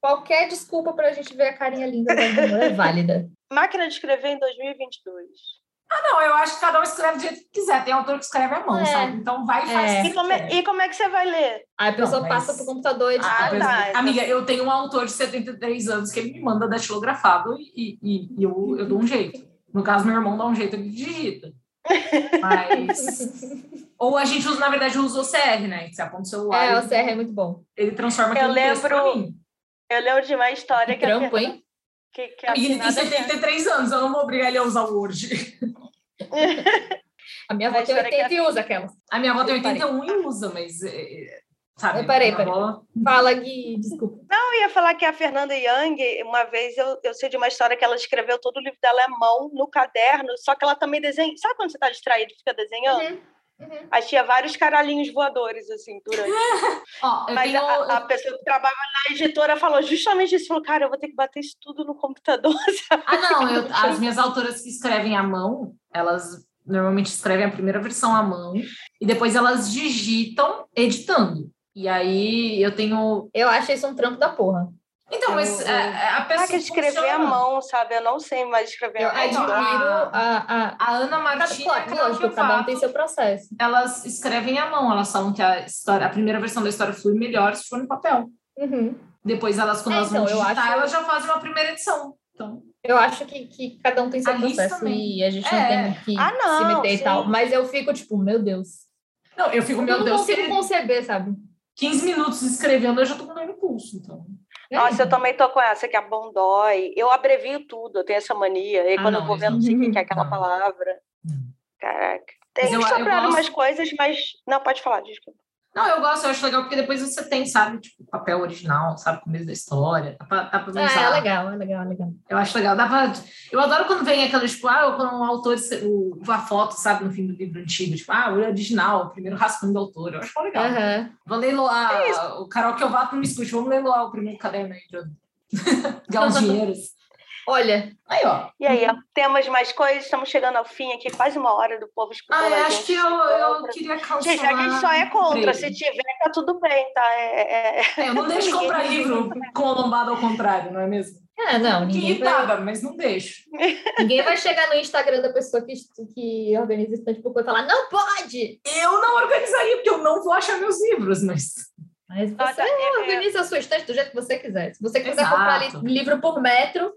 [SPEAKER 3] Qualquer desculpa pra gente ver a carinha linda da Débora é válida.
[SPEAKER 1] Máquina de escrever em 2022.
[SPEAKER 2] Não, eu acho que cada um escreve do jeito que quiser. Tem autor que escreve à mão,
[SPEAKER 3] É.
[SPEAKER 2] sabe? Então vai e faz.
[SPEAKER 3] É.
[SPEAKER 2] o que
[SPEAKER 1] E
[SPEAKER 2] você
[SPEAKER 1] como, é,
[SPEAKER 2] quer.
[SPEAKER 1] e como é que você vai ler?
[SPEAKER 3] Aí a pessoa
[SPEAKER 2] Não, mas-
[SPEAKER 3] passa pro computador e
[SPEAKER 1] Ah,
[SPEAKER 2] Ah,
[SPEAKER 3] digita.
[SPEAKER 1] tá.
[SPEAKER 2] tá. Amiga, eu tenho um autor de 73 anos que ele me manda datilografado e, e, e eu, eu dou um jeito. No caso, meu irmão dá um jeito, ele digita. Mas... Ou a gente usa, na verdade, usa o CR, né? Que você aponta o celular,
[SPEAKER 3] É,
[SPEAKER 2] ele-
[SPEAKER 3] o CR é muito bom.
[SPEAKER 2] ele transforma
[SPEAKER 1] Eu
[SPEAKER 2] aquilo em texto pra
[SPEAKER 1] lembro-
[SPEAKER 2] mim.
[SPEAKER 1] Eu lembro de uma história
[SPEAKER 3] Que
[SPEAKER 1] que, a
[SPEAKER 3] trampo,
[SPEAKER 1] Fer-
[SPEAKER 3] hein?
[SPEAKER 1] que, que a
[SPEAKER 2] Amiga, ele tem
[SPEAKER 3] [LAUGHS]
[SPEAKER 1] Fernanda-
[SPEAKER 2] 73 anos, eu não vou obrigar ele a usar o Word.
[SPEAKER 3] A minha avó
[SPEAKER 1] Mas
[SPEAKER 3] tem
[SPEAKER 1] será que
[SPEAKER 3] 80 e um usa aquela.
[SPEAKER 2] A minha avó tem
[SPEAKER 3] Eu parei.
[SPEAKER 2] 81 e usa, mas... é, é, Sabe,
[SPEAKER 3] Eu parei,
[SPEAKER 2] minha
[SPEAKER 3] parei.
[SPEAKER 2] avó-
[SPEAKER 3] Fala, Gui, desculpa.
[SPEAKER 1] Eu ia falar que a Fernanda Young, uma vez eu, eu sei de uma história que ela escreveu todo o livro dela à mão, no caderno, só que ela também desenha. Sabe quando você está distraído e fica desenhando?
[SPEAKER 3] Uhum, uhum.
[SPEAKER 1] Aí tinha vários caralhinhos voadores, assim, durante.
[SPEAKER 2] Ó, eu
[SPEAKER 1] Mas
[SPEAKER 2] tenho...
[SPEAKER 1] a, a pessoa que trabalha na editora falou justamente isso. Falou, cara, eu vou ter que bater isso tudo no computador. sabe?
[SPEAKER 2] Ah, não, eu- as minhas autoras que escrevem à mão, elas normalmente escrevem a primeira versão à mão e depois elas digitam editando. E aí eu tenho.
[SPEAKER 3] Eu acho isso um trampo da porra.
[SPEAKER 2] Então, mas
[SPEAKER 3] Eu-
[SPEAKER 2] é, a pessoa.
[SPEAKER 1] Caraca, escrever
[SPEAKER 2] funciona.
[SPEAKER 1] à mão, sabe? Eu não sei mais escrever
[SPEAKER 3] Eu
[SPEAKER 1] à mão. tá?
[SPEAKER 2] então,
[SPEAKER 3] admiro
[SPEAKER 2] a-
[SPEAKER 3] a... a...
[SPEAKER 2] A Ana é
[SPEAKER 3] Cada,
[SPEAKER 2] Martins.
[SPEAKER 3] claro, lógico, cada um tem seu processo.
[SPEAKER 2] Elas escrevem à mão, elas falam que a, história, a primeira versão da história flui melhor se for no papel.
[SPEAKER 3] Uhum.
[SPEAKER 2] Depois, elas, quando
[SPEAKER 3] É,
[SPEAKER 2] elas vão
[SPEAKER 3] então, eu
[SPEAKER 2] digitar,
[SPEAKER 3] acho-
[SPEAKER 2] elas já fazem uma primeira edição. Então,
[SPEAKER 3] Eu acho que, que cada um tem seu
[SPEAKER 2] A lista
[SPEAKER 3] processo
[SPEAKER 2] também.
[SPEAKER 3] e a gente
[SPEAKER 2] É.
[SPEAKER 3] não tem que
[SPEAKER 1] Ah, não,
[SPEAKER 3] se meter e
[SPEAKER 1] sim.
[SPEAKER 3] tal. Mas eu fico tipo, meu Deus.
[SPEAKER 2] não, eu fico, meu
[SPEAKER 3] eu não
[SPEAKER 2] Deus,
[SPEAKER 3] consigo
[SPEAKER 2] se-
[SPEAKER 3] conceber, sabe?
[SPEAKER 2] 15 minutos escrevendo, eu já tô com dor no pulso. Então.
[SPEAKER 3] é
[SPEAKER 1] Nossa, eu também tô com essa que é a mão dói. Eu abrevio tudo, eu tenho essa mania. E
[SPEAKER 2] Ah,
[SPEAKER 1] quando
[SPEAKER 2] não,
[SPEAKER 1] eu vou
[SPEAKER 2] isso
[SPEAKER 1] ver, eu não sei o que que é aquela
[SPEAKER 2] não.
[SPEAKER 1] palavra.
[SPEAKER 2] Não.
[SPEAKER 1] Caraca.
[SPEAKER 2] Mas
[SPEAKER 1] Tem
[SPEAKER 2] eu- eu
[SPEAKER 1] sobraram
[SPEAKER 2] gosto-
[SPEAKER 1] umas coisas, mas. Não, pode falar, desculpa.
[SPEAKER 2] Não, eu gosto, eu acho legal, porque depois você tem, sabe, tipo, papel original, sabe, começo da história, dá pra, dá pra
[SPEAKER 3] Ah,
[SPEAKER 2] usar.
[SPEAKER 3] é legal, é legal, é legal.
[SPEAKER 2] Eu acho legal, dá pra... Eu adoro quando vem aquela, tipo, ah, quando um autor, o, a foto, sabe, no fim do livro antigo, tipo, ah, o original, o primeiro rascunho do autor, eu acho mó legal.
[SPEAKER 3] Aham.
[SPEAKER 2] Vou leiloar, o Carol que eu vato não me escute, vamos leiloar o primeiro caderno aí pra [LAUGHS] ganhar uns dinheiros.
[SPEAKER 3] Olha,
[SPEAKER 2] Aí, ó.
[SPEAKER 1] E aí, temos mais coisas, estamos chegando ao fim aqui, quase uma hora do povo
[SPEAKER 2] Ah,
[SPEAKER 1] escutando.
[SPEAKER 2] eu
[SPEAKER 1] a
[SPEAKER 2] acho
[SPEAKER 1] gente.
[SPEAKER 2] que eu, eu queria cancelar...
[SPEAKER 1] Gente, já que a gente só é contra.
[SPEAKER 2] emprego.
[SPEAKER 1] Se tiver, tá tudo bem, tá? É- é- é-
[SPEAKER 2] É, Eu não deixo comprar livro com a lombada ao contrário, não é mesmo?
[SPEAKER 3] ah, não,
[SPEAKER 2] Que
[SPEAKER 3] ninguém vai,
[SPEAKER 2] irritada, mas não deixo.
[SPEAKER 3] ninguém vai chegar no Instagram da pessoa que, que organiza né? estante por conta lá, não pode!
[SPEAKER 2] Eu não organizaria, porque eu não vou achar meus livros, mas.
[SPEAKER 3] Mas você
[SPEAKER 1] Nossa, eu- eu-
[SPEAKER 3] organiza a sua estante do jeito que você quiser. Se você quiser
[SPEAKER 2] é, Exato.
[SPEAKER 3] comprar li- livro por metro,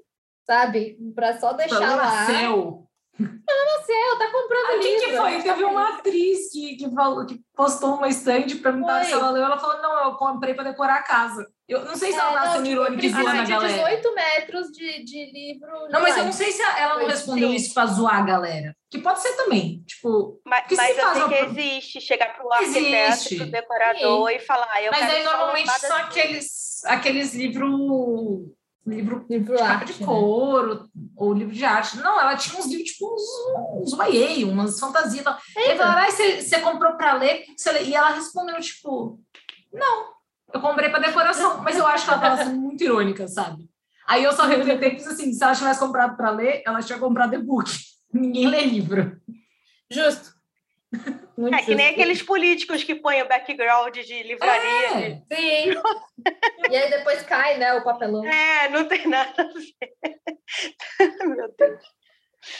[SPEAKER 3] sabe? Pra só deixar lá.
[SPEAKER 2] Problema tá É seu.
[SPEAKER 3] Seu, tá comprando
[SPEAKER 2] Ah, quem
[SPEAKER 3] livro.
[SPEAKER 2] que foi? Teve uma atriz que, que, falou, que postou uma estante pra perguntar
[SPEAKER 3] Foi.
[SPEAKER 2] se ela leu. Ela falou: não, eu comprei pra decorar a casa. Eu não sei se ela
[SPEAKER 3] É,
[SPEAKER 2] tá
[SPEAKER 3] não,
[SPEAKER 2] sendo
[SPEAKER 3] tipo,
[SPEAKER 2] irônica e
[SPEAKER 3] Precisa
[SPEAKER 2] zoando a
[SPEAKER 3] de
[SPEAKER 2] galera.
[SPEAKER 3] 18 metros de, de livro.
[SPEAKER 2] Não, mas eu não
[SPEAKER 3] online.
[SPEAKER 2] sei se ela não
[SPEAKER 3] Foi,
[SPEAKER 2] respondeu
[SPEAKER 3] sim.
[SPEAKER 2] isso pra zoar a galera. Que pode ser também. Tipo,
[SPEAKER 1] Mas,
[SPEAKER 2] Porque se
[SPEAKER 1] mas eu
[SPEAKER 2] faz
[SPEAKER 1] sei
[SPEAKER 2] uma
[SPEAKER 1] que
[SPEAKER 2] pro-
[SPEAKER 1] existe chegar pro arquiteto,
[SPEAKER 2] Existe.
[SPEAKER 1] pro decorador e falar, ah,
[SPEAKER 3] É
[SPEAKER 1] eu
[SPEAKER 2] mas
[SPEAKER 1] quero
[SPEAKER 2] aí
[SPEAKER 1] só
[SPEAKER 2] normalmente
[SPEAKER 1] lâmpadas
[SPEAKER 2] são aqueles, aqueles livros. Livro
[SPEAKER 3] Livro
[SPEAKER 2] capa
[SPEAKER 3] arte,
[SPEAKER 2] de
[SPEAKER 3] né?
[SPEAKER 2] couro, ou livro de arte. Não, ela tinha uns livros, tipo, uns, uns YA, umas fantasias. e tal. E
[SPEAKER 1] É,
[SPEAKER 2] aí falaram, "Ai, você você comprou pra ler? Por que você lê?" E ela respondeu, tipo, não, eu comprei pra decoração. Mas eu acho que ela tava sendo muito irônica, sabe? Aí eu só refletei e disse assim, se ela tivesse comprado pra ler, ela tinha comprado e-book. [LAUGHS] Ninguém lê livro.
[SPEAKER 3] Justo. Muito
[SPEAKER 1] É que nem
[SPEAKER 3] justo.
[SPEAKER 1] aqueles políticos que põem o background de
[SPEAKER 2] É,
[SPEAKER 1] livraria.
[SPEAKER 3] É. Sim. e aí depois cai, né, o papelão.
[SPEAKER 1] [LAUGHS] É, não tem nada a ver. Meu Deus.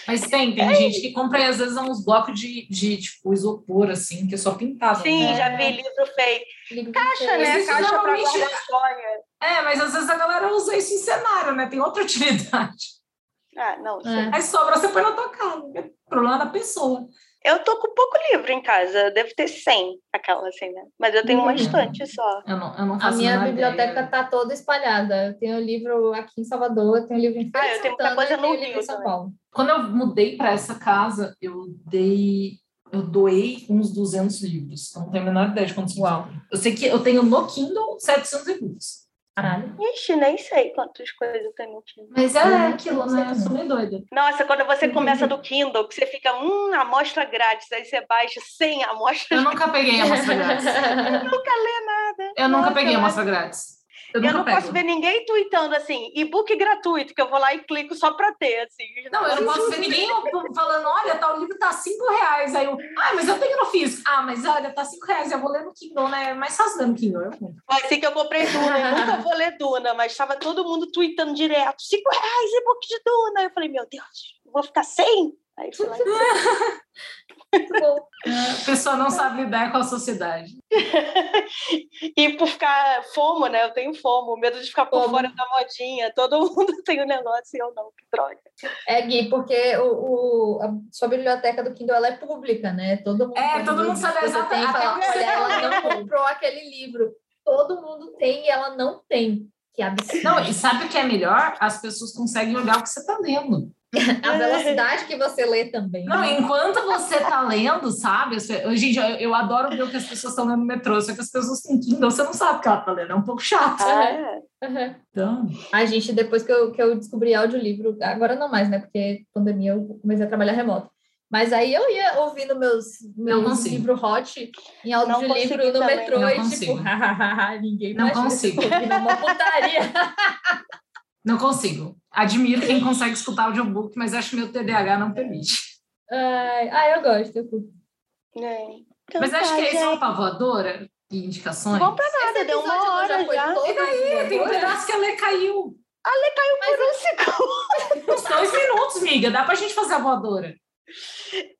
[SPEAKER 2] Mas tem, tem gente que compra, e às vezes, é uns blocos de, de, tipo, isopor, assim, que é só pintado.
[SPEAKER 1] Sim,
[SPEAKER 3] É.
[SPEAKER 1] já vi livro feio.
[SPEAKER 3] Livro
[SPEAKER 1] Caixa,
[SPEAKER 3] de
[SPEAKER 1] né?
[SPEAKER 2] isso
[SPEAKER 1] Caixa para
[SPEAKER 2] normalmente-
[SPEAKER 1] guardar sonho.
[SPEAKER 2] É, mas às vezes a galera usa isso em cenário, né? Tem outra [LAUGHS] utilidade.
[SPEAKER 1] Ah, não.
[SPEAKER 3] É.
[SPEAKER 1] sim.
[SPEAKER 2] Aí sobra, você põe na tua casa. É problema da pessoa.
[SPEAKER 1] Eu tô com pouco livro em casa. Eu devo ter 100, aquela assim, né? Mas eu tenho uma
[SPEAKER 3] Uhum.
[SPEAKER 1] estante só.
[SPEAKER 2] Eu não, eu não
[SPEAKER 3] A
[SPEAKER 2] faço
[SPEAKER 3] minha
[SPEAKER 2] menor ideia.
[SPEAKER 3] biblioteca tá toda espalhada. Eu tenho livro aqui em Salvador, eu tenho livro em Feira
[SPEAKER 1] Ah, eu
[SPEAKER 3] de
[SPEAKER 1] tenho muita
[SPEAKER 3] Santana,
[SPEAKER 1] coisa
[SPEAKER 3] eu tenho
[SPEAKER 1] no
[SPEAKER 3] livro
[SPEAKER 1] Rio
[SPEAKER 3] em São
[SPEAKER 1] também.
[SPEAKER 3] Paulo.
[SPEAKER 2] Quando eu mudei para essa casa, eu dei, eu doei uns 200 livros. Eu não tenho a menor ideia de quantos livros
[SPEAKER 3] Uau.
[SPEAKER 2] eu tenho. Eu sei que eu tenho no Kindle 700 e-books.
[SPEAKER 1] [LAUGHS]
[SPEAKER 3] Caralho.
[SPEAKER 1] Ixi, nem sei quantas coisas eu tenho no Kindle.
[SPEAKER 2] Mas é
[SPEAKER 3] Uhum.
[SPEAKER 2] aquilo, né? Eu sou meio doida.
[SPEAKER 1] Nossa, quando você
[SPEAKER 2] Uhum.
[SPEAKER 1] começa do Kindle, que você fica, hum, amostra grátis, aí você baixa 100 amostras.
[SPEAKER 2] Eu nunca peguei a amostra grátis.
[SPEAKER 1] nunca lê nada.
[SPEAKER 2] Eu nunca
[SPEAKER 1] Nossa,
[SPEAKER 2] peguei a
[SPEAKER 1] eu
[SPEAKER 2] amostra grátis.
[SPEAKER 1] Eu,
[SPEAKER 2] Eu, nunca
[SPEAKER 1] não
[SPEAKER 2] pego.
[SPEAKER 1] posso ver ninguém tweetando assim, e-book gratuito, que eu vou lá e clico só pra ter, assim.
[SPEAKER 2] Não, eu não posso ver ninguém falando, olha, tá, o livro tá 5 reais. Aí eu, ah, mas eu tenho no físico. Ah, mas olha, tá 5 reais, eu vou ler no Kindle, né? É mais fácil ler no Kindle. Eu compro.
[SPEAKER 1] Vai ser que eu comprei Duna, eu nunca vou ler Duna, mas estava todo mundo tweetando direto, 5 reais e-book de Duna. Eu falei, meu Deus, eu vou ficar sem? Aí fui lá e
[SPEAKER 3] Muito bom.
[SPEAKER 2] A pessoa não sabe lidar com a sociedade.
[SPEAKER 1] E por ficar fomo, né? Eu tenho fomo, medo de ficar por
[SPEAKER 3] Fomo.
[SPEAKER 1] fora da modinha. Todo [LAUGHS] mundo tem um negócio e eu não, que droga.
[SPEAKER 3] É, Gui, porque o, o- a sua biblioteca do Kindle ela é pública, né? Todo mundo
[SPEAKER 2] É,
[SPEAKER 3] pode
[SPEAKER 2] todo
[SPEAKER 3] ver
[SPEAKER 2] mundo
[SPEAKER 3] o
[SPEAKER 2] sabe
[SPEAKER 3] que você
[SPEAKER 2] exata-
[SPEAKER 3] tem e
[SPEAKER 2] até
[SPEAKER 3] falar,
[SPEAKER 2] onde você
[SPEAKER 3] olha, ela não
[SPEAKER 2] [LAUGHS]
[SPEAKER 3] comprou aquele livro. Todo mundo tem e ela não tem. Que é absurdo.
[SPEAKER 2] Não, e sabe o que é melhor? As pessoas conseguem olhar o que você tá lendo.
[SPEAKER 3] A velocidade que você lê também.
[SPEAKER 2] Não,
[SPEAKER 3] né?
[SPEAKER 2] enquanto você tá lendo, sabe? as pe- Gente, eu, eu adoro ver o que as pessoas estão lendo no metrô, só que as pessoas têm Kindle, você não sabe o que ela tá lendo, é um pouco chato. é?
[SPEAKER 1] Ah,
[SPEAKER 3] Uhum.
[SPEAKER 2] Então,
[SPEAKER 3] A gente, depois que eu, que eu descobri audiolivro, agora não mais, né? Porque pandemia eu comecei a trabalhar remoto. Mas aí eu ia ouvindo meus, meus
[SPEAKER 2] consigo.
[SPEAKER 3] livros hot em
[SPEAKER 1] consigo
[SPEAKER 3] audiolivro no
[SPEAKER 1] também.
[SPEAKER 3] metrô
[SPEAKER 2] Não
[SPEAKER 3] e
[SPEAKER 2] consigo.
[SPEAKER 3] tipo, hahaha, [LAUGHS] ninguém
[SPEAKER 2] Não
[SPEAKER 3] imagina isso
[SPEAKER 2] consigo.
[SPEAKER 3] aqui, Uma putaria.
[SPEAKER 2] não consigo. Admiro quem consegue escutar audiobook, mas acho que meu TDAH não permite.
[SPEAKER 3] Ai, ah, eu gosto. eu curto.
[SPEAKER 1] é. Então
[SPEAKER 2] Mas
[SPEAKER 1] tá,
[SPEAKER 2] acho que é isso é
[SPEAKER 1] gente.
[SPEAKER 2] uma pavadora e indicações.
[SPEAKER 1] Bom pra nada, deu
[SPEAKER 3] Esse
[SPEAKER 1] uma
[SPEAKER 3] episódio
[SPEAKER 1] hora já.
[SPEAKER 3] todo
[SPEAKER 2] E daí? Tem um pedaço que a Lê caiu.
[SPEAKER 1] Por um segundo.
[SPEAKER 2] Uns dois minutos, miga. Dá pra gente fazer a voadora.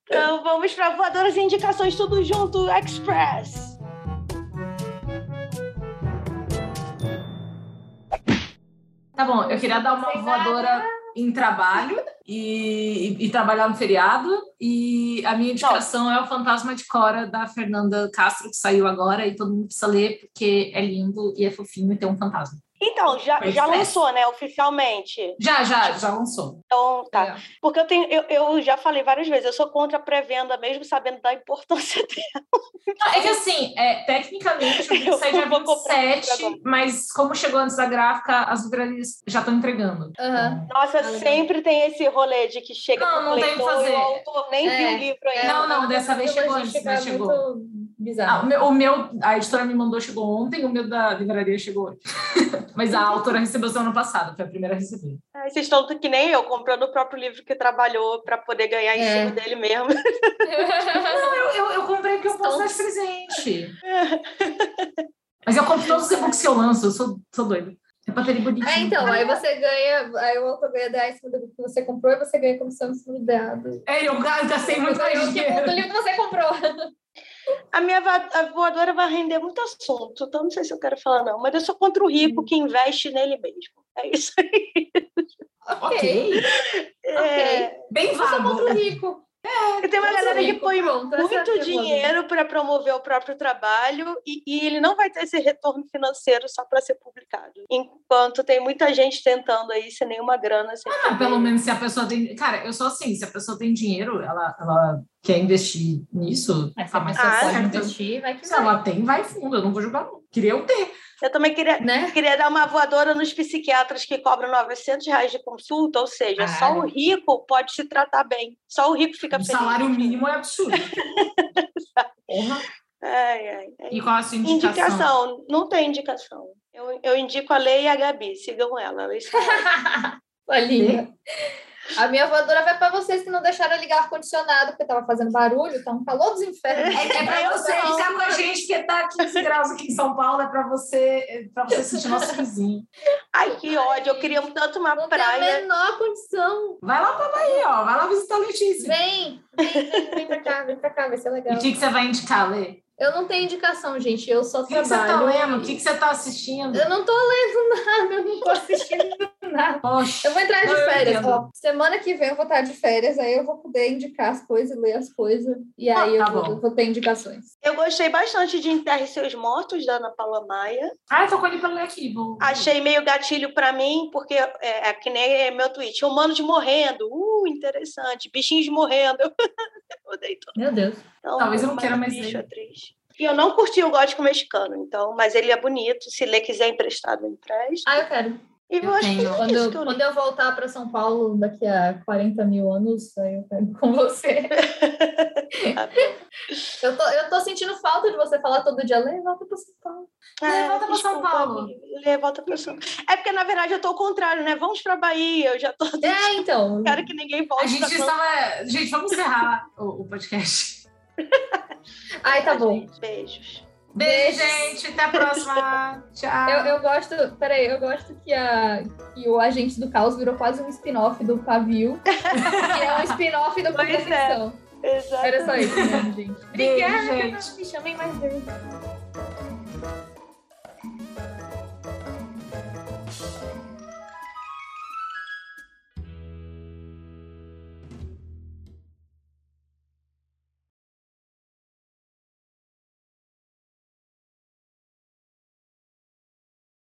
[SPEAKER 1] Então vamos para voadoras e indicações, tudo junto, Express.
[SPEAKER 2] Tá bom, eu queria dar uma voadora em trabalho e, e- e trabalhar no feriado. E a minha indicação é o Fantasma de Cora, da Fernanda Castro, que saiu agora, e todo mundo precisa ler, porque é lindo e é fofinho e tem um fantasma.
[SPEAKER 1] Então, já,
[SPEAKER 2] Pois
[SPEAKER 1] já
[SPEAKER 2] é.
[SPEAKER 1] lançou, né, oficialmente.
[SPEAKER 2] Já, já, já lançou.
[SPEAKER 1] Então, tá.
[SPEAKER 3] Legal.
[SPEAKER 1] Porque eu tenho, eu, eu já falei várias vezes, eu sou contra a pré-venda, mesmo sabendo da importância [LAUGHS] dela.
[SPEAKER 2] Não, é que assim, é,
[SPEAKER 1] [LAUGHS]
[SPEAKER 2] tecnicamente o é livro
[SPEAKER 1] Eu
[SPEAKER 2] sai dia
[SPEAKER 1] vou comprar
[SPEAKER 2] 27,
[SPEAKER 1] agora.
[SPEAKER 2] mas como chegou antes da gráfica, as livrarias já estão entregando.
[SPEAKER 3] Aham.
[SPEAKER 1] Nossa,
[SPEAKER 3] legal.
[SPEAKER 1] sempre tem esse rolê de que chega
[SPEAKER 2] Não,
[SPEAKER 1] pro
[SPEAKER 2] não tem o que
[SPEAKER 1] leitor e
[SPEAKER 2] fazer.
[SPEAKER 1] o autor nem
[SPEAKER 3] É,
[SPEAKER 1] viu o livro ainda.
[SPEAKER 2] Não, não, dessa vez chegou antes,
[SPEAKER 3] Logística
[SPEAKER 2] mas chegou.
[SPEAKER 3] muito
[SPEAKER 2] Ah, o
[SPEAKER 3] bizarro.
[SPEAKER 2] meu, o meu- a editora me mandou, chegou ontem, o meu da livraria chegou hoje. [LAUGHS] Mas a autora recebeu seu ano passado, foi a primeira a receber.
[SPEAKER 1] Ai, Vocês estão que nem eu, comprando o próprio livro que trabalhou para poder ganhar em
[SPEAKER 3] É.
[SPEAKER 1] cima dele mesmo.
[SPEAKER 2] Não, eu, eu, eu comprei porque eu posso dar de presente. [LAUGHS] Mas eu compro todos os e-books que eu lanço, eu sou, sou doida. É bateria bonitinha.
[SPEAKER 3] [LAUGHS] É, então, aí você ganha, aí o autor ganha 10 em cima do que você comprou e você ganha comissão em cima do dado.
[SPEAKER 2] É, eu ga- gastei muito mais
[SPEAKER 3] Ganhou o que- é
[SPEAKER 2] dinheiro.
[SPEAKER 3] do livro que você comprou.
[SPEAKER 1] A minha va- a voadora vai render muito assunto, então não sei se eu quero falar, não. Mas eu sou contra o rico que investe nele mesmo. É isso [LAUGHS] aí.
[SPEAKER 2] Ok.
[SPEAKER 1] É,
[SPEAKER 2] Bem
[SPEAKER 3] Eu sou
[SPEAKER 2] vago.
[SPEAKER 3] contra o [LAUGHS] rico.
[SPEAKER 1] e tem É uma
[SPEAKER 3] Eu sou
[SPEAKER 1] galera que
[SPEAKER 3] rico,
[SPEAKER 1] põe
[SPEAKER 3] pronto, essa é a
[SPEAKER 1] muito
[SPEAKER 3] minha voadora.
[SPEAKER 1] dinheiro para promover o próprio trabalho e, e ele não vai ter esse retorno financeiro só para ser publicado. Enquanto tem muita gente tentando aí sem nenhuma grana. assim. Sem
[SPEAKER 2] Ah, pelo menos se a pessoa tem. Cara, eu sou assim, se a pessoa tem dinheiro, ela, ela quer investir nisso.
[SPEAKER 3] Mas se a
[SPEAKER 2] ah, mas
[SPEAKER 3] pessoa
[SPEAKER 1] Ah,
[SPEAKER 3] pode
[SPEAKER 1] é.
[SPEAKER 2] então,
[SPEAKER 3] investir, vai que
[SPEAKER 2] se
[SPEAKER 3] vai.
[SPEAKER 2] ela tem, vai fundo, eu não vou julgar, não. Queria eu ter.
[SPEAKER 1] Eu também queria,
[SPEAKER 3] Né?
[SPEAKER 1] Queria dar uma voadora nos psiquiatras que cobram 900 reais de consulta, ou seja, só
[SPEAKER 3] Caralho.
[SPEAKER 1] o rico pode se tratar bem. Só o rico fica
[SPEAKER 2] O
[SPEAKER 1] feliz.
[SPEAKER 2] Um salário mínimo é absurdo. Porra.
[SPEAKER 1] Ai, ai, é ai.
[SPEAKER 2] E qual a sua indicação?
[SPEAKER 1] Indicação. Não tem indicação. Eu, eu indico a Lei e a Gabi. Sigam ela. Elas
[SPEAKER 2] [LAUGHS]
[SPEAKER 1] são
[SPEAKER 3] Olha, Tá linda. A minha voadora vai pra vocês que não deixaram ligar o ar-condicionado, porque tava fazendo barulho, tá um calor dos infernos.
[SPEAKER 2] É, é pra você ficar com a gente, que tá 15 graus aqui em São Paulo, é pra você, é pra você sentir nosso vizinho.
[SPEAKER 1] Ai, que ódio. Eu queria tanto uma
[SPEAKER 3] Não tem a
[SPEAKER 1] praia.
[SPEAKER 3] menor condição.
[SPEAKER 2] Vai lá pra Bahia, ó. Vai lá visitar a Letícia.
[SPEAKER 3] Vem, vem, vem, vem pra cá, vem pra cá, vai ser
[SPEAKER 2] E
[SPEAKER 3] legal.
[SPEAKER 2] o que, que você vai indicar, Lê?
[SPEAKER 3] Eu não tenho indicação, gente, eu só
[SPEAKER 2] O que, que você tá
[SPEAKER 3] trabalho.
[SPEAKER 2] lendo? O que, que você tá assistindo?
[SPEAKER 3] Eu não tô lendo nada, eu não tô assistindo nada.
[SPEAKER 2] Poxa.
[SPEAKER 3] Eu vou entrar de
[SPEAKER 2] Não, Ah, eu
[SPEAKER 3] férias,
[SPEAKER 2] entendo.
[SPEAKER 3] ó. Semana que vem eu vou estar de férias, aí eu vou poder indicar as coisas, ler as coisas, e
[SPEAKER 2] Ah,
[SPEAKER 3] aí
[SPEAKER 2] tá
[SPEAKER 3] eu vou-
[SPEAKER 2] bom.
[SPEAKER 3] eu vou ter indicações.
[SPEAKER 1] Eu gostei bastante de Enterre Seus Mortos, da Ana Paula Maia.
[SPEAKER 2] Ah, eu tô com ele pra ler aqui. Vou...
[SPEAKER 1] Achei meio gatilho pra mim, porque é, é que nem meu tweet. Humanos morrendo. Uh, interessante. Bichinhos morrendo. [LAUGHS] Eu odeio tudo.
[SPEAKER 3] Meu Deus.
[SPEAKER 1] Então,
[SPEAKER 2] Talvez eu não queira mais
[SPEAKER 1] bicho é
[SPEAKER 2] ler.
[SPEAKER 1] triste. E eu não curti o gótico mexicano, então, mas ele é bonito. Se ler quiser emprestado, eu empresto.
[SPEAKER 3] Ah, eu quero.
[SPEAKER 1] E eu,
[SPEAKER 2] eu
[SPEAKER 1] acho que
[SPEAKER 2] tenho.
[SPEAKER 1] é
[SPEAKER 3] Quando
[SPEAKER 1] isso
[SPEAKER 3] eu,
[SPEAKER 1] que eu
[SPEAKER 3] quando
[SPEAKER 1] li.
[SPEAKER 3] eu voltar pra São Paulo daqui a 40 mil anos, aí eu pego
[SPEAKER 1] [LAUGHS]
[SPEAKER 3] com você.
[SPEAKER 1] Tá bom.
[SPEAKER 3] Eu tô, eu tô sentindo falta de você falar todo dia, Lê, volta pra São Paulo.
[SPEAKER 1] É,
[SPEAKER 2] volta pra São
[SPEAKER 1] desculpa,
[SPEAKER 2] Paulo.
[SPEAKER 1] amiga. Lê, volta pra São É porque, na verdade, eu tô ao contrário, né? Vamos pra Bahia, eu já tô...
[SPEAKER 3] É, então.
[SPEAKER 1] Quero que ninguém volte
[SPEAKER 2] A gente
[SPEAKER 1] pra São
[SPEAKER 2] estava. Gente, vamos encerrar o, o podcast.
[SPEAKER 3] Ai, tá
[SPEAKER 1] Paulo,
[SPEAKER 3] bom.
[SPEAKER 1] gente. Beijos.
[SPEAKER 2] Beijo,
[SPEAKER 3] Beijos.
[SPEAKER 2] gente. Até a próxima. Tchau.
[SPEAKER 3] Eu, eu gosto, peraí, eu gosto que, a, que o Agente do Caos virou quase um spin-off do Pavio, [LAUGHS] que é um spin-off do Pura
[SPEAKER 1] Pois é.
[SPEAKER 3] Ficção.
[SPEAKER 1] Exato.
[SPEAKER 3] Era só isso mesmo, gente. é,
[SPEAKER 2] Beijo,
[SPEAKER 3] Obrigada,
[SPEAKER 2] gente.
[SPEAKER 3] me chamem mais vezes.